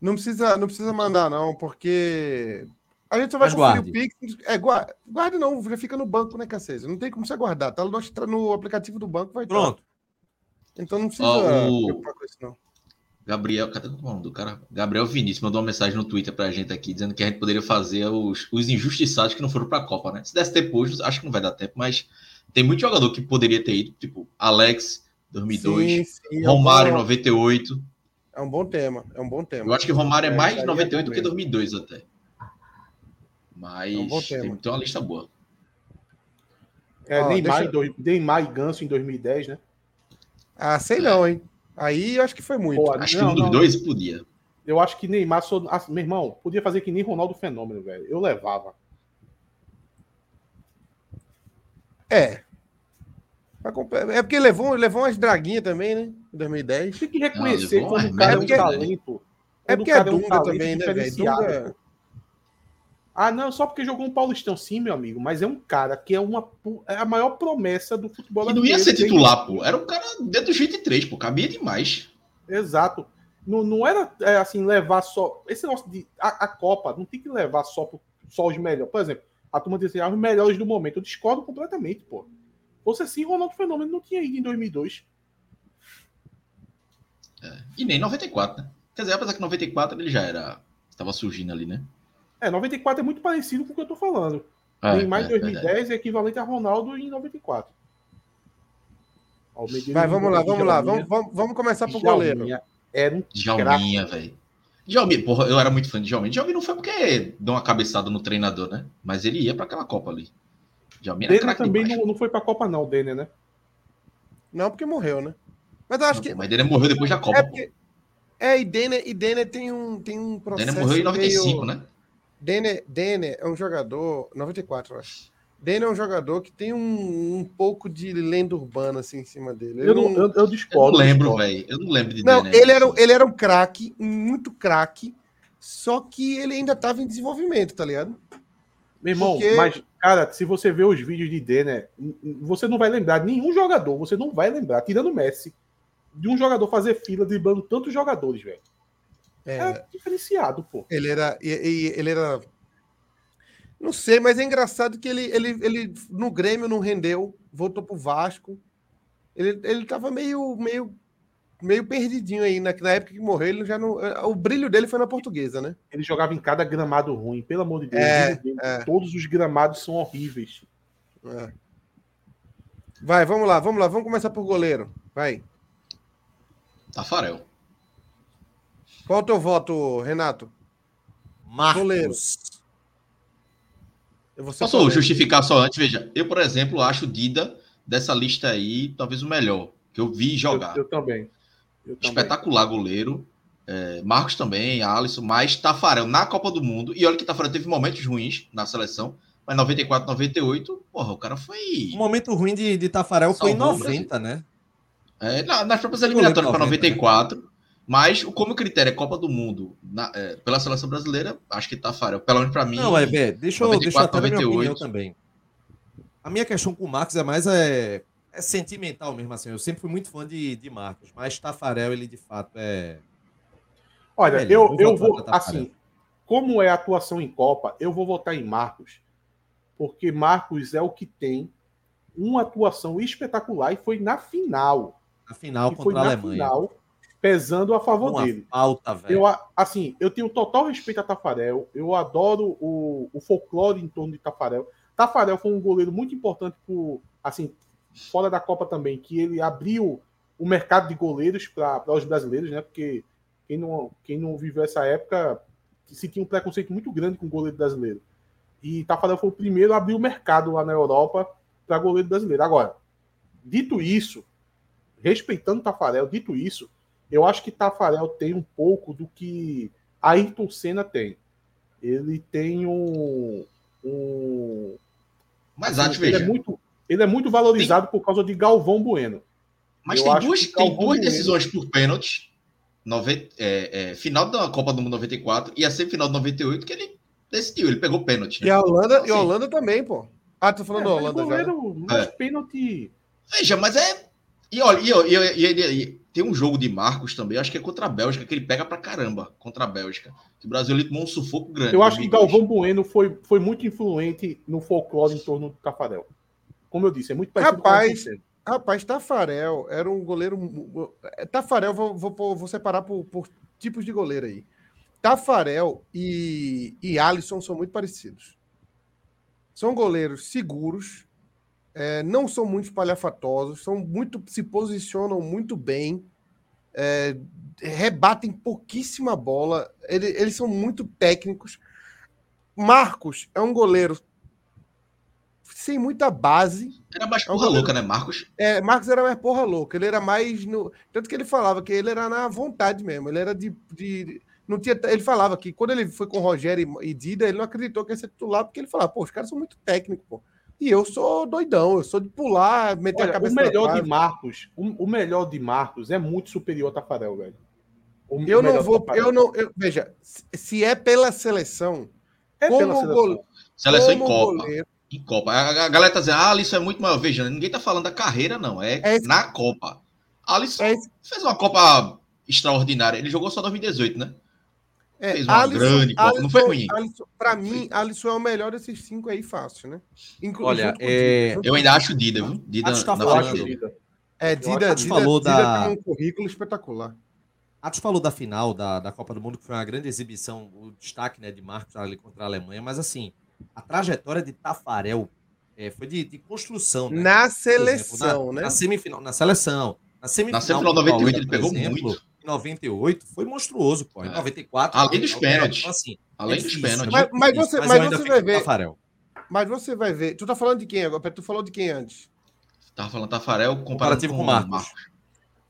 Não precisa, não precisa mandar, não, porque. A gente só vai Mas conferir o Pix. É, guarda, guarda não, já fica no banco, né, cacete? Não tem como você guardar. Tá no, no aplicativo do banco, vai estar. Pronto. Então não precisa Ó, o- preocupar com isso, não. Gabriel, cadê o nome do cara? Gabriel Vinícius mandou uma mensagem no Twitter pra gente aqui, dizendo que a gente poderia fazer os, os injustiçados que não foram pra Copa, né? Se desse tempo hoje, acho que não vai dar tempo, mas tem muito jogador que poderia ter ido, tipo Alex, 2002, Sim, sim, é um Romário, bom- 98. É um bom tema, é um bom tema. Eu acho que Romário é É, mais daí é 98 do que mesmo. 2002 até. É um bom Mas tema. tem, tem uma lista boa. É, Ó, Neymar, deixa- em dois- Neymar e Ganso em 2010, né? Ah, sei não, hein? Aí eu acho que foi muito. Pô, Acho não, que um dos não. dois podia. Eu acho que Neymar. Sou... Ah, meu irmão, podia fazer que nem Ronaldo Fenômeno, velho. Eu levava. É. Pra comple- É porque levou, levou umas draguinhas também, né? Em 2010. Tem que reconhecer Não, levou quando uma o cara é um merda, talento. É Quando o porque é cara um Dunga talento também, né, velho? diferenciado, Dunga. pô. Ah, não, só porque jogou um Paulistão, sim, meu amigo. Mas é um cara que é, uma, pu- é a maior promessa do futebol E não ia brasileiro, ser desde titular, pô. Era um cara dentro dos 23, pô. Cabia demais. Exato. Não, não era é, assim, levar só. Esse negócio de. A, a Copa não tem que levar só, pro- só os melhores. Por exemplo, a turma diz assim, ah, os melhores do momento. Eu discordo completamente, pô. Você sim, Ronaldo Fenômeno não tinha ido em 2002. É. E nem 94, né? Quer dizer, apesar que 94 ele já era. Tava surgindo ali, né? É, 94 é muito parecido com o que eu tô falando. É, Neymar em é, 2010 verdade. é equivalente a Ronaldo em 94. Ó, o Medeiros Vai, vamos lá, jogou vamos lá. Djalminha. Vamos, vamos, vamos começar pro né? Djalminha goleiro. Era um Djalminha, velho. Djalminha, porra, eu era muito fã de Djalminha. Djalminha não foi porque deu uma cabeçada no treinador, né? Mas ele ia pra aquela Copa ali. Djalminha era Denner é craque também demais. não, não foi pra Copa, não, o Denner, né? Não, porque morreu, né? Mas eu acho que. Mas ele morreu depois da Copa, É pô. porque, é É, e Denner, e Denner tem um, tem um processo. Denner morreu em 95, meio... né? Denner, Denner é um jogador. 94, eu acho. Denner é um jogador que tem um, um pouco de lenda urbana assim em cima dele. Ele Eu, não, eu, eu Eu não discordo. lembro, discordo. velho. Eu não lembro de né? né? Não, Denner. ele era, ele era um craque, muito craque, só que ele ainda estava em desenvolvimento, tá ligado? Meu irmão, Porque- mas, cara, se você ver os vídeos de Denner, n- n- você não vai lembrar, nenhum jogador, você não vai lembrar, tirando o Messi, de um jogador fazer fila driblando tantos jogadores, velho. É. diferenciado, pô. Ele era. E, e- ele era. Não sei, mas é engraçado que ele, ele, ele no Grêmio não rendeu, voltou pro Vasco. Ele, ele tava meio, meio, meio perdidinho aí. Na, na época que morreu, ele já não. O brilho dele foi na portuguesa, né? Ele jogava em cada gramado ruim, pelo amor de Deus. É, juro Deus, é. Todos os gramados são horríveis. É. Vai, vamos lá, vamos lá, vamos começar por goleiro. Vai. Tafarel. Qual é o teu voto, Renato? Marcos. Goleiro. Eu vou ser Posso polêmico. justificar só antes? Veja, eu, por exemplo, acho o Dida dessa lista aí talvez o melhor que eu vi Eu, jogar. eu também. Eu também. Espetacular goleiro. É, Marcos também, Alisson, mas Tafarel na Copa do Mundo. E olha que Tafarel teve momentos ruins na seleção, mas 94, 98, porra, o cara foi. O Um momento ruim de, de Tafarel foi em Salvou o 90, né? É, na- nas próprias lembro eliminatórias para né? 90, 94. Mas, o- como o critério é Copa do Mundo na- é, pela seleção brasileira, acho que Tafarel, pelo menos para mim. Não, é, Bê, deixa eu, deixa eu até dar 94, minha opinião 98. também. A minha questão com o Marcos é mais é, é sentimental mesmo, assim. Eu sempre fui muito fã de, de Marcos, mas Tafarel, ele de fato é. Olha, Velho, eu, vou eu votar vou, pra Tafarel. assim, como é a atuação em Copa, eu vou votar em Marcos, porque Marcos é o que tem uma atuação espetacular e foi na final, A final e foi contra a na Alemanha. final, pesando a favor Uma dele. falta, velho. Eu, a- assim, eu tenho total respeito a Tafarel, eu adoro o, o folclore em torno de Tafarel. Tafarel foi um goleiro muito importante pro, assim, fora da Copa também, que ele abriu o mercado de goleiros para os brasileiros, né? Porque quem não, quem não viveu essa época se tinha um preconceito muito grande com o goleiro brasileiro. E Tafarel foi o primeiro a abrir o mercado lá na Europa para goleiro brasileiro. Agora, dito isso, respeitando Tafarel, dito isso, eu acho que Tafarel tem um pouco do que Ayrton Senna tem. Ele tem um. um Mas, assim, acho, ele, veja. é muito, ele é muito valorizado por causa de Galvão Bueno. Mas Eu tem acho duas, que tá né? tem Galvão duas Bueno- decisões por pênalti. noventa- é, é, final da Copa do Mundo 94 e a semifinal de 98 que ele decidiu, ele pegou pênalti. E né? a Holanda, e a Assim. Holanda também, pô. Ah, tô falando da mas Holanda já. né? É, goleiro, mas É. um pênalti. Veja, mas é. E olha, e, e, e, e- e- tem um jogo de Marcos também, acho que é contra a Bélgica, que ele pega pra caramba contra a Bélgica. Que o Brasil ele tomou um sufoco grande. Eu acho que 2002. Galvão Bueno foi, foi muito influente no folclore em torno do Tafarel. Como eu disse, é muito parecido com o Rapaz, Ayrton Senna. Rapaz, Tafarel era um goleiro. mu- eh, Tafarel, vou, vou, pôr- vou separar por, por tipos de goleiro aí. Tafarel e, e Alisson são muito parecidos. São goleiros seguros, eh, não são muito espalhafatosos, são muito, se posicionam muito bem, eh, rebatem pouquíssima bola, ele- eles são muito técnicos. Marcos é um goleiro sem muita base, Era mais É um porra goleiro- louca, né, Marcos? é, Marcos era mais porra louca, ele era mais no. Tanto que ele falava que ele era na vontade mesmo, ele era de. de- não tinha, ele falava que quando ele foi com Rogério e, e Dida, ele não acreditou que ia ser titular, porque ele falava, pô, os caras são muito técnicos, pô. E eu sou doidão, eu sou de pular, meter a Olha, cabeça o melhor na de trave. Marcos, o, o melhor de Marcos é muito superior a Tafarel, velho. O- o Eu não melhor vou. Tafarel. Eu não, eu- veja, se- se é pela seleção, É como pela seleção. goleiro- Seleção em como é Copa. goleiro, Em Copa. A, a galera tá dizendo, ah, Alisson é muito maior. Veja, ninguém tá falando da carreira, não. É, É esse- na Copa. Alisson é esse- fez uma Copa extraordinária. Ele jogou só 2018, né? é, Fez uma grande Copa, não foi ruim. Alisson, pra mim, Alisson é o melhor desses cinco aí, fácil, né? Inclu- Olha, junto com o é, né? Dida, junto Eu ainda acho o Dida, viu? Dida Acho que tá na Eu falando. frente acho, dele. vida. É, Dida, a Dida, gente falou Dida da- tem um currículo espetacular. Atos falou da final da, da Copa do Mundo, que foi uma grande exibição, o destaque né, de Marcos ali contra a Alemanha, mas assim, a trajetória de Tafarel é, foi de, de construção. Né? Na Por exemplo, seleção, na, né? Na semifinal, na seleção. Na semifinal, Na semifinal contra a 98 ele Holanda, por pegou exemplo, muito. Em 98 foi monstruoso, pô. Em É. 94. Além dos então, pênaltis. então, assim, Além é dos difícil, pênaltis. é Mas- muito mas difícil, você- mas eu ainda você fico vai com ver- Tafarel. Mas você vai ver. Tu tá falando de quem agora? Tu falou de quem antes? Tava falando Tafarel comparado Comparativo com, com o Marcos. Marcos.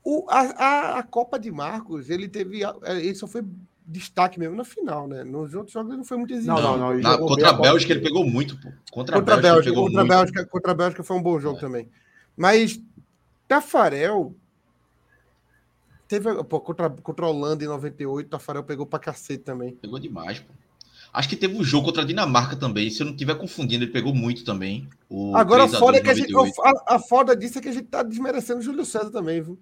O, a, a, a Copa de Marcos, ele teve. é, Ele só foi destaque mesmo na final, né? Nos outros jogos ele não foi muito exigido. Não, não, não. Na, contra a Bélgica ele pegou muito, pô. Contra, Contra, a Bélgica, contra, a Bélgica, contra a Bélgica foi um bom jogo É. também. Mas Tafarel. Teve, pô, contra, contra a Holanda em 98, Tafarel pegou pra cacete também. Pegou demais, pô. Acho que teve um jogo contra a Dinamarca também. Se eu não estiver confundindo, ele pegou muito também. O Agora, a 3x2 foda, é que a, gente, 98. a, a foda disso é que a gente tá desmerecendo o Júlio César também, viu?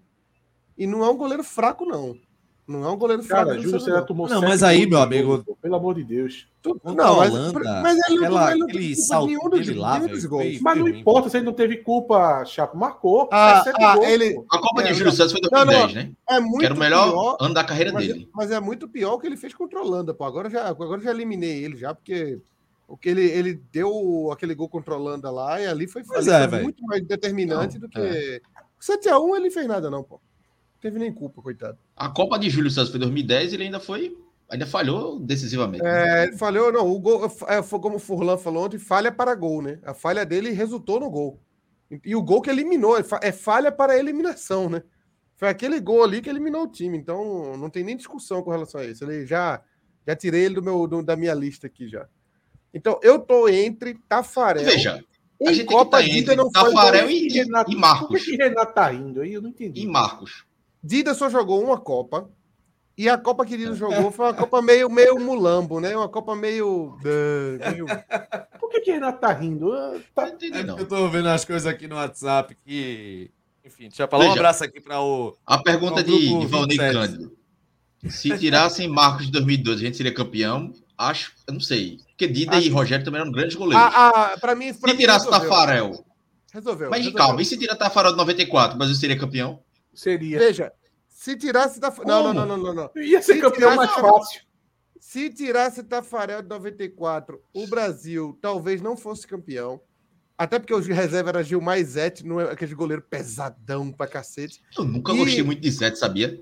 E não é um goleiro fraco, não. Não é um goleiro fraco. Cara, Júlio César tomou Não, sete mas aí, gols meu de amigo- jogo, pô, Pelo amor de Deus. Tu- Contra a é Holanda, aquela- ele aquele teve culpa de salto nenhum dele dos- lá, nenhum velho, dos gols. foi- Mas não ruim, importa pô. se ele não teve culpa, Chapo. Marcou. Ah, fez sete ah, gols, ele- pô. A Copa É, de Júlio não. César foi Não, não. 2010, né? É muito Que era o melhor pior, ano da carreira mas, dele. mas é muito pior o que ele fez contra a Holanda, pô. Agora eu já, agora eu já eliminei ele já, porque o que ele, ele deu aquele gol contra a Holanda lá e ali foi, Pois ali é, foi velho. muito mais determinante do que. é. 7x1 ele fez nada, não, pô. Não teve nem culpa, coitado. A Copa de Júlio César foi 2010 ele ainda foi. Ainda falhou decisivamente. É, ele falhou, não, o gol, é, foi como o Furlan falou ontem, falha para gol, né? A falha dele resultou no gol. E, e o gol que eliminou, é fa- é falha para eliminação, né? Foi aquele gol ali que eliminou o time, então não tem nem discussão com relação a isso. Ele já, já tirei ele do meu, do- da minha lista aqui já. Então eu tô entre Tafarel. Veja, a em gente Copa tem que Dida estar não entre foi Tafarel tão- e, E e Renato- Por que Marcos. que Renato tá rindo aí? Eu não um- entendi. E Marcos. Dida só jogou uma Copa. E a Copa que É. Dida jogou foi uma Copa meio, meio mulambo, né? Uma Copa meio. meio- Por que que Renato tá rindo? Eu- Não Tá... entendi, É não. porque eu tô vendo as coisas aqui no WhatsApp que. Enfim, deixa eu falar um Veja. abraço aqui pra o. A pergunta Então, de, grupo de Valnei 27. Cândido. Se tirassem Marcos de 2012, a gente seria campeão? Acho, eu não sei. Porque Dida Acho- e Rogério também eram grandes goleiros. Ah, ah, pra mim. Pra se mim tirasse resolveu. Tafarel. Resolveu. Mas resolveu. calma, e se tirar Tafarel de 94, o Brasil seria campeão? Seria. Veja, se tirasse da. Não, não, não, não, não, não. Ia ser Se campeão tivesse- mais fácil. Se tirasse Tafarel de 94, o Brasil talvez não fosse campeão. Até porque os reserva era Gilmar e Zete, não é aquele goleiro pesadão pra cacete. Eu nunca E- gostei muito de Zete, sabia?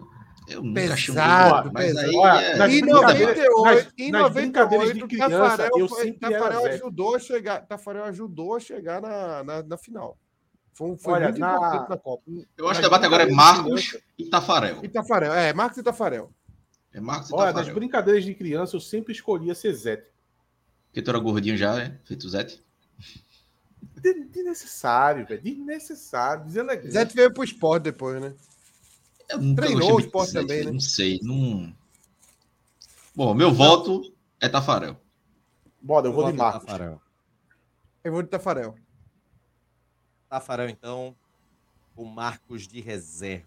Eu nunca achei Pesado, muito bom, mas aí pesado. é- Nas Em brincadeiras- 98, em nas brincadeiras de 98 criança, Tafarel, eu foi, sempre era Tafarel Zete. ajudou a chegar, Tafarel ajudou a chegar na, na, na final. Foi, um- foi Olha, muito na- importante na Copa. Eu acho que Nas o debate agora é brincadeiras de Marcos e Tafarel. E Tafarel, é, Marcos e Tafarel. É Marcos e Olha, nas Tafarel. brincadeiras de criança, eu sempre escolhia ser Zé. Porque tu era gordinho já, né? Feito Zete. De- Desnecessário, velho. Desnecessário, deselegante. Zete veio pro esporte depois, né? Eu nunca Treinou gostei o muito esporte de Zete, também, né? Não sei, não... Bom, meu voto é Tafarel. Bora, eu vou de voto no Marcos. Tafarel. Eu vou de Tafarel. Tafarel, então. O Marcos de reserva.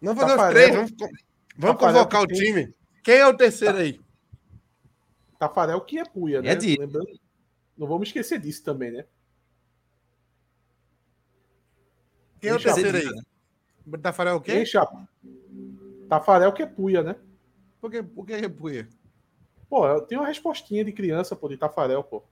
Não fazer os Tafarel- três, vamos, co- vamos Tafarel convocar o tem- time. Tá Quem é o terceiro aí? Tafarel que é puia, né? É de- Lembrando, não vamos esquecer disso também, né? Quem é o Deixa eu terceiro aí? ver, Tafarel o Quem, quê? chapa? Tafarel que é puia, né? Por que, por que repuia? Pô, eu tenho uma respostinha de criança, pô, de Tafarel, pô.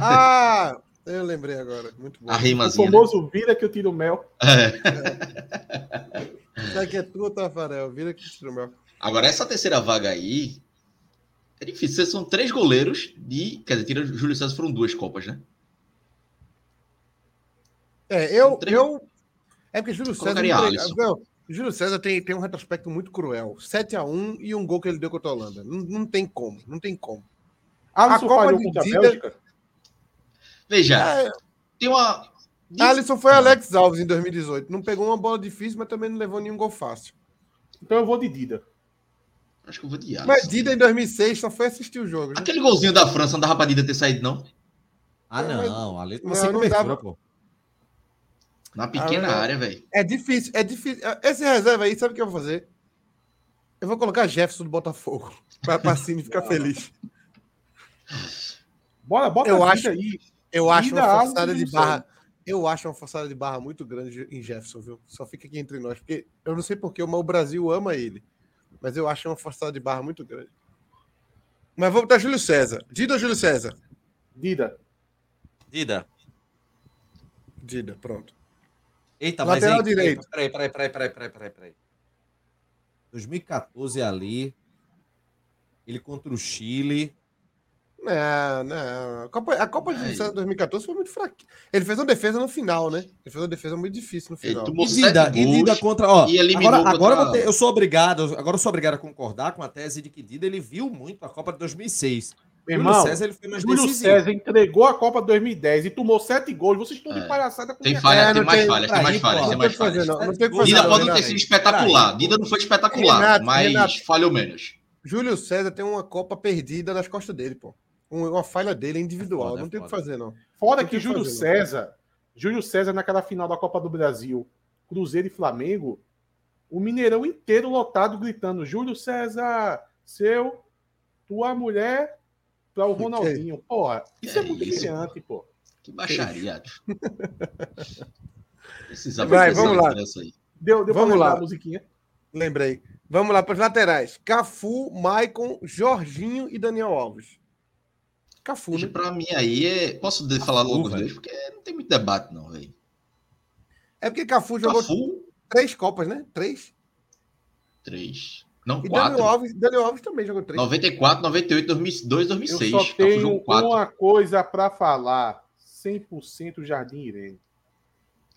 Ah, eu lembrei agora. Muito bom. A O rimazinha, né? famoso vira que eu tiro o mel. É. Será que é tua, Tafarel? Vira que tira o meu. Agora, essa terceira vaga aí... É difícil, são três goleiros de... Quer dizer, tira Júlio César foram duas Copas, né? É, eu. Três. eu é porque Júlio César. Colocaria entrega- Alisson. Não, Júlio César tem, tem um retrospecto muito cruel. 7x1 e um gol que ele deu contra a Holanda. Não, não tem como, não tem como. Alisson Copa falhou de contra a Dida- Bélgica. Veja, É, tem uma... Alisson foi Alex Alves em 2018. Não pegou uma bola difícil, mas também não levou nenhum gol fácil. Então eu vou de Dida. Acho que eu vou de Alisson. Mas Dida em 2006 só foi assistir o jogo. Né? Aquele golzinho da França não dava pra Dida ter saído, não? Ah, Não, mas- não. Ali Não, não, sem não cobertura, dava. pô. Na pequena Ah, área, velho. É difícil, é difícil. Esse reserva aí, sabe o que eu vou fazer? Eu vou colocar Jefferson do Botafogo pra, pra Cine ficar feliz. Bora, bota Eu a acho- Dida aí. Eu acho Vida, uma forçada alma e de barra. Eu acho uma forçada de barra muito grande em Jefferson, viu? Só fica aqui entre nós, porque eu não sei porquê, mas o Brasil ama ele. Mas eu acho uma forçada de barra muito grande. Mas vamos botar Júlio César. Dida ou Júlio César? Dida. Dida. Dida, pronto. Eita, Lateral mas. aí- direito. Peraí, peraí, peraí, peraí, peraí, peraí, peraí. 2014 ali. Ele contra o Chile. Não, Não, não. É, né, A Copa, a Copa de 2014 foi muito fraca. Ele fez uma defesa no final, né? Ele fez uma defesa muito difícil no final. Ele E tomou Dida, sete e Dida gols contra. Ó, e eliminou agora agora eu, vou contra- ter- eu sou obrigado, agora eu sou obrigado a concordar com a tese de que Dida ele viu muito a Copa de 2006. Meu Júlio irmão, César ele foi mais Júlio decisivo. César entregou a Copa 2010 e tomou sete gols. Vocês estão de É. palhaçada com Tem minha falha, É, tem não mais tem- falhas, tem aí, mais pô, falhas, Não tem tem o mais que fazer, falhas. não. Não tem o que fazer, né, Dida Renato, não, pode ter Renato. sido espetacular. Renato. Dida não foi espetacular, Renato, mas Renato. falhou menos. Júlio César tem uma Copa perdida nas costas dele, pô. Um- Uma falha dele É individual. foda, não é tem o que foda. fazer, não. Fora Não que tem o que Júlio fazer, não. César, Júlio César naquela final da Copa do Brasil, Cruzeiro e Flamengo, o Mineirão inteiro lotado gritando Júlio César, seu, tua mulher, para o Ok. Ronaldinho. Porra, isso é, É muito isso, brilhante, pô. Que baixaria. Precisava Vai, ter essa vamos lá. diferença aí. Deu, deu pra Vamos lembrar lá. a musiquinha. Lembrei. Vamos lá para os laterais. Cafu, Maicon, Jorginho e Daniel Alves. Cafu, Hoje, né? pra mim, aí é. Posso de- falar logo os velho. dois, porque não tem muito debate, não, velho. É porque Cafu jogou Cafu, três Copas, né? Três. três. Não, E quatro. Daniel Alves, Daniel Alves também jogou três. 94, 98, 2002, Eu 2006. só Cafu tenho jogou quatro. uma coisa pra falar. 100% Jardim Irene.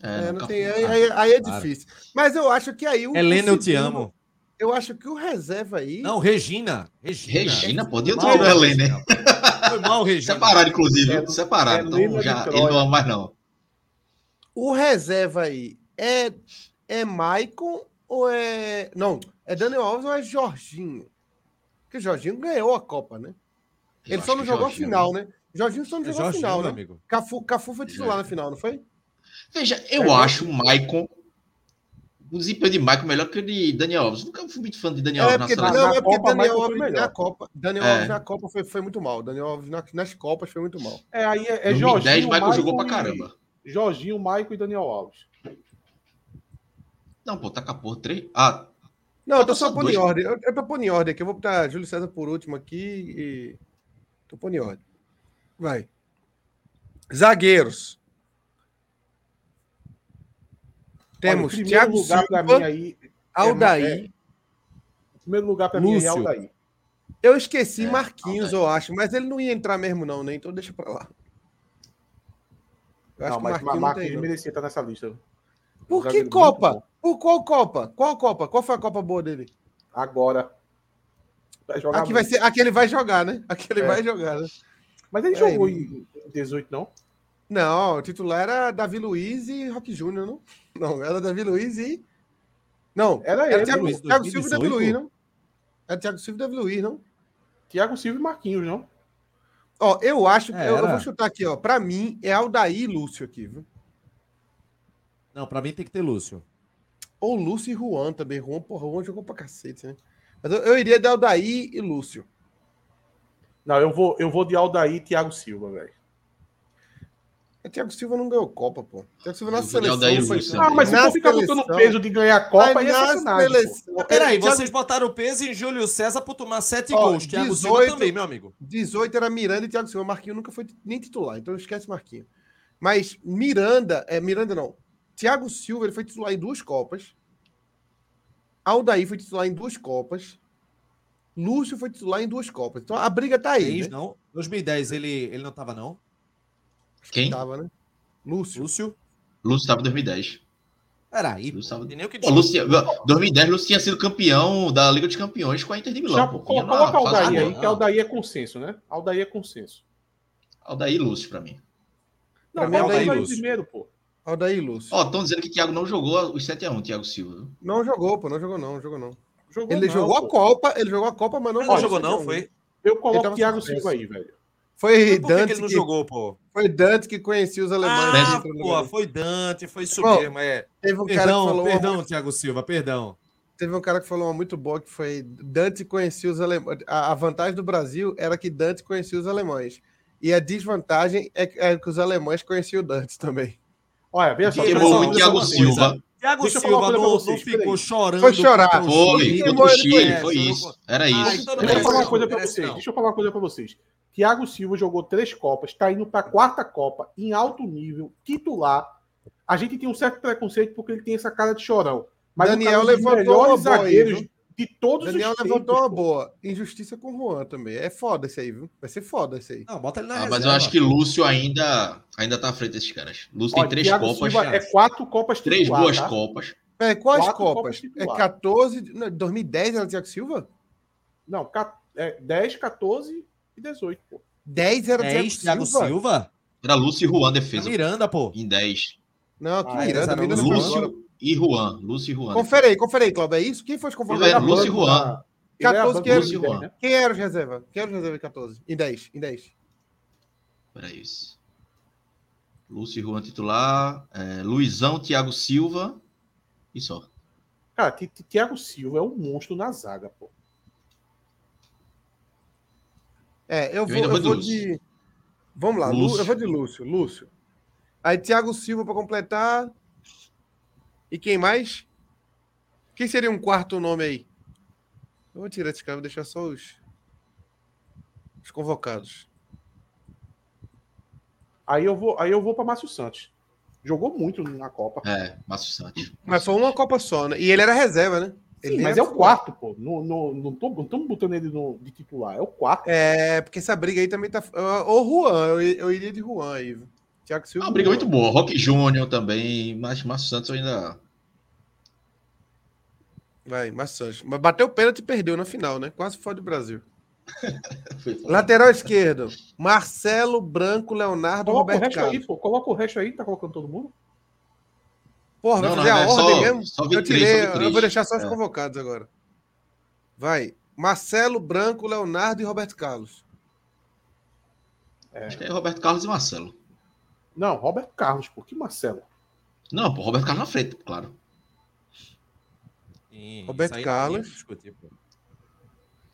É, não Cafu, tem- aí, ah, aí- aí é claro. difícil. Mas eu acho que aí o. Helena, o eu te segundo- amo. Eu acho que o reserva aí. Não, Regina. Regina. Regina, pô, dentro Mal, do é Helena, né? Regina. Foi mal, Regina. Separaram, inclusive. É, viu? Separaram. é então Lima já de ele Troia. não ama mais, não. O reserva aí é, é Maicon ou é. Não, é Daniel Alves ou é Jorginho? Porque o Jorginho ganhou a Copa, né? Eu Ele só acho não que jogou a Jorginho- final, né? Jorginho só não É jogou a Jorginho, final, meu né? amigo. Cafu, Cafu foi titular na Jorginho. final, não foi? Veja, eu É, acho o Maicon. O desempenho de Maicon melhor que o de Daniel Alves. Nunca fui muito fã de Daniel É Alves na porque, seleção. não, Na é porque Copa, Daniel Maicon foi Alves melhor. na Copa, Daniel É. Alves na Copa foi, foi muito mal. Daniel Alves na- nas Copas foi muito mal. É, aí é, é 2010, Jorginho, Maicon jogou pra e- caramba. Jorginho, Maicon e Daniel Alves. Não, pô, tá com a porra. Três... Ah, Não, eu tô Falta só só pondo em dois, né? ordem. Eu, eu tô pondo em ordem aqui. Eu vou botar Júlio César por último aqui e. Tô pondo em ordem. Vai. Zagueiros. Olha, o Temos primeiro Thiago lugar Silva, pra mim é aí. é, Aldair. O primeiro lugar pra mim aí é Lúcio. Aldair. Eu esqueci É, Marquinhos, eu acho, mas ele não ia entrar mesmo, não, né? Então deixa pra lá. Eu acho Não, que mas Marquinhos Marquinhos, não tem, não. merecia estar nessa lista. Por Um que zagueiro muito Copa? bom. Por qual Copa? Qual Copa? Qual foi a Copa boa dele? Agora. Vai jogar Aqui, vai muito. ser, aqui ele vai jogar, né? Aqui ele É. vai jogar, né? Mas ele É, jogou ele- em em 18, não? Não, o titular era Davi Luiz e Rock Júnior, não? Não, era Davi Luiz e. Não, Era era ele. É, né? Thiago, Luiz, Thiago Silva e Davi 2018? Luiz, não? Era Thiago Silva e Davi Luiz, não? Thiago Silva e Marquinhos, não? Ó, eu acho que. É, eu, eu era. vou chutar aqui, ó. Pra mim, é Aldair e Lúcio aqui, viu? Não, pra mim tem que ter Lúcio. Ou Lúcio e Juan também. Juan, porra, Juan jogou pra cacete, né? Mas eu, eu iria de Aldair e Lúcio. Não, eu vou, eu vou de Aldair e Thiago Silva, velho. O É, Thiago Silva não ganhou Copa, pô. Thiago Silva na Eu vou de seleção. Aldair e foi- Lúcio Ah, também. mas se Na for ficar botando seleção- peso de ganhar a Copa, aí é Mas na sacanagem. pô. seleção- Peraí, Thiago- vocês botaram o peso em Júlio César pra tomar sete Ó, gols. Thiago Silva 18. também, meu amigo. 18 era Miranda e Thiago Silva. Marquinhos nunca foi nem titular, então esquece Marquinhos. Mas Miranda, é Miranda não. Thiago Silva ele foi titular em duas Copas. Aldair foi titular em duas Copas. Lúcio foi titular em duas Copas. Então a briga tá aí. Três, né? não. 2010 ele, ele não tava, não. quem? Tava, né? Lúcio. Lúcio. Lúcio tava em 2010. Peraí. pô, Lúcio tava- não tem nem o que Pô, dizer. Lúcio, 2010, Lúcio tinha sido campeão da Liga dos Campeões com a Inter de Milão. Já pô. co- Vinha na coloca fase Aldair boa. aí, que Aldair é consenso, né? Aldair é consenso. Aldair e Lúcio pra mim. Pra Não, mas mim, Aldair Aldair vai em Lúcio. primeiro, pô. Aldair e Lúcio. Ó, estão dizendo que Thiago não jogou os 7x1, Thiago Silva. viu? Não jogou, pô. Não jogou, não. Jogou, não. Jogou Ele não, jogou pô. a Copa, ele jogou a Copa, mas não Ele não Olha, jogou, não, Foi, foi? Eu Ele coloco tava Thiago suspenso. Silva aí, velho. foi Mas Por que que Dante ele não que, jogou, pô? foi Dante que conhecia os alemães. Ah, né? pô, foi Dante, foi isso Bom, mesmo. É. Teve um cara que Perdão, falou uma perdão, Thiago Silva, perdão. Teve um cara que falou uma muito boa que foi Dante conhecia os alemães. A, a vantagem do Brasil era que Dante conhecia os alemães. E a desvantagem é, que- é que os alemães conheciam o Dante também. Olha, veja só. Quem pessoal, Queimou mas muito só- o Thiago só uma Silva. Thiago Deixa eu falar uma Silva não, coisa pra não vocês, ficou peraí. chorando. Foi chorar. contra o Foi, Chile. Queimou contra o ele, Chile, foi foi essa, isso. não- Era Ai, isso. Ah, todo Deixa Era então eu falar uma merece isso. coisa não, pra merece vocês. não. Deixa eu falar uma coisa pra vocês. Thiago Silva jogou três Copas, está indo para a quarta Copa em alto nível, titular. A gente tem um certo preconceito porque ele tem essa cara de chorão. Mas Daniel um dos levantou melhores uma boa aí, zagueiros viu? de todos Daniel os levantou uma pô. boa. Injustiça com o Juan também. É foda esse aí, viu? Vai ser foda esse aí. Não, bota ele na Ah, reserva. mas eu acho que Lúcio ainda, ainda tá à frente desses caras. Lúcio tem Ó, três Thiago Copas, Silva é quatro Copas três titular, boas tá? Copas. É, quais Quatro Copas Copas? É titular. 14. de- não, 2010 era Thiago Silva? Não, ca- é 10, 14 e 18, pô. 10 era 10, É Thiago Thiago Silva? Silva? Era Lúcio e Juan Tá defesa Miranda, pô. em 10. Não, que Ah, eles Miranda, eram Miranda. Lúcio. foi embora. Lúcio e Juan. Lúcio e Juan. Confere aí, confere aí, Cláudio. É isso? Quem foi os Ele era convocados? Lúcio e banco Juan. da- ele é era 14 banco que era do Lúcio e Inter, Juan. né? Quem era os reserva? Quem era os reserva em 14? Em 10, em 10. Peraí, isso. Lúcio e Juan titular. é, Luizão, Thiago Silva. E só. Cara, Ti- Ti- Thiago Silva é um monstro na zaga, pô. É, eu vou, ainda eu vou de vou Lúcio. de. Vamos lá, Lu- Lúcio. eu vou de Lúcio, Lúcio. Aí Thiago Silva pra completar. E quem mais? Quem seria um quarto nome aí? Eu vou tirar esse cara, vou deixar só os. Os convocados. Aí eu vou, aí eu vou para Márcio Santos. Jogou muito na Copa. É, Márcio Santos. Mas foi uma Copa só, né? E ele era reserva, né? Ele Sim, nem mas é era o quarto, pô. Não, não, não, tô, não tamo botando ele no, de titular, é o quarto. É, porque essa briga aí também tá. Ah, Ou Juan, eu, eu iria de Juan aí. viu? Thiago É Silva. uma briga Juan. muito boa. Rock Júnior também. Mas Márcio Santos eu ainda. Vai, maçante. Mas bateu o pênalti e perdeu na final, né? Quase fora do Brasil. Foi foda. Lateral esquerdo. Marcelo, Branco, Leonardo, Coloca o Roberto resto é Carlos. aí, pô. Coloca o resto aí, tá colocando todo mundo? Porra, vai Não, não, fazer a é ordem só, mesmo? só Eu 23, tirei, só 23. eu vou deixar só os É. convocados agora. Vai. Marcelo, Branco, Leonardo e Roberto Carlos. Acho que é Roberto Carlos e Marcelo. Não, Roberto Carlos, pô. Que Marcelo. Não, pô, Roberto Carlos na frente, claro. Sim, Roberto isso aí Carlos. ninguém discutir, pô.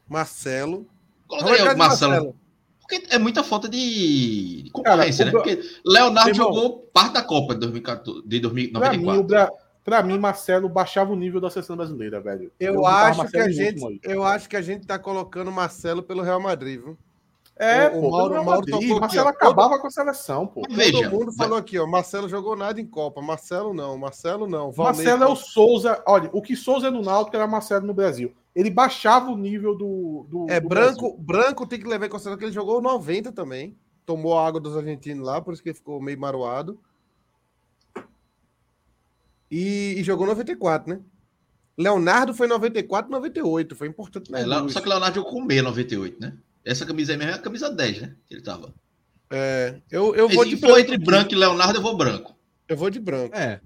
Marcelo. Colocaria Roberto o Carlos e Marcelo. Porque é muita falta de de Cara, concorrência, o né? Bra- Porque Leonardo Irmão. jogou parte da Copa de 2014, de Pra mim, o 2094. Bra... pra mim, Marcelo baixava o nível da seleção brasileira, velho. Eu, botava acho que Marcelo a em último gente, aí. eu acho que a gente tá colocando Marcelo pelo Real Madrid, viu? É, o- o pô. Mauro- pelo Real Mauro Madrid, tocou aqui, Marcelo ó. acabava com a seleção, pô. Mas veja, Todo mundo mas- falou aqui, ó. Marcelo jogou nada em Copa. Marcelo não, Marcelo não. Valente, Marcelo é o Souza. Olha, o que Souza é no Náutico era Marcelo no Brasil. Ele baixava o nível do. do É, do branco, branco tem que levar em consideração que ele jogou 90 também. Tomou a água dos argentinos lá, por isso que ele ficou meio maroado. E, e jogou 94, né? Leonardo foi 94, 98. Foi importante na É, lá- só que Leonardo jogou com meia 98, né? Essa camisa aí mesmo é a camisa 10, né? Que ele tava. É, eu, eu, vou Se de for branco, entre branco e Leonardo, eu vou branco. eu vou de branco. Tá, É,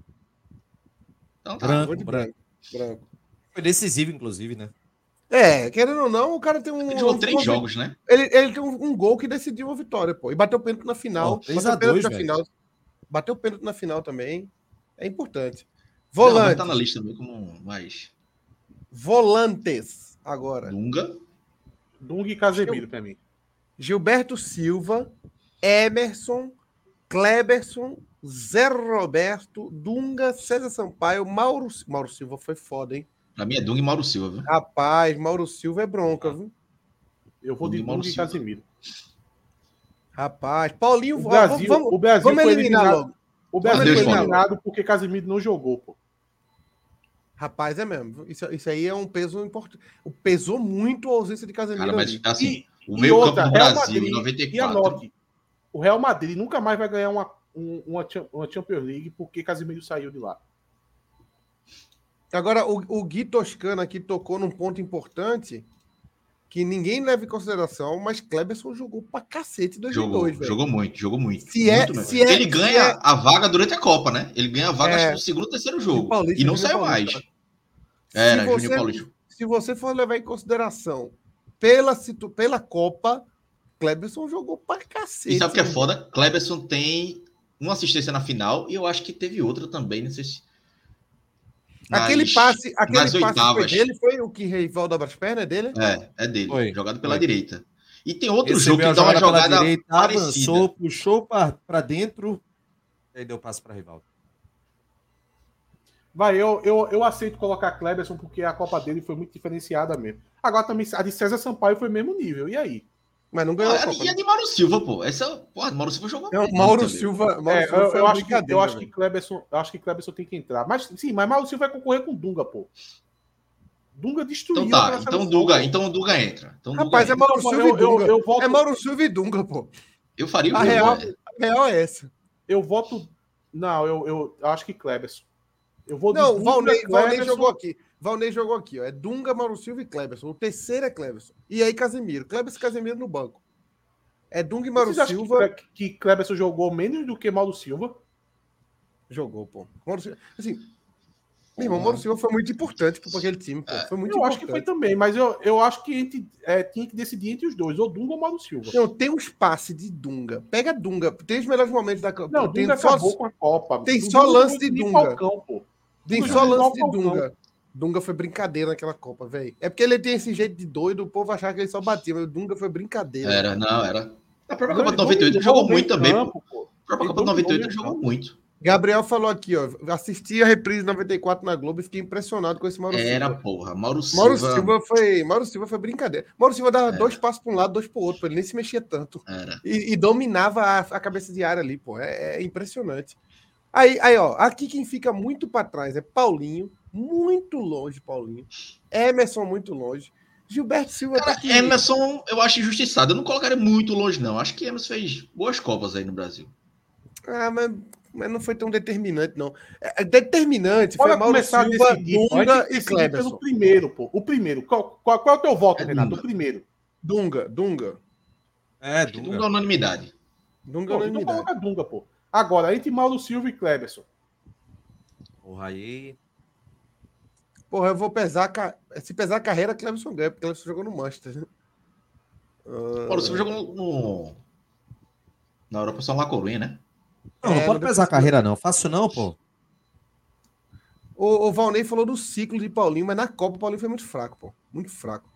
Então tá. eu vou branco, de branco. branco. branco. Foi decisivo, inclusive, né? É, querendo ou não, o cara tem um. Ele jogou um- três jogos, né? Ele, ele tem um, um gol que decidiu uma vitória, pô. E bateu pênalti na final. Ó, três bateu a pênalti dois, na velho. final. Bateu pênalti na final também. É importante. Não, mas Volante. tá na lista também como mais. Volantes agora. Dunga. Dung e Casemiro, pra mim. Gilberto Silva, Emerson, Kleberson, Zé Roberto, Dunga, César Sampaio, Mauro, Mauro Silva foi foda, hein? Pra mim é Dunga e Mauro Silva, viu? Rapaz, Mauro Silva é bronca, viu? Eu vou de Dung e Mauro Dung e Silva. Casemiro. Rapaz, Paulinho, O ó, Brasil, vamos, o Brasil vamos foi eliminar eliminado. logo. O Brasil Adeus, foi Paulo. eliminado porque Casemiro não jogou, pô. Rapaz, é mesmo. viu? Isso, isso aí é um peso importante. Pesou muito a ausência de Casemiro. Cara, mas ali. assim, E- o e meio campo outra, do Real Brasil Madrid em E 94. anote, o Real Madrid nunca mais vai ganhar uma, um- uma, Cha- uma Champions League porque Casemiro saiu de lá. Agora, o, o Gui Toscano aqui tocou num ponto importante que ninguém leva em consideração, mas Kleberson jogou pra cacete em 2002, Jogou, velho. jogou muito, jogou muito. Se é- Muito mesmo. se é- ele se ganha é- a vaga durante a Copa, né? Ele ganha a vaga É. acho que no segundo ou terceiro jogo. Paulista, e não Júnior saiu mais. Paulista. Era, se, Júnior você, Paulista. se você for levar em consideração pela, situ- pela Copa, Kleberson jogou pra cacete. E sabe o que é né? foda? Kleberson tem uma assistência na final e eu acho que teve outra também, não sei se. Aquele Nas- passe, aquele nas passe foi oitavas. dele foi o que Rivaldo abre as pernas dele? É, é dele. Foi. Jogado pela Foi. direita. E tem outro Recebeu jogo que a dá uma pela jogada. direita, parecida. avançou, puxou pra, pra dentro, e aí deu passo pra rival. Vai, eu, eu, eu aceito colocar Kleberson porque a Copa dele foi muito diferenciada mesmo. Agora também a de César Sampaio foi mesmo nível. E aí? Mas não Ah, ganhou a Copa. e né? a de Mauro Silva, pô. Essa, porra, Mauro Silva jogou. Não, muito Mauro também. Silva, Mauro É, Silva eu, foi eu uma acho que eu brincadeira, acho que velho. Kleberson, eu acho que Kleberson tem que entrar. Mas sim, mas Mauro Silva vai concorrer com Dunga, pô. Dunga destruiu. Então tá, aquela então seleção. Duga, então Duga entra. Então Dunga Rapaz, é entra. Mauro Então, Silva e eu, eu, Dunga. eu voto, É Mauro Silva e Dunga, pô. Eu faria o né? a Dunga, real- velho. A real é essa. eu voto. Não, eu, eu acho que Kleberson. Eu vou de Não, Dunga, Valnei, Valnei Kleberson. jogou aqui. Valnei jogou aqui, ó. É Dunga, Mauro Silva e Kleberson. O terceiro é Kleberson. E aí Casemiro. Kleberson e Casemiro no banco. É Dunga e Mauro Vocês acham Silva. Que, que Kleberson jogou menos do que Mauro Silva. Jogou, pô. Mauro Silva. Assim, meu irmão, Mauro Silva foi muito importante pô, pra aquele time, pô. Foi muito Ah. É. eu importante. acho que foi também, mas eu, eu acho que entre, é, tinha que decidir entre os dois, ou Dunga ou Mauro Silva. Não, tem um espaço de Dunga. Pega Dunga. Tem os melhores momentos da Copa. Não, tem Dunga só, acabou com a Copa. tem Dunga só jogou lance de que nem Dunga. Falcão, pô. tem Dunga só jogou lance de mal, Falcão. Dunga. Dunga foi brincadeira naquela Copa, velho. É porque ele tem esse jeito de doido, o povo achava que ele só batia, mas o Dunga foi brincadeira. É. Era, não, era. A própria Copa Não, de 98 ele dominou ele jogou bem muito em também, pô. campo, pô. A própria Copa Ele de dominou 98 ele bem em jogou campo. muito. Gabriel falou aqui, ó. Assisti a reprise 94 na Globo e fiquei impressionado com esse Mauro Era, Silva. porra. Mauro Silva. Mauro Silva foi. Mauro Silva foi brincadeira. Mauro Silva dava É. Era. dois passos para um lado, dois para o outro. pô, Ele nem se mexia tanto. Era. E, e dominava a, a cabeça de área ali, pô. É, é impressionante. Aí, aí, ó, aqui quem fica muito para trás é Paulinho, muito longe, Paulinho. Emerson, muito longe. Gilberto Silva tá Cara, aqui. Emerson, eu acho injustiçado. Eu não colocaria muito longe, não. Acho que Emerson fez boas Copas aí no Brasil. Ah, mas, mas não foi tão determinante, não. É, é determinante Bora foi Mauro começar a Silva, decidir. pô. A gente Dunga tem que e decidir Cleberson. pelo primeiro, pô. O primeiro. Qual, qual, qual é o teu voto, É Renato? Dunga. O primeiro. Dunga, Dunga. É, Dunga. Dunga. unanimidade. Dunga Pô, é então unanimidade. coloca Dunga, pô. Agora, entre Mauro Silva e Kleberson. Porra, aí. Porra, eu vou pesar. a ca- Se pesar a carreira, Clemson ganha, porque Clemson jogou no Manchester. né? Mauro Silva jogou no. Na Europa só La Coruña, né? Não, não É, pode não pesar a carreira, não. Fácil não, pô. O, o Valnei falou do ciclo de Paulinho, mas na Copa o Paulinho foi muito fraco, pô. Muito fraco.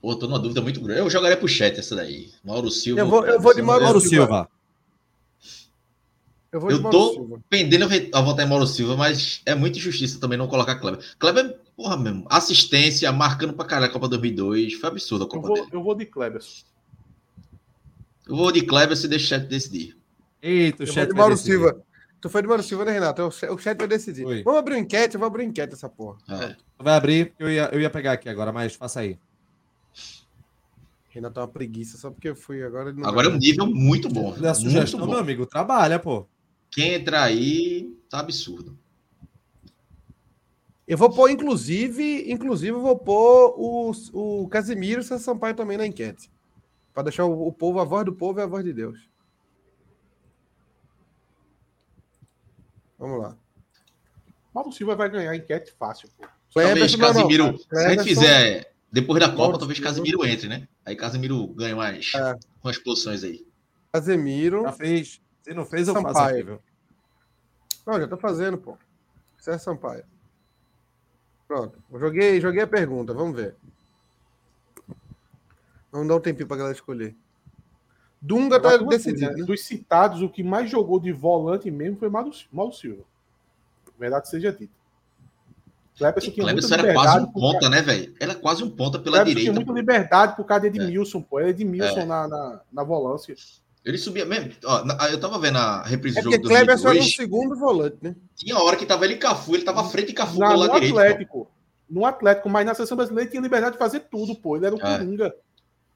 Pô, tô numa dúvida muito grande. Eu jogaria pro chat essa daí. Mauro Silva. Eu vou- eu vou de Mauro Mauro Eu Silva. Eu vou tô de Mauro Silva. pendendo a votar em Mauro Silva, mas é muita injustiça também não colocar Kleber. Kleber, porra mesmo, assistência, marcando pra caralho a Copa 2002. Foi absurda a Eu Copa vou, dele. eu vou de Kleberson. Eu vou de Kleber se deixar o chat decidir. Eita, o Eu chat. vou de vai Mauro decidir. Silva. Tu foi de Mauro Silva, né, Renato? O chat- O chat vai decidir. Foi. Vamos abrir uma enquete, eu vou abrir uma enquete essa porra. É. Vai abrir, eu ia, eu ia pegar aqui agora, mas faça aí. Renato é uma preguiça, só porque eu fui agora. ele não Agora é vai. um nível muito bom. Da é sugestão, muito bom. meu amigo, trabalha, pô. Quem entra aí tá absurdo. Eu vou pôr, inclusive, inclusive, eu vou pôr o, o Casimiro e o César Sampaio também na enquete. Pra deixar o, o povo, a voz do povo é a voz de Deus. Vamos lá. Mauro Silva vai ganhar a enquete fácil, pô. Talvez Kleberson, não, não. Casimiro. Se a gente Kleberson, fizer depois da Copa, Mauro talvez Silva. Casimiro entre, né? Aí Casimiro ganha mais É. umas posições aí. Casemiro. Já fez. Se não fez, eu faço Sampaio. aqui, viu? Não, já tá fazendo, pô. César Sampaio. Pronto. Eu Joguei, joguei a pergunta, vamos ver. Vamos dar um tempinho pra galera escolher. Dunga tá Agora, é uma coisa, decidido. né? né? Dos citados, o que mais jogou de volante mesmo foi Mauro, Mauro Silva. Verdade seja dita. Kleberson tinha muita Cleberson era quase um liberdade. por ponta, né, velho? Era quase um ponta pela Kleberson tinha direita. muita pô. liberdade por causa de Edmilson, pô. Era Edmilson É. na, na, na volância. Ele subia mesmo. Ó, na- eu tava vendo a reprise É do jogo porque do Kleberson era um 2002. segundo volante, né? Tinha hora que tava ele e Cafu, ele tava à frente de Cafu Na- do no lado direito. pô. Atlético. No Atlético, mas na seleção brasileira ele tinha liberdade de fazer tudo, pô. Ele era um É. coringa.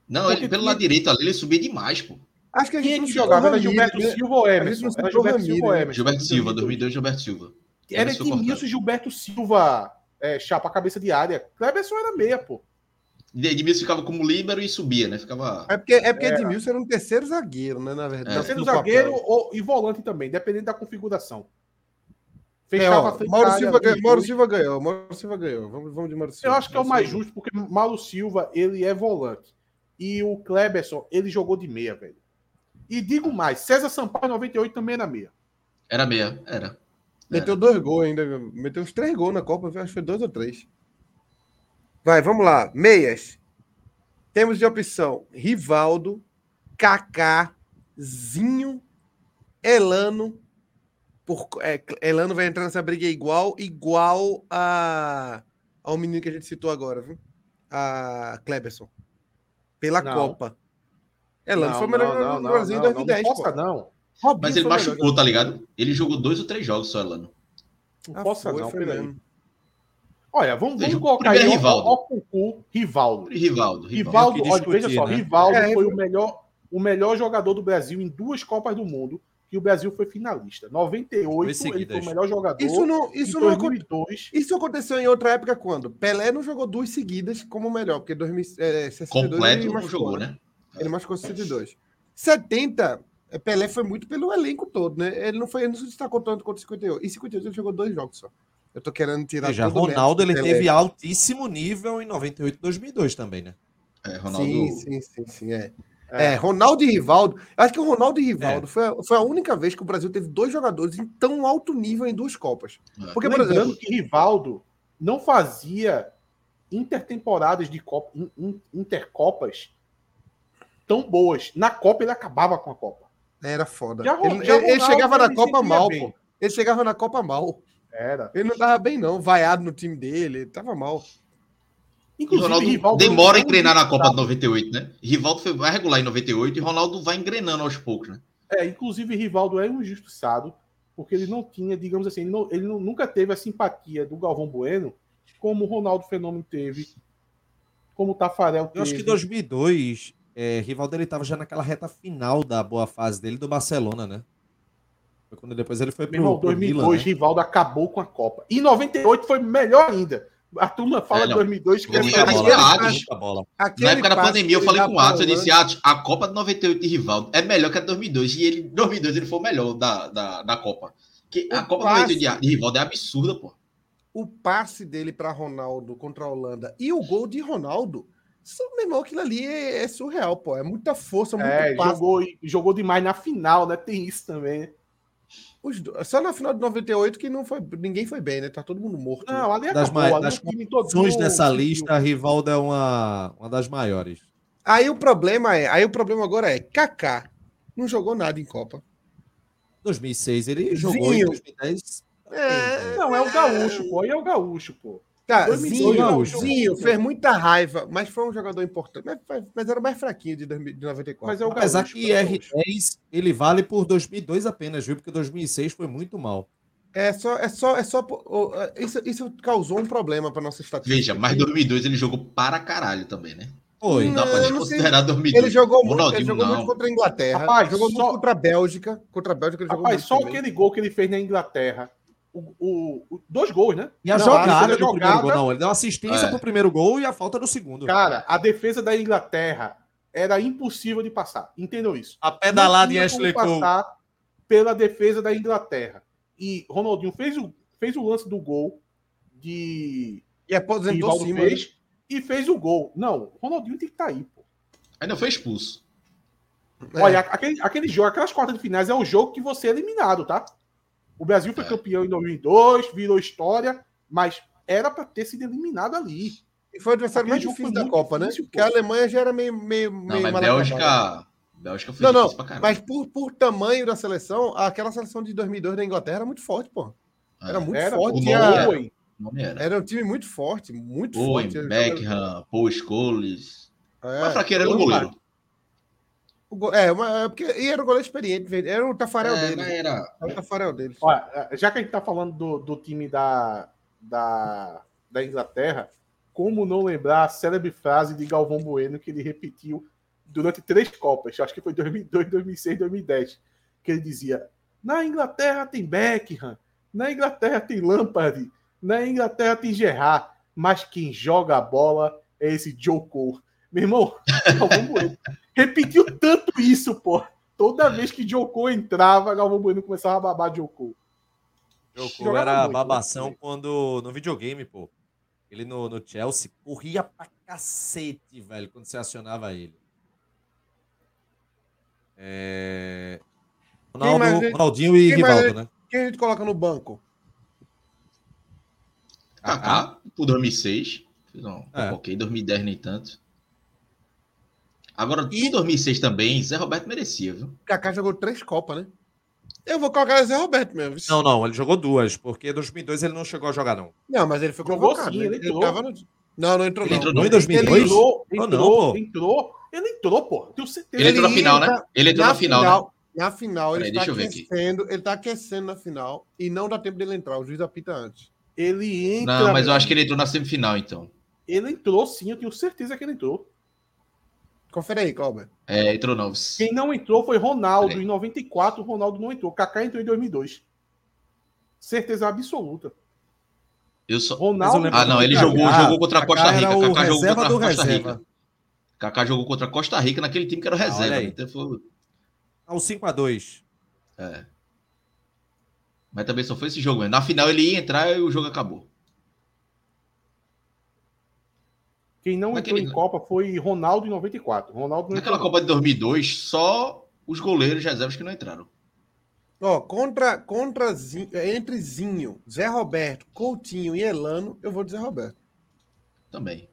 Não, ele Porque pelo tinha- lado direito ali, ele subia demais, pô. Acho que a Quem gente é não que citou jogava? Era Ramiro, Gilberto né? Silva ou A gente Emerson? não Era citou Gilberto Ramiro, Silva ou né? Emerson. Gilberto Silva, 2002, Gilberto Silva. Era Emerson Cortez. Edmilson e Gilberto Silva. É, chapa cabeça de área. Kleberson era meia, pô. Edmilson ficava como líbero e subia, né? Ficava. É porque, é porque Edmilson era um terceiro zagueiro, né? Na verdade. É. Sendo no um zagueiro papel. ou, e volante também, dependendo da configuração. É, Fechava a ó, frente Mauro, da área Silva ali, ganhou, Mauro dois. Silva ganhou. Mauro Silva ganhou. Vamos, vamos de Mauro Silva. Eu acho que é o mais Silva. justo, porque Mauro Silva, ele é volante. E o Kleberson, ele jogou de meia, velho. E Ah. digo mais, César Sampaio, 98, também era meia. Era meia, era. É. Meteu dois gols ainda. Meteu uns três gols na Copa. Acho que foi dois ou três. Vai, vamos lá. Meias. Temos de opção Rivaldo, Kaká, Zinho, Elano. Por, é, Elano vai entrar nessa briga igual, igual a, ao menino que a gente citou agora, viu? A Kleberson. Pela Não. Copa. Elano foi o melhor jogador do Brasil em 2010. Não, pô. possa, não. Robinho Mas ele foi o melhor machucou, tá ligado? Ele jogou dois ou três jogos só, Elano. Não jogador. Ah, possa, foi, não. foi peraí. mesmo. Olha, vamos, Veja, vamos colocar aí primeiro é ó, Rivaldo. ó, ó, ó, Rivaldo. Rivaldo, Rivaldo. Rivaldo, Tem que olha, veja discutir, só, né? Rivaldo É, foi o melhor, o melhor jogador do Brasil em duas Copas do Mundo e o Brasil foi finalista. 98 Duas ele foi o seguidas. melhor jogador. Isso não, isso em não aconteceu. 2002, Isso aconteceu em outra época quando? Pelé não jogou duas seguidas como o melhor, porque é, 2062 Completo, não machucou, jogou, né? Ele machucou 62. 70, eh, Pelé foi muito pelo elenco todo, né? Ele não foi, ele não se destacou tanto quanto 58. E 58 ele jogou dois jogos só. Eu tô querendo tirar Veja, todo o mérito Ronaldo do ele Pelé. teve altíssimo nível em 98 e 2002 também, né? É, Ronaldo. Sim, sim, sim, sim, é. É. É. Ronaldo e Rivaldo. Acho que o Ronaldo e É. Rivaldo foi, a, foi a única vez que o Brasil teve dois jogadores em tão alto nível em duas Copas. É. Porque, por lembrando exemplo, que Rivaldo não fazia intertemporadas de Copa, in- in- intercopas tão boas. Na Copa ele acabava com a Copa. era foda. Já Ro- ele, já ele- ele Ronaldo, chegava ele na Copa sempre ia mal, bem. pô. Ele chegava na Copa mal. Era. Ele não tava bem, não. Vaiado no time dele, ele tava mal. E Ronaldo demora não- em treinar na Copa de 98, né? Rivaldo foi, vai regular em 98 e Ronaldo vai engrenando aos poucos, né? É, inclusive Rivaldo é um injustiçado, porque ele não tinha, digamos assim, ele, não- ele não- nunca teve a simpatia do Galvão Bueno como o Ronaldo Fenômeno teve, como o Tafarel teve. Eu acho que em 2002, é, Rivaldo ele tava já naquela reta final da boa fase dele do Barcelona, né? Foi quando depois ele foi pro, Meu irmão, pro 2002, Milan, né? Rivaldo acabou com a Copa. E 98 foi melhor ainda. A turma É, fala de não. 2002 que é Vamos Muita Ele bola, fazia né? águia. Muita bola. Aquele na época da passe pandemia, eu que falei ele tá com o dá pra Atos, eu disse, Holanda- Atos, a Copa de 98 de Rivaldo é melhor que a de 2002. E ele, 2002, ele foi o melhor da, da, da Copa. Que a O Copa passe. 98 de, de Rivaldo é absurda, pô. o passe dele para Ronaldo contra a Holanda e o gol de Ronaldo, são, meu irmão, aquilo ali é, é surreal, pô. É muita força, muito É, passe. jogou, jogou demais na final, né? Tem isso também. né? Os do- Só na final de 98 que não foi, ninguém foi bem, né? Tá todo mundo morto. né? Não, ali Das acabou. mai- ali das o time todinho Sons dessa seguiu. lista, a Rivaldo é uma, uma das maiores. Aí o problema é, aí o problema agora é, Kaká não jogou nada em Copa. 2006 ele jogou em Zinho. 2010. né? É, Não, é o Gaúcho, pô. Aí é o Gaúcho, pô. Tá, 2002 Zinho, não, Zinho fez muita raiva, mas foi um jogador importante. Mas, mas era mais fraquinho de, 2000 de 94. Mas é o Gaúcho. Apesar que é o Gaúcho. R10 ele vale por 2002 apenas, viu? Porque 2006 foi muito mal. É só, é só, é só. po- o- é, Isso, isso causou um problema para nossa estatística. Veja, mas 2002 ele jogou para caralho também, né? Foi. Não dá pra Eu não sei. desconsiderar 2002. Ele jogou muito, ele Ronaldinho, jogou muito não. contra a Inglaterra. Rapaz, jogou só- muito contra a Bélgica. Contra a Bélgica ele jogou Rapaz, muito. só também. aquele gol que ele fez na Inglaterra. O, o- o- dois gols, né? E a Não, jogada a do primeiro gol, jogada- não. Ele deu assistência É. pro primeiro gol e a falta do segundo. Cara, a defesa da Inglaterra era impossível de passar. Entendam isso. a Não tinha como passar pela defesa da Inglaterra. E Ronaldinho fez o, fez o lance do gol de E é aposentou Rivaldo cima. né? fez e fez o gol. Não, Ronaldinho tem que estar aí, pô. Ainda foi expulso. É. Olha, aquele, aquele jogo, aquelas quartas de finais é o jogo que você é eliminado, tá? O Brasil foi É. campeão em 2002, virou história, mas era para ter sido eliminado ali. E foi o adversário aquele mais jogo difícil foi da muito Copa, né? difícil, pô. Porque a Alemanha já era meio. meio, Não, meio mas mal acabada. Bélgica. Bélgica foi Não, não, pra caralho. Mas por, por tamanho da seleção, aquela seleção de 2002 da Inglaterra era muito forte, pô. É. Era muito Era, forte. né? pô, o Tinha, Nolan. Owen, O nome era. era um time muito forte, muito Owen, forte. Beckham, Paul Scholes. É. Mas fraqueira era o goleiro. O go- É, mas é porque e era um goleiro experiente, velho. era o Tafarel É, dele. né? mas era. Era o Tafarel dele. Olha, já que a gente tá falando do, do time da, da, da Inglaterra, como não lembrar a célebre frase de Galvão Bueno que ele repetiu durante três Copas, acho que foi 2002, 2006, 2010, que ele dizia: na Inglaterra tem Beckham, na Inglaterra tem Lampard, na Inglaterra tem Gerrard, mas quem joga a bola é esse Joe Cole. Meu irmão, Galvão Bueno repetiu tanto isso, pô. Toda vez que Jocô entrava, Galvão Bueno começava a babar Jocô. Jogou, Jogava era muito, babação né? quando no videogame, pô. Ele no, no Chelsea corria pra cacete, velho, quando você acionava ele. É... Ronaldo, mais ele- Ronaldinho e quem mais Rivaldo, ele- né? Quem a gente coloca no banco? Ah, Kaká, por 2006. Não, É. ok, 2010 nem tanto. Agora, em 2006 também, Zé Roberto merecia, viu? Kaká jogou três Copas, né? Eu vou colocar o Zé Roberto mesmo. Não, não, ele jogou duas, porque em 2002 ele não chegou a jogar, não. Não, mas ele foi Jogou convocado. sim, né? ele entrou. tava no- Não, não entrou Ele não. entrou Não em Ele 2002? Entrou, entrou, Ou não, pô? entrou. Ele entrou, pô. Tenho certeza. Ele, entrou na ia final, né? entrar Ele entrou na, final, né? Na final, ele Peraí, tá deixa eu ver aqui. aquecendo, ele tá aquecendo na final e não dá tempo dele entrar, o juiz apita antes. Ele entra. Não, mas eu acho que ele entrou na semifinal, então. Ele entrou sim, eu tenho certeza que ele entrou. Confere aí, Cobra. É, entrou não. Quem não entrou foi Ronaldo Peraí. em 94, Ronaldo não entrou. Kaká entrou em 2002. Certeza absoluta. Eu só... eu Ronaldo. lembro Ah, não, ele Kaká- jogou, jogou contra a Costa Kaká Rica. era o Kaká jogou reserva contra do a Costa reserva. Rica. Kaká jogou contra a Costa Rica naquele time que era o reserva. olha aí. então foi- Ao 5x2. é. Mas também só foi esse jogo. mesmo. Na final ele ia entrar e o jogo acabou. Quem não entrou Naquele- em Copa foi Ronaldo em 94. Ronaldo não Naquela entrou. Copa de 2002, só os goleiros reservas que não entraram. Ó, contra, contra Zinho, entre Zinho, Zé Roberto, Coutinho e Elano, eu vou de Zé Roberto. Também.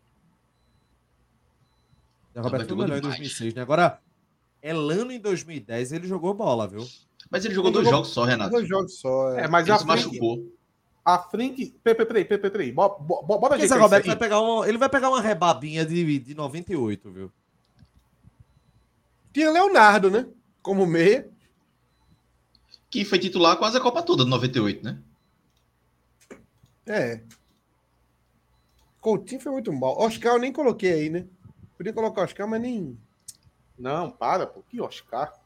Zé Roberto foi Tá, jogou melhor em demais. 2006, né? Agora, Elano em 2010, ele jogou bola, viu? Mas ele jogou Ele dois jogou- jogos só, Renato. Dois jogos só. É. É, mas Ele a se frente, machucou. a frente. Peraí, peraí, peraí, peraí. Bo- bo- bo- Bora Porque Zé ajeitar Roberto isso aí. vai pegar, um, ele vai pegar uma rebabinha de, de 98, viu? Tinha Leonardo, né? Como meia. Que foi titular quase a Copa toda, de 98, né? É. Coutinho foi muito mal. Oscar eu nem coloquei aí, né? Podia colocar Oscar, mas nem. Não, para, pô. Que Oscar. Tá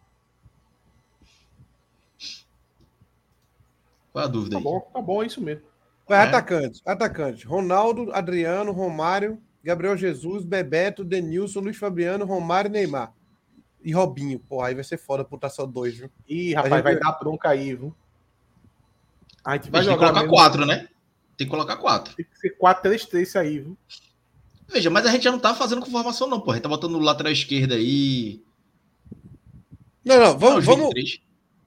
Qual é a dúvida Tá aí? bom, tá bom, é isso mesmo. Vai, É. atacante, atacante. Ronaldo, Adriano, Romário, Gabriel Jesus, Bebeto, Denilson, Luiz Fabiano, Romário, Neymar. E Robinho. Porra, aí vai ser foda botar só dois, viu? Ih, A rapaz, gente- vai dar bronca aí, viu? A Mas tem gente vai que jogar colocar mesmo. quatro, né? Tem que colocar quatro. Tem que ser 4-3-3 isso aí, viu? Veja, mas a gente já não tá fazendo com formação, não, pô. A gente tá botando o lateral esquerdo aí. Não, não, Ah, vamos, os vamos, 23,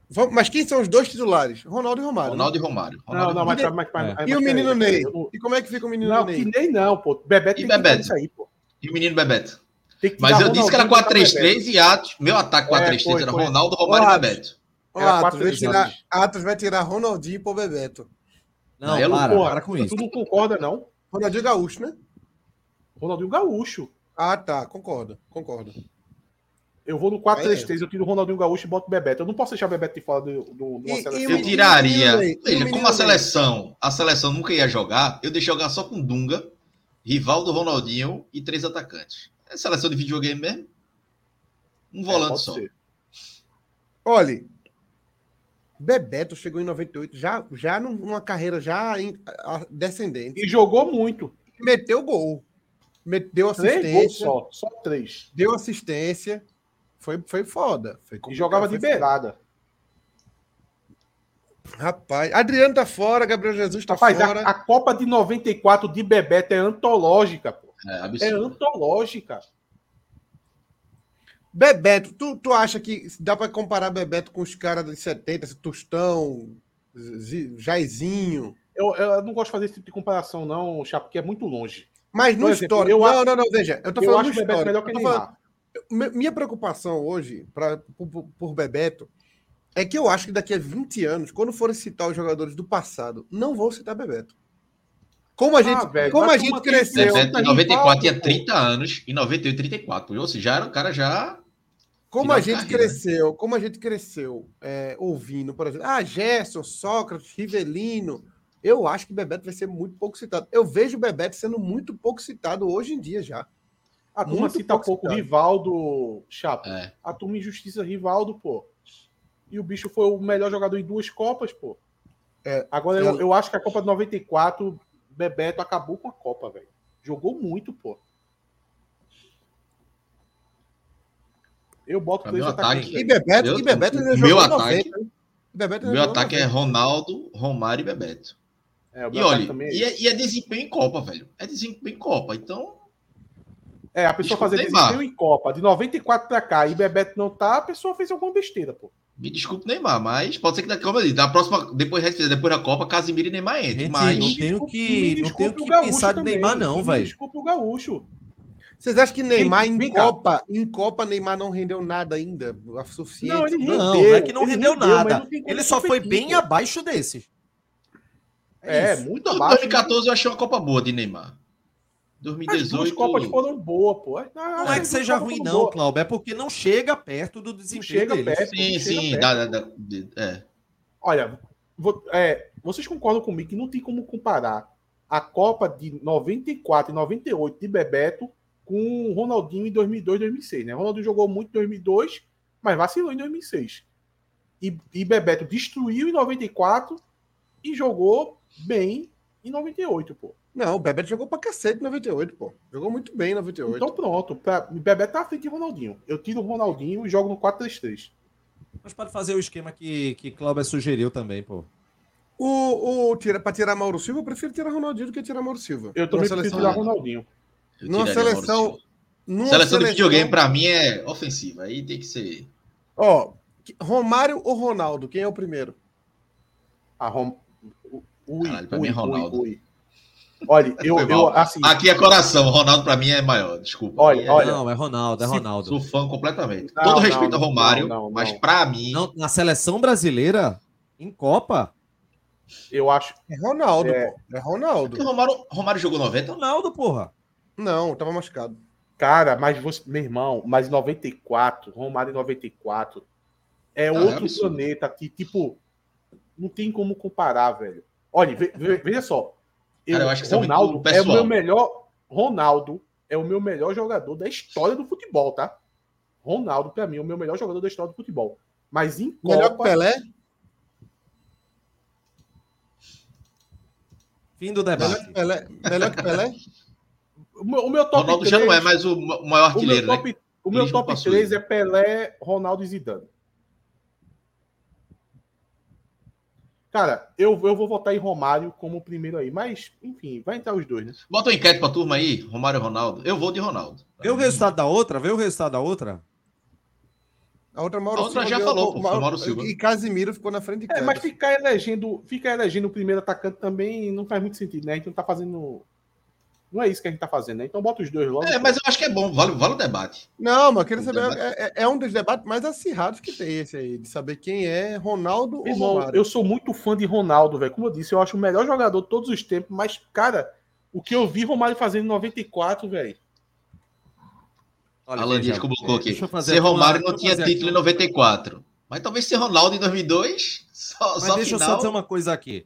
vamos. Mas quem são os dois titulares? Ronaldo e Romário. né? Ronaldo e Romário. Ronaldo Não, não, mas, Ney. mas, mas, mas, E o mas- menino mas- Ney? eu não- E como é que fica o menino Não, Ney? que Ney não, pô. Bebeto E tem que tirar Bebeto? isso aí, pô. E o menino Bebeto. Tem que Mas tirar eu disse que era Ronaldinho e botar Bebeto. É, 4-3-3 e Atos. Meu ataque 4-3-3 foi, era foi. Ronaldo, Romário Olá, e Bebeto. Ó, Era Atos, é quatro vai tirar, jogadores. Atos vai tirar Ronaldinho e pôr Bebeto. Não, Não, para, porra, para com isso. Tu não concorda, não? Ronaldinho Gaúcho, né? Ronaldinho Gaúcho. Ah, tá. Concordo, concordo. Eu vou no É. 4-3-3, eu tiro o Ronaldinho Gaúcho e boto o Bebeto. Eu não posso deixar o Bebeto de fora do, do, de uma E- seleção. e o Eu menino tiraria. Ney? E o Veja, menino como a Ney? seleção, a seleção nunca ia jogar, eu deixei jogar só com Dunga, Rivaldo, Ronaldinho e três atacantes. É seleção de videogame mesmo? Um É, volante pode só. ser. Olha, Bebeto chegou em 98, já, já num- numa carreira já em- a- a- descendente. E jogou muito. E Meteu gol. Meteu Três gols assistência. só. Só três. Deu assistência. Foi, foi foda. Foi E complicado, jogava de foi beirada. foda. Rapaz, Adriano tá fora, Gabriel Jesus tá Rapaz, fora. a, a Copa de 94 de Bebeto é antológica, pô. É É absurdo. antológica. Bebeto, tu, tu acha que dá pra comparar Bebeto com os caras dos 70, esse Tostão, Z- Jairzinho? Eu, eu não gosto de fazer esse tipo de comparação, não, Chapa, porque é muito longe. Mas Por no exemplo, histórico. eu Não, acho- não, não, veja. Eu tô Eu falando acho no o Bebeto melhor histórico. que Eu tô falando- Neymar. Mi- Minha preocupação hoje, pra, por, por- por Bebeto, é que eu acho que daqui a 20 anos, quando forem citar os jogadores do passado, não vão citar Bebeto. Como a gente, velho, como vai a tomar gente aquele cresceu, Bebeto. Bebeto em 94 tinha Rivaldo, pô. 30 anos, em 98, 34. Ou seja, já era um cara já como a final de gente carreira, né? cresceu, como a gente cresceu é, ouvindo, por exemplo, ah, Gerson, Sócrates, Rivelino, eu acho que Bebeto vai ser muito pouco citado. Eu vejo Bebeto sendo muito pouco citado hoje em dia já. A turma Muito cita pouco pouco citado. Rivaldo, Chapa. É. A turma injustiça Rivaldo, pô. E o bicho foi o melhor jogador em duas Copas, pô. É, Agora, eu, ela- eu acho que a Copa de 94, Bebeto acabou com a Copa, velho. Jogou muito, pô. Eu boto Pra três meu atacantes, ataque. E velho. Bebeto, Eu- e Bebeto ainda meu jogou em ataque- 90, hein? Bebeto ainda Meu jogou em ataque é 90. Ronaldo, Romário e Bebeto. É, o E meu ataque olha, também é e é, e é desempenho em Copa, velho. É desempenho em Copa. Então, É, a pessoa Desculpa, fazer Neymar. desempenho em Copa, de 94 pra cá, e Bebeto não tá, a pessoa fez alguma besteira, pô. me desculpe, Neymar, mas pode ser que daqui, como eu disse, da próxima, depois, depois da Copa, Casimiro e Neymar entrem. Gente, Mas não tenho Desculpa- que, me não tenho desculpe que o Gaúcho pensar de também, Neymar, não, me velho. Desculpa o Gaúcho. Vocês acham que Neymar Vem- em vem cá. Copa, em Copa Neymar não rendeu nada ainda, o suficiente? Não, ele rendeu. Não, não é que não ele rendeu rendeu, mas nada. não tem como Ele só foi competir, bem pô. abaixo desses. É, isso. muito Então, abaixo. 2014 eu achei uma Copa boa de Neymar. As duas 2018. Copas foram boas, pô. Ah, Não, então tá Não é que seja ruim, não, Cláudio. É porque não chega perto do desempenho chega deles. perto. Sim, chega sim. perto. dá- dá- dá- de- é. Olha, vou- é, Vocês concordam comigo que não tem como comparar a Copa de 94 e 98 de Bebeto com o Ronaldinho em 2002 2006, né? O Ronaldinho jogou muito em 2002, mas vacilou em 2006. E, e Bebeto destruiu em 94 e jogou bem em 98, pô. Não, o Bebeto jogou pra cacete em 98, pô. Jogou muito bem em 98. Então pronto, pra, Bebeto tá à frente de Ronaldinho. Eu tiro o Ronaldinho e jogo no 4-3-3. Mas pode fazer o esquema que, que Cláudio sugeriu também, pô. O, o, tira, pra tirar Mauro Silva, eu prefiro tirar Ronaldinho do que tirar Mauro Silva. Eu também Numa prefiro seleção- tirar Ronaldinho. Eu Numa tiraria o Mauro seleção. Silva. numa Seleção de videogame, pra mim, é ofensiva. Aí tem que ser. Ó, que- Romário ou Ronaldo? Quem é o primeiro? A Rom... o- Ui, Caralho, pra mim é Ronaldo. ui. Olha, eu, Foi eu mal. assim, Aqui é coração. O Ronaldo, pra mim, é maior. Desculpa. Olha, Aí é- olha. Não, é Ronaldo, é Se- Ronaldo. Sou fã completamente. Não, Todo não, respeito não, ao Romário, não, não, mas não. pra mim. Não, na seleção brasileira, em Copa, eu acho. É Ronaldo, É. pô. É Ronaldo. Porque o Romário, o Romário jogou 90? Ronaldo, porra. Não, tava machucado. Cara, mas você. Meu irmão, mas 94, Romário em 94. É Não, é outro absurdo. planeta que, tipo, não tem como comparar, velho. Olha, ve- ve- veja só. Cara, eu acho que isso é muito Ronaldo é o pessoal. meu melhor. Ronaldo é o meu melhor jogador da história do futebol, tá? Ronaldo, pra mim, é o meu melhor jogador da história do futebol. Mas em Melhor que Copa, Pelé? Fim do Melhor debate. que é- Pelé? Melhor que Pelé? o meu, o meu O top Ronaldo já não é três- mais o ma- o maior O meu artilheiro, né? top, o meu Eles não top passam 3 isso. é Pelé, Ronaldo e Zidane. Cara, eu, eu vou votar em Romário como o primeiro aí, mas, enfim, vai entrar os dois, né? Bota uma enquete pra turma aí, Romário e Ronaldo. Eu vou de Ronaldo. Vê o resultado da outra, vê o resultado da outra. A outra Mauro A outra já ganhou- falou, pô, foi Mauro Silva. E Casimiro ficou na frente de É, Kleber. mas ficar elegendo, ficar elegendo o primeiro atacante também não faz muito sentido, né? A gente não tá fazendo. Não é isso que a gente tá fazendo, né? Então bota os dois logo. É, mas eu acho que é bom, vale, vale o debate. Não, mas eu queria O saber. debate. É, é- é um dos debates mais acirrados que tem esse aí, de saber quem é Ronaldo Meu ou irmão, Romário. eu sou muito fã de Ronaldo, velho. Como eu disse, eu acho o melhor jogador de todos os tempos, mas, cara, o que eu vi Romário fazendo em 94, velho. Olha, Alan veja, Dias é, colocou aqui. deixa eu fazer Ser aqui uma- Romário não deixa eu tinha fazer aqui título em uma- 94. Mas talvez ser Ronaldo em 2002, só, Mas só deixa final. eu só dizer uma coisa aqui.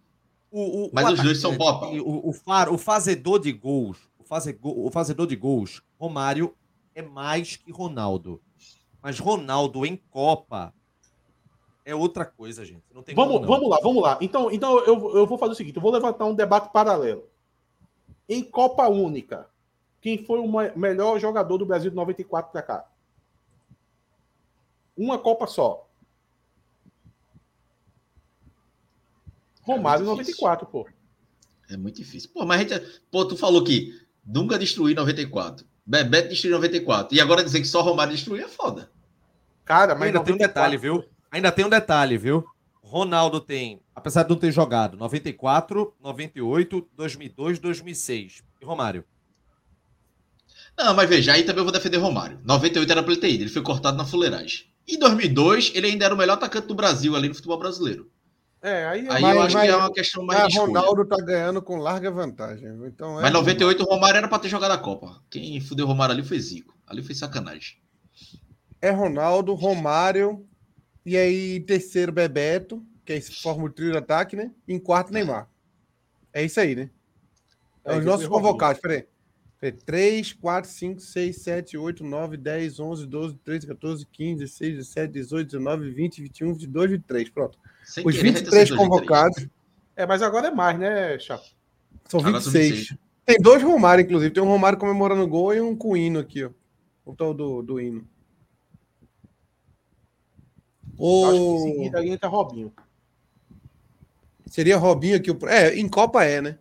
O, o- Mas o os dois são atacante, pau a pau. O, o, far- o fazedor de gols, o, faze- go- o fazedor de gols, Romário é mais que Ronaldo. Mas Ronaldo em Copa é outra coisa, gente. Não tem Vamos, como não. vamos lá, vamos lá. Então, então eu, eu vou fazer o seguinte: eu vou levantar um debate paralelo. Em Copa Única, quem foi o ma- melhor jogador do Brasil de 94 para cá? Uma Copa só. Romário É muito difícil. 94, pô. É muito difícil. Pô, mas a gente. Pô, tu falou que nunca destruiu 94. Bebeto destruiu 94. E agora dizer que só Romário destruiu é foda. Cara, mas Ainda tem um 94 detalhe, viu? Ainda tem um detalhe, viu? Ronaldo tem, apesar de não ter jogado, 94, 98, 2002, 2006. E Romário? Não, mas veja, aí também eu vou defender Romário. 98 era pra ele ter ido, ele foi cortado na fuleiragem. Em 2002, ele ainda era o melhor atacante do Brasil ali no futebol brasileiro. É, aí, Aí Mas- eu acho mas- que é uma questão mais Ah, de escolha. Ronaldo tá ganhando com larga vantagem. Então é Mas 98 o Romário era pra ter jogado a Copa. Quem fudeu o Romário ali foi Zico. Ali foi sacanagem. É Ronaldo, Romário, e aí terceiro Bebeto, que aí se forma o trio de ataque, né? Em quarto, Neymar. É isso aí, né? É, aí os tem nossos que ver Romário. convocados, peraí. 3, 4, 5, 6, 7, 8, 9, 10, 11, 12, 13, 14, 15, 16, 17, 18, 19, 20, 21, 22, 23. Pronto. Sem Os querer, 23 retenção de convocados É, mas agora é mais, né, Chapa? são Agora são 26. Tem dois Romário, inclusive. Tem um Romário comemorando o gol e um com hino aqui, ó. O tal do, do hino. Eu Acho que O... em seguida aí entra Robinho. Seria Robinho aqui. o- É, em Copa é, né?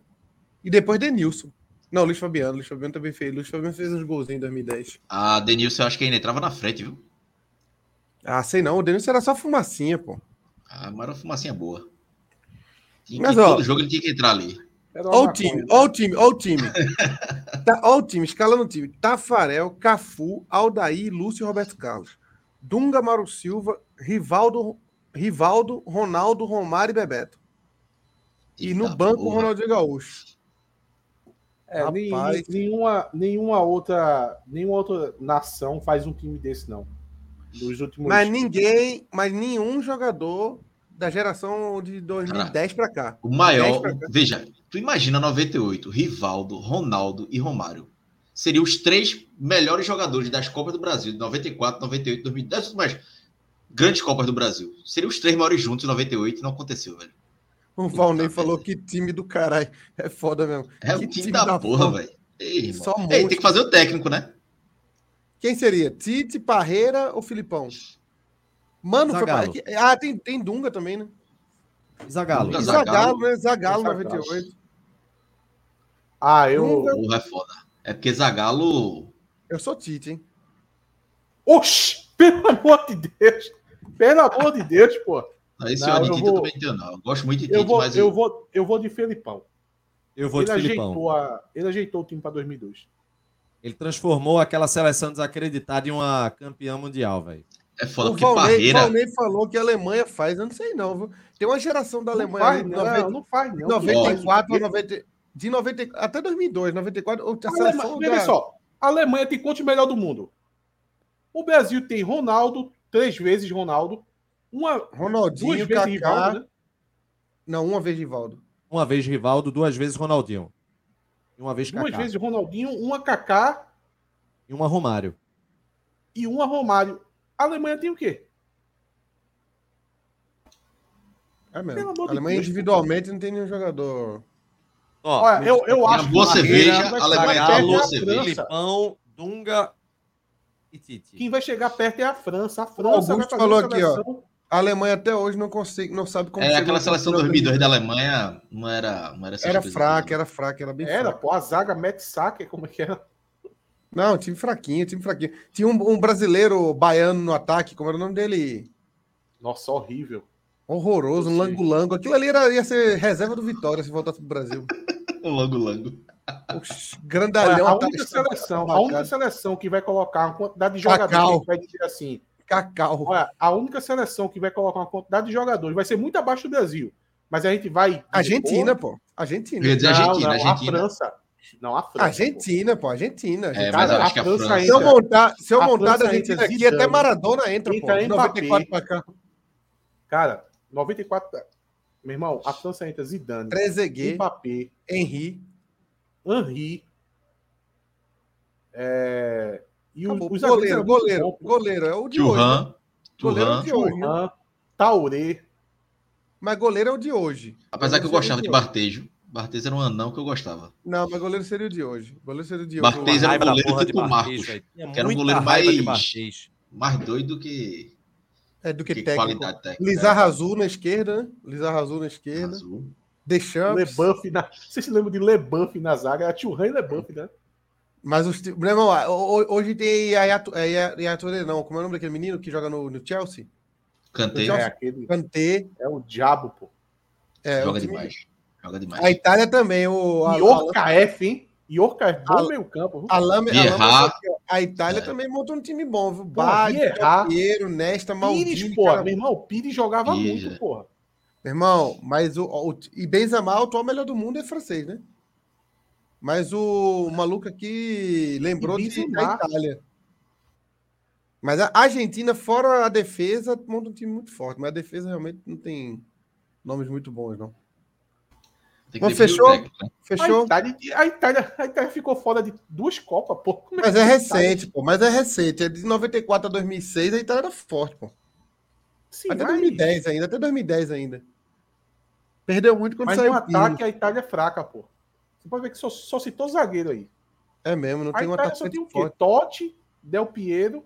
E depois Denilson. Não, Luiz Fabiano. Luiz Fabiano também fez. Luiz Fabiano fez uns golzinhos em 2010. Ah, Denilson, eu acho que ainda entrava na frente, viu? Ah, sei não. O Denilson era só fumacinha, pô. Ah, mas era uma fumacinha boa. Tinha Mas, que, ó, todo jogo ele tinha que entrar ali. Era uma Ó o maconha. time, ó o time, ó o time. tá, ó o time, escala no time. Tafarel, Cafu, Aldair, Lúcio e Roberto Carlos. Dunga, Mauro Silva, Rivaldo, Rivaldo, Ronaldo, Romário e Bebeto. E no Eita banco, porra. Ronaldinho Gaúcho. É, nem- Rapaz. nenhuma, nenhuma, outra, nenhuma outra nação faz um time desse, não. Dos últimos. Mas ninguém, mas nenhum jogador da geração de 2010 para cá. O maior. 10 pra cá. Veja, tu imagina 98, Rivaldo, Ronaldo e Romário. Seriam os três melhores jogadores das Copas do Brasil, de 94, 98, 2010, mas grandes Copas do Brasil. Seriam os três maiores juntos em 98 e não aconteceu, velho. O Valnei merda. falou que time do caralho. É foda mesmo. É Que o time da, porra, velho. Ei, irmão. Só Ei, monstro. tem que fazer o técnico, né? Quem seria? Tite, Parreira ou Filipão? Mano, foi Zagallo. Parreira. que- Ah, tem, tem Dunga também, né? Zagalo. Nunca- E Zagallo. Zagallo, né? Zagallo, Zagallo. 98. Ah, eu. Porra, é foda. É porque Zagalo. Eu sou Tite, hein? Oxi! Pelo amor de Deus! Pelo amor de Deus, pô! Esse Não, ano de eu Tite eu vou- também entendo, não. Eu gosto muito de Tite, Eu vou, mas eu vou, eu vou de Felipão. Eu vou Ele é de Filipão. ajeitou, a, ele ajeitou o time para 2002. Ele transformou aquela seleção desacreditada em uma campeã mundial, velho. é foda, o porque Valnei, Parreira. Valnei falou que a Alemanha faz, eu não sei não, viu? Tem uma geração da Alemanha faz, ali, não, 90, não faz, não. 94 a 90, de 90 até 2002, 94, a A seleção Alemanha, da- veja só, a Alemanha tem quantos melhor do mundo? O Brasil tem Ronaldo, três vezes Ronaldo, uma, duas Ronaldinho, vezes Kaká, Rivaldo, né? não, uma vez Rivaldo. Uma vez Rivaldo, duas vezes Ronaldinho. E uma vez duas Kaká. vezes Ronaldinho, uma Kaká E uma Romário. e uma Romário. A Alemanha tem o quê? É Pelo mesmo. amor A de Alemanha Deus, individualmente não tem nenhum jogador. Ó, Olha, eu, eu Na acho boa que o cerveja, Parreira vai a Alemanha chegar perto boa é a cerveja. França. Filipão, Dunga e Tite. Quem vai chegar perto é a França. A França Augusto vai fazer falou uma aqui, ó. seleção- A Alemanha até hoje não consegue, não sabe como É, chegou aquela na seleção campeã 2002 da Alemanha não era. Não era, essas Era coisas né? fraca, todas. era fraca, era bem Era, fraca. pô, a zaga Matt Sacker, como é que era? Não, time fraquinho, time fraquinho. Tinha um, um brasileiro baiano no ataque, como era o nome dele? Nossa, horrível. Horroroso, um Não sei. lango-lango. Aquilo ali era, ia ser reserva do Vitória se voltasse pro Brasil. O Lango Lango. Oxi, Olha, grandalhão. a ata- única seleção, a única seleção que vai colocar uma quantidade de jogadores Cacau. que vai dizer assim, Cacau. olha, a única seleção que vai colocar uma quantidade de jogadores vai ser muito abaixo do Brasil, mas a gente vai dizer, Argentina, pô. pô, Eu ia Argentina. dizer não, Argentina, não, Argentina. a França, não a França. Argentina, pô. Argentina. É, Argentina. mas Cara, eu acho que a a França França. se eu montar, se eu a montar da França Argentina entra aqui, até Zidane. Maradona entra, pô. Entra De 94 pra cá. pô. Cara, 94, meu irmão, a França entra Zidane, Trezeguet, Mbappé, Henry. Henry, é, e os, Acabou. os zagueiros Goleiro, eram muito goleiro, bons, pô. goleiro. É o de hoje. né? Turhan. Goleiro é o Turhan. de hoje. né? Thuram, Tauré, Mas goleiro é o de hoje. Apesar que Goleiro eu gostava de seria o Bartejo. Bartejo era um anão que eu gostava. hoje. Não, mas goleiro seria o de hoje. Goleiro seria o de Uma Barthez hoje. era um raiva da goleiro porra tipo Marcos, velho. Tinha que era um muita goleiro raiva de mais- Barthez. Mais doido que, É do que, que técnico. qualidade técnica. Lizarra azul na esquerda, né? Lizarra azul na É, esquerda. azul. Deschamps. Lebuff na. Vocês se lembram de Lebuff na zaga? Era Tio e Lebuff, né? Mas os ti- meu irmão, ah, ho- ho- hoje tem Yayatu- é, Yaya- Yayature, não. Como é o nome daquele menino que joga no, no Chelsea? Kanté. Eu É já- aquele. Kantê. É o diabo, pô. É, o joga time- demais. Joga demais. A Itália também. O, a, a, Iorca F, hein? Iorca F, bom Al- meio campo. a, Lame- a, Vieira. Lame- a Itália É. também montou um time bom, viu? Bari, errar. Piero, Nesta, Maldini. Pires, porra. cara. Meu irmão, o Pires jogava Pires, é. muito, porra. Meu irmão, mas o, o e Benzema, o atual melhor do mundo, é francês, né? Mas o maluco aqui lembrou E de, da Benzema. Itália. Mas a Argentina, fora a defesa, monta um time muito forte. Mas a defesa realmente não tem nomes muito bons, não. Tem Bom, definir o fechou? técnico, né? A Fechou? Itália, a, Itália, a Itália ficou fora de duas Copas, pô. Como Mas que é a Itália- recente, pô. Mas é recente. É de 94 a 2006, a Itália era forte, pô. Sim, Até mas, 2010 ainda, até 2010 ainda. Perdeu muito quando mas saiu no o Pirlo. ataque a Itália é fraca, pô. Você pode ver que só, só citou zagueiro aí. É mesmo, não A tem um Itália só atacante tem o quê? forte. Totti, Del Piero,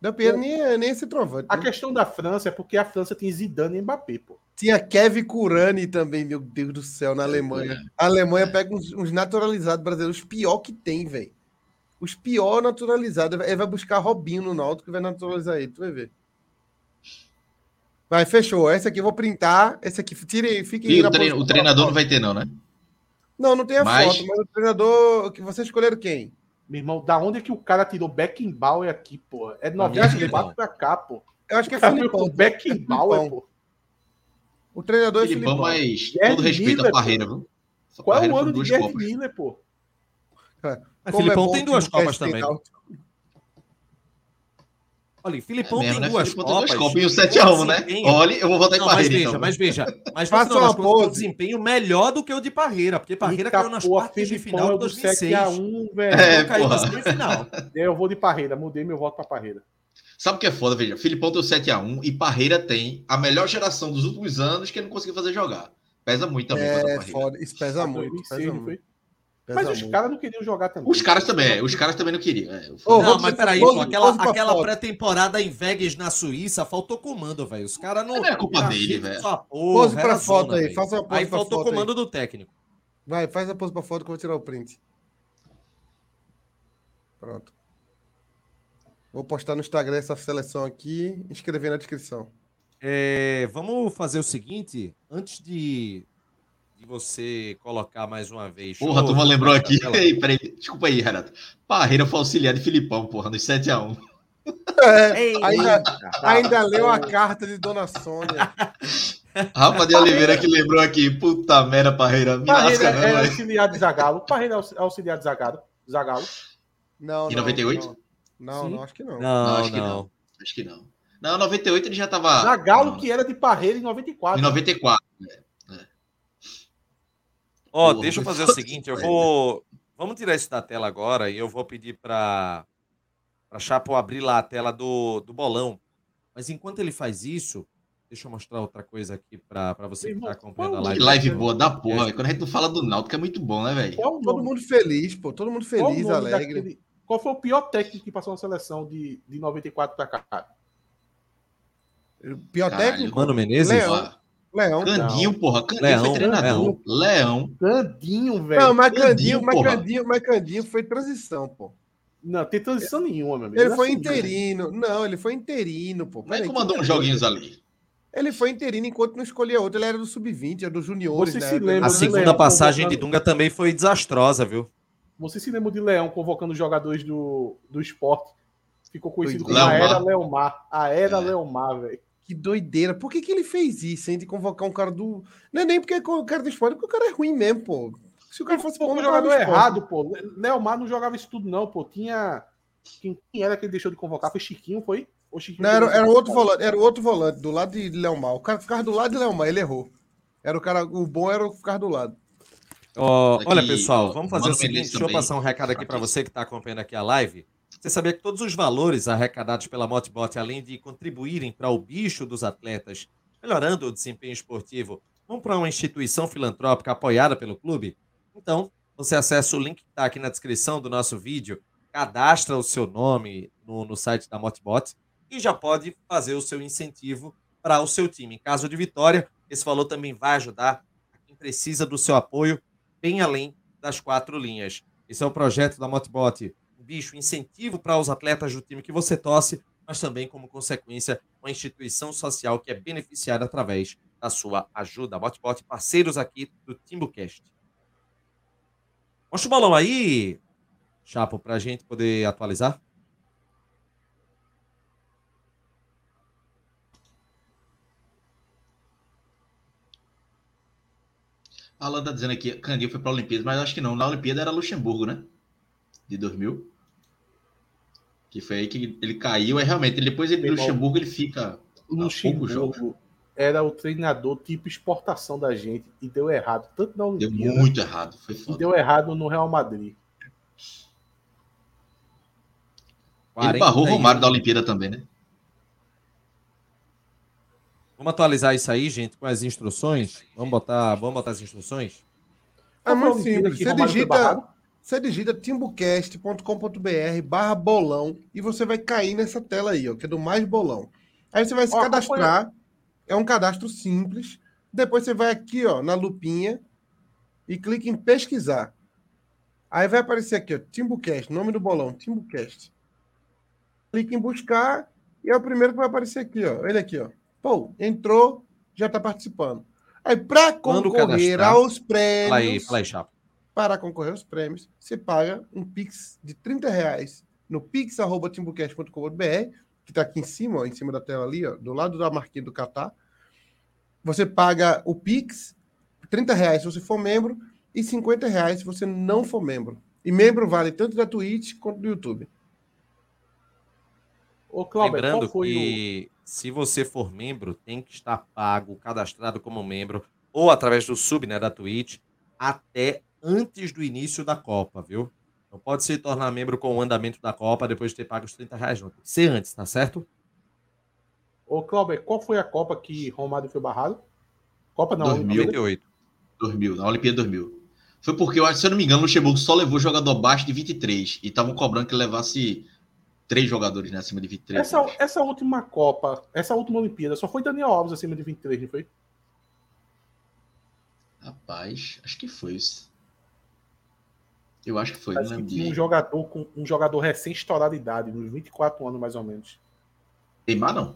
Del Piero nem, é- nem esse trovante. A questão da França é porque a França tem Zidane e Mbappé, pô. Tinha Kevin Kurani também, meu Deus do céu, na É. Alemanha. A Alemanha pega uns, uns naturalizados brasileiros, os pior que tem, velho. Os pior naturalizados. Ele vai buscar Robinho no Náutico e vai naturalizar ele, tu vai ver. Vai, fechou. Essa aqui eu vou printar. Essa aqui, tirem, fiquem E na o, trein- posição o treinador da não vai ter, não, né? foto. Não, não tem a Mas- foto, mas o treinador. que Vocês escolheram quem? Meu irmão, da onde é que o cara tirou Beckenbauer aqui, pô? É de Não, não, 94 não. pra cá, pô. Eu acho que O é cara veio Filipão. com Beckenbauer, pô. O treinador é Filipão, Filipão. mas Gerd todo respeito à Miller, Parreira, viu? Qual é Parreira um o por ano de duas Gerd Copas. Miller, pô? Mas Como é Ah, Filipão bom tem que duas né? não quer Copas também. respeitar o- Olha, Filipão mesmo, tem né? duas Filipão tem copas. duas copas e o Filipão 7x1, né? desempenha- Olha, eu vou votar em Não, mas Parreira, veja, então. mas veja. Mas no Faça final uma das contas, tem um pose. desempenho melhor do que o de Parreira, porque Parreira Eita caiu nas porra, quartas de Filipão final é de um o do 2006. 7x1, velho. É, É, Não caiu na porra. semifinal. Eu vou de Parreira, mudei meu voto pra Parreira. Sabe o que é foda? Veja, Filipão tem o 7x1 e Parreira tem a melhor geração dos últimos anos que ele não conseguiu fazer jogar. Pesa muito também. contra É, Parreira. foda. Isso pesa muito. 2006 Pesa não muito. Ah, foi? pesa Mas os muito. caras não queriam jogar também. Os caras também, os caras também não queriam. é. Eu Ô, falei, Não, vamos mas dizer, peraí, pose- pô, aquela, pose pra aquela foto. pré-temporada em Vegas, na Suíça, faltou comando, velho. Os caras não. Não é culpa Era dele, jeito velho. sua porra, Pose era pra foto zona, aí. velho. Faça uma pose Aí pra faltou foto aí. comando do técnico. Vai, faz a pose pra foto que eu vou tirar o print. Pronto. Vou postar no Instagram essa seleção aqui e escrever na descrição. É, vamos fazer o seguinte, antes de, de você colocar mais uma vez. Porra, a Ô, turma lembrou na aqui. tela. Ei, peraí, desculpa aí, Renato. Parreira foi auxiliar de Filipão, porra, nos 7x1. É, Eita, ainda- Ah, tá. ainda leu a carta de Dona Sônia. Rafa de Oliveira que lembrou aqui. Puta merda, Parreira. Me Parreira lasca, não, é velho. auxiliar de Zagalo. Parreira é aux- auxiliar de Zagalo. Zagalo. Não, Em não, 98? Não, não, Sim. não, acho que não. Não, acho que não. não. Acho que não. Não, 98 ele já tava. Zagalo não, que era de Parreira em 94. Ah. Em 94. né? Ó, Porra, deixa eu mas fazer o foda-se, seguinte, eu velho. vou. Vamos tirar isso da tela agora e eu vou pedir para para Chapo abrir lá a tela do, do bolão. Mas enquanto ele faz isso, deixa eu mostrar outra coisa aqui para você que Irmão, está acompanhando a qual é o Que live. live boa da porra, velho. Quando a gente não fala do Náutico é muito bom, né, velho? Qual é o Todo nome- mundo feliz, pô. Todo mundo qual é o feliz, nome alegre. daquele- Qual foi o pior técnico que passou na seleção de, de 94 pra cá? Pior Caralho. técnico? Mano Menezes? Leão. Porra. Leão. Candinho, porra. Candinho Leão, foi treinador. Leão. Candinho, velho. Não, mas Candinho, Candinho, mas porra. Candinho, mas Candinho foi transição, pô. Não, tem transição nenhuma, meu amigo. Ele foi Assim, interino. Não, ele foi interino, pô. Mas Peraí, comandou que uns vergonha. joguinhos ali. Ele foi interino enquanto não escolhia outro. Ele era do sub-20, era do juniores. Você né? se lembra A do segunda Leão passagem de convocando- Dunga também foi desastrosa, viu? Você se lembra de Leão convocando os jogadores do, do esporte? Ficou conhecido como a Leomar. Era Leomar. A Era É. Leomar, velho. Que doideira. Por que, que ele fez isso, hein? De convocar um cara do. Não é nem porque é o cara do esporte, porque o cara é ruim mesmo, pô. Se o cara fosse Pô, bom, um não jogador tava no esporte. errado, pô. Le- Leomar não jogava isso tudo, não, pô. Tinha. Quem, quem era que ele deixou de convocar? Foi Chiquinho, foi? Ou Chiquinho Não, era, pegou- era outro volante, era outro volante, do lado de Leomar. O cara ficava do lado de Leomar, ele errou. Era o cara, o bom era o ficar do lado. Ó, Aqui, olha, pessoal, ó, vamos fazer Mano o seguinte: Menezes deixa eu também. passar um recado aqui para Fraquíssimo. você que está acompanhando aqui a live. Você sabia que todos os valores arrecadados pela Motbot, além de contribuírem para o bicho dos atletas, melhorando o desempenho esportivo, vão para uma instituição filantrópica apoiada pelo clube? Então, você acessa o link que está aqui na descrição do nosso vídeo, cadastra o seu nome no, no site da Motbot e já pode fazer o seu incentivo para o seu time. Em caso de vitória, esse valor também vai ajudar a quem precisa do seu apoio bem além das quatro linhas. Esse é o projeto da Motbot. Um bicho incentivo para os atletas do time que você torce, mas também, como consequência, uma instituição social que é beneficiada através da sua ajuda. Motbot, parceiros aqui do TimbuCast. Mostra o balão aí, Chapo, para a gente poder atualizar. A Alan tá dizendo aqui, Candinho foi pra Olimpíada, mas acho que não. Na Olimpíada era Luxemburgo, né? De 2000. Que foi aí que ele caiu. É realmente, ele- depois ele de Meu irmão. Luxemburgo, ele fica. Luxemburgo era o treinador tipo exportação da gente e deu errado, tanto na Deu Olimpíada muito errado. Foi e foda. deu errado no Real Madrid. Ele barrou o 41. Romário da Olimpíada também, né? Vamos atualizar isso aí, gente, com as instruções. Vamos botar, vamos botar as instruções? É Qual foi a muito Olimpíada simples. que Você Romário foi digita, barrado? você digita timbucast.com.br barra bolão e você vai cair nessa tela aí, ó, que é do mais bolão. Aí você vai se Ó, cadastrar. É um cadastro simples. Depois você vai aqui, ó, na lupinha e clica em pesquisar. Aí vai aparecer aqui, ó, Timbucast, nome do bolão, Timbucast. Clica em buscar e é o primeiro que vai aparecer aqui, ó. Ele aqui, ó. Pô, entrou, já tá participando. Aí para Quando concorrer cadastrar- aos prêmios, Fala aí, fala aí, Chapo. para concorrer aos prêmios, você paga um Pix de 30 reais no pix.timbucast.com.br, que está aqui em cima, ó, em cima da tela ali, ó, do lado da marquinha do Catar. Você paga o Pix, 30 reais se você for membro, e 50 reais se você não for membro. E membro vale tanto da Twitch quanto do YouTube. Ô, Cláudio, Lembrando qual foi que se você for membro, tem que estar pago, cadastrado como membro, ou através do sub né, da Twitch, até antes do início da Copa, viu? Não pode se tornar membro com o andamento da Copa depois de ter pago os 30 reais, não. Tem que ser antes, tá certo? o... Ô, Cláudio, qual foi a Copa que Romário foi barrado? Copa não, 2000. Olimpíada? 98. 2000, na Olimpíada 2000. Foi porque, eu acho, se eu não me engano, o Luxemburgo só levou jogador abaixo de 23 e estavam cobrando que levasse três jogadores né, acima de 23. Essa, essa última Copa, essa última Olimpíada, só foi Daniel Alves acima de 23, não foi? Rapaz, acho que foi isso. Eu acho que foi, não Parece que lembro tinha um direito. jogador, com, um jogador recém estourado de idade, uns 24 anos mais ou menos. Neymar não.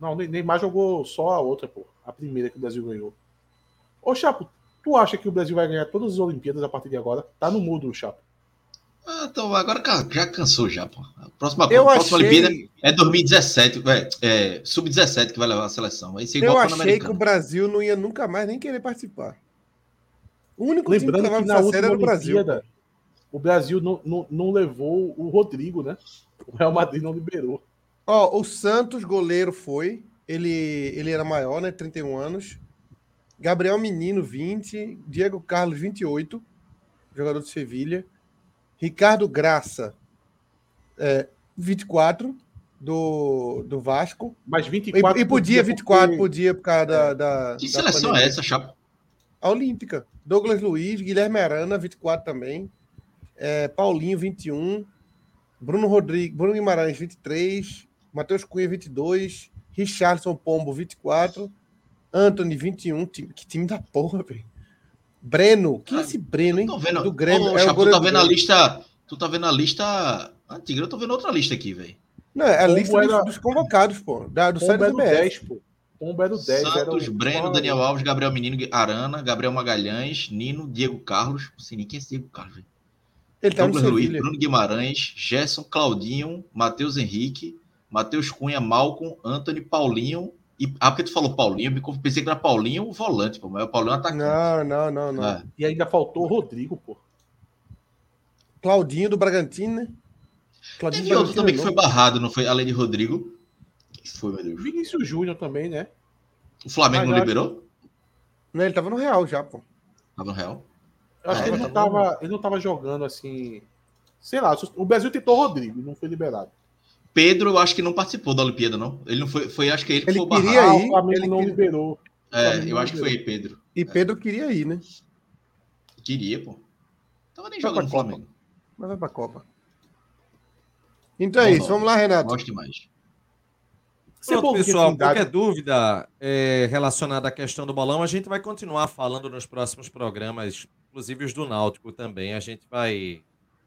Não, o Neymar jogou só a outra, pô. A primeira que o Brasil ganhou. Ô, Chapo, tu acha que o Brasil vai ganhar todas as Olimpíadas a partir de agora? Tá no mudo, Chapo. Ah, então agora ca- já cansou já, pô. A próxima, a Eu próxima Olimpíada achei, é 2017, vai- é, sub-17 que vai levar a seleção. Vai ser igual eu ao achei que o Pan-Americano. Brasil não ia nunca mais nem querer participar. O único time Lembrando que que levava na essa série última era o Brasil. Olimpíada, o Brasil não, não, não levou o Rodrigo, né? O Real Madrid não liberou. Ó, o Santos, goleiro, foi. Ele, ele era maior, né? 31 anos. Gabriel Menino, 20. Diego Carlos, 28. Jogador do Sevilha. Ricardo Graça, é, 24. Do, do Vasco. Mas E, 24... e podia 24, porque- podia por causa da. da Que da seleção pandemia. é essa, Chapa? A Olímpica. Douglas Luiz, Guilherme Arana, 24 também. É, Paulinho, 21. Bruno Rodrigues, Bruno Guimarães, 23. Matheus Cunha, 22. Richardson Pombo, 24. Anthony, 21. Time- Que time da porra, velho. Breno, Ah, que é esse Breno, hein? Tô vendo. Do Grêmio. Ô, é o Chapa, tu goleiro tá do vendo a Grêmio. lista. Tu tá vendo a lista antiga, eu tô vendo outra lista aqui, velho. Não, é a Pombo lista dos- era- dos convocados, pô. Da, do Pombo Série era do o BF. 10, é pô. Pombo era o 10. era Santos, um o- Breno, Porra, Daniel Alves, Gabriel Menino, Arana, Gabriel Magalhães, Nino, Diego Carlos. Não sei nem quem é esse Diego Carlos, velho. Ele tá no Douglas Luiz, Sevilha. Bruno Guimarães, Gerson, Claudinho, Matheus Henrique, Matheus Cunha, Malcom, Anthony, Paulinho. E, ah, porque tu falou Paulinho, eu me conf- pensei que era Paulinho o volante, pô, mas é o Paulinho atacante. Não, não, não, não. Ah, E ainda faltou o Rodrigo, pô. Claudinho do Bragantino, né? Claudinho Teve outro também que não. foi barrado, não foi? Além de Rodrigo. Que foi, meu Deus? Vinícius Júnior também, né? O Flamengo Ah, não eu acho- liberou? né? Não, ele tava no Real já, pô. Tava no Real. Eu acho É, que ele não, tá bom. tava, ele não tava jogando assim. Sei lá, o Brasil tentou o Rodrigo, não foi liberado. Pedro, eu acho que não participou da Olimpíada, não. Ele não foi, foi acho que ele que Ele foi queria barrado. aí, Ah, o Flamengo ele não queria- liberou. É, eu acho que foi né? ele, Pedro. E Pedro queria ir, né? Queria, pô. Tava nem Vai jogando no pra Flamengo. Mas vai pra Copa. Então é Não, isso, não. vamos lá, Renato. Gosto demais. Pronto, Cebolinha pessoal, tem idade. qualquer dúvida é, relacionada à questão do bolão, a gente vai continuar falando nos próximos programas, inclusive os do Náutico também. A gente vai,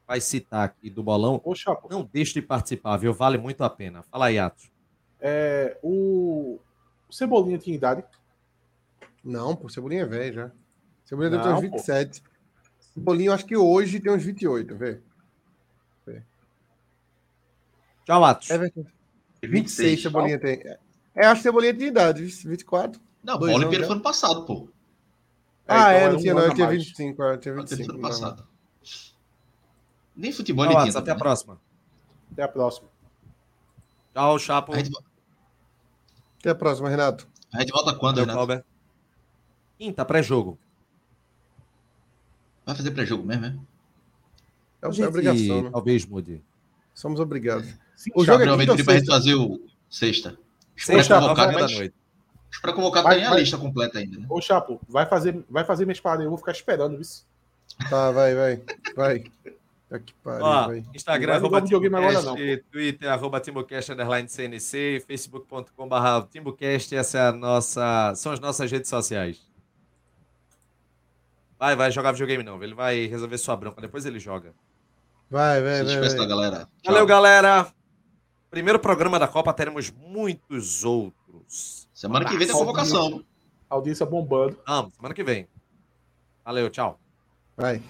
vai citar aqui do bolão. Ô, Chapo, Não deixe de participar, viu? Vale muito a pena. Fala aí, Atos. é, o... o Cebolinha tinha idade. Não, pô, Cebolinha é velho já. Cebolinha deve ter Não, uns pô. 27. Cebolinha, eu acho que hoje tem uns 28, vê. Tchau, Atos. É verdade. 26 Cebolinha tem. É, acho que Cebolinha tem idade, 24. Não, Dois bola Olimpíada anos, foi ano passado, pô. Ah, é, era não um tinha não, ano eu a tinha mais. 25, é, eu tinha Olimpíada 25. foi ano não. passado. Nem futebol Tchau, ele Atos. tinha. Até a também, né? próxima. Até a próxima. Tchau, Chapo. A gente, Até a próxima, Renato. a gente volta quando, Valeu, Renato? Clauber. Quinta, pré-jogo. Vai fazer pré-jogo mesmo, né? É A uma gente obrigação, né? Talvez mude. Somos obrigados. Sim, O Chapo, jogo é Gabriel quinta ou Medeiros pra gente sexta? fazer o sexta. Os Sexta, nove horas pré-convocados, mas da noite. os pré-convocados Vai- tem a vai- lista completa ainda, né? Ô, Chapo, vai fazer, vai fazer minhas paradas, eu vou ficar esperando isso. Tá, vai, vai. Vai. Tá que pariu, Ó, vai. Instagram, Não vai arroba jogar videogame agora, TimbuCast, Twitter, arroba TimbuCast, underline CNC, facebook.com.br TimbuCast, essa é a nossa, são as nossas redes sociais. Vai, vai jogar videogame não, ele vai resolver sua bronca, depois ele joga. Vai, Se vai, vai. despeça vai. da galera. Tchau. Valeu, galera! Primeiro programa da Copa, teremos muitos outros. Semana que vem tem convocação. Audiência bombando. Vamos, semana que vem. Valeu, tchau. Vai.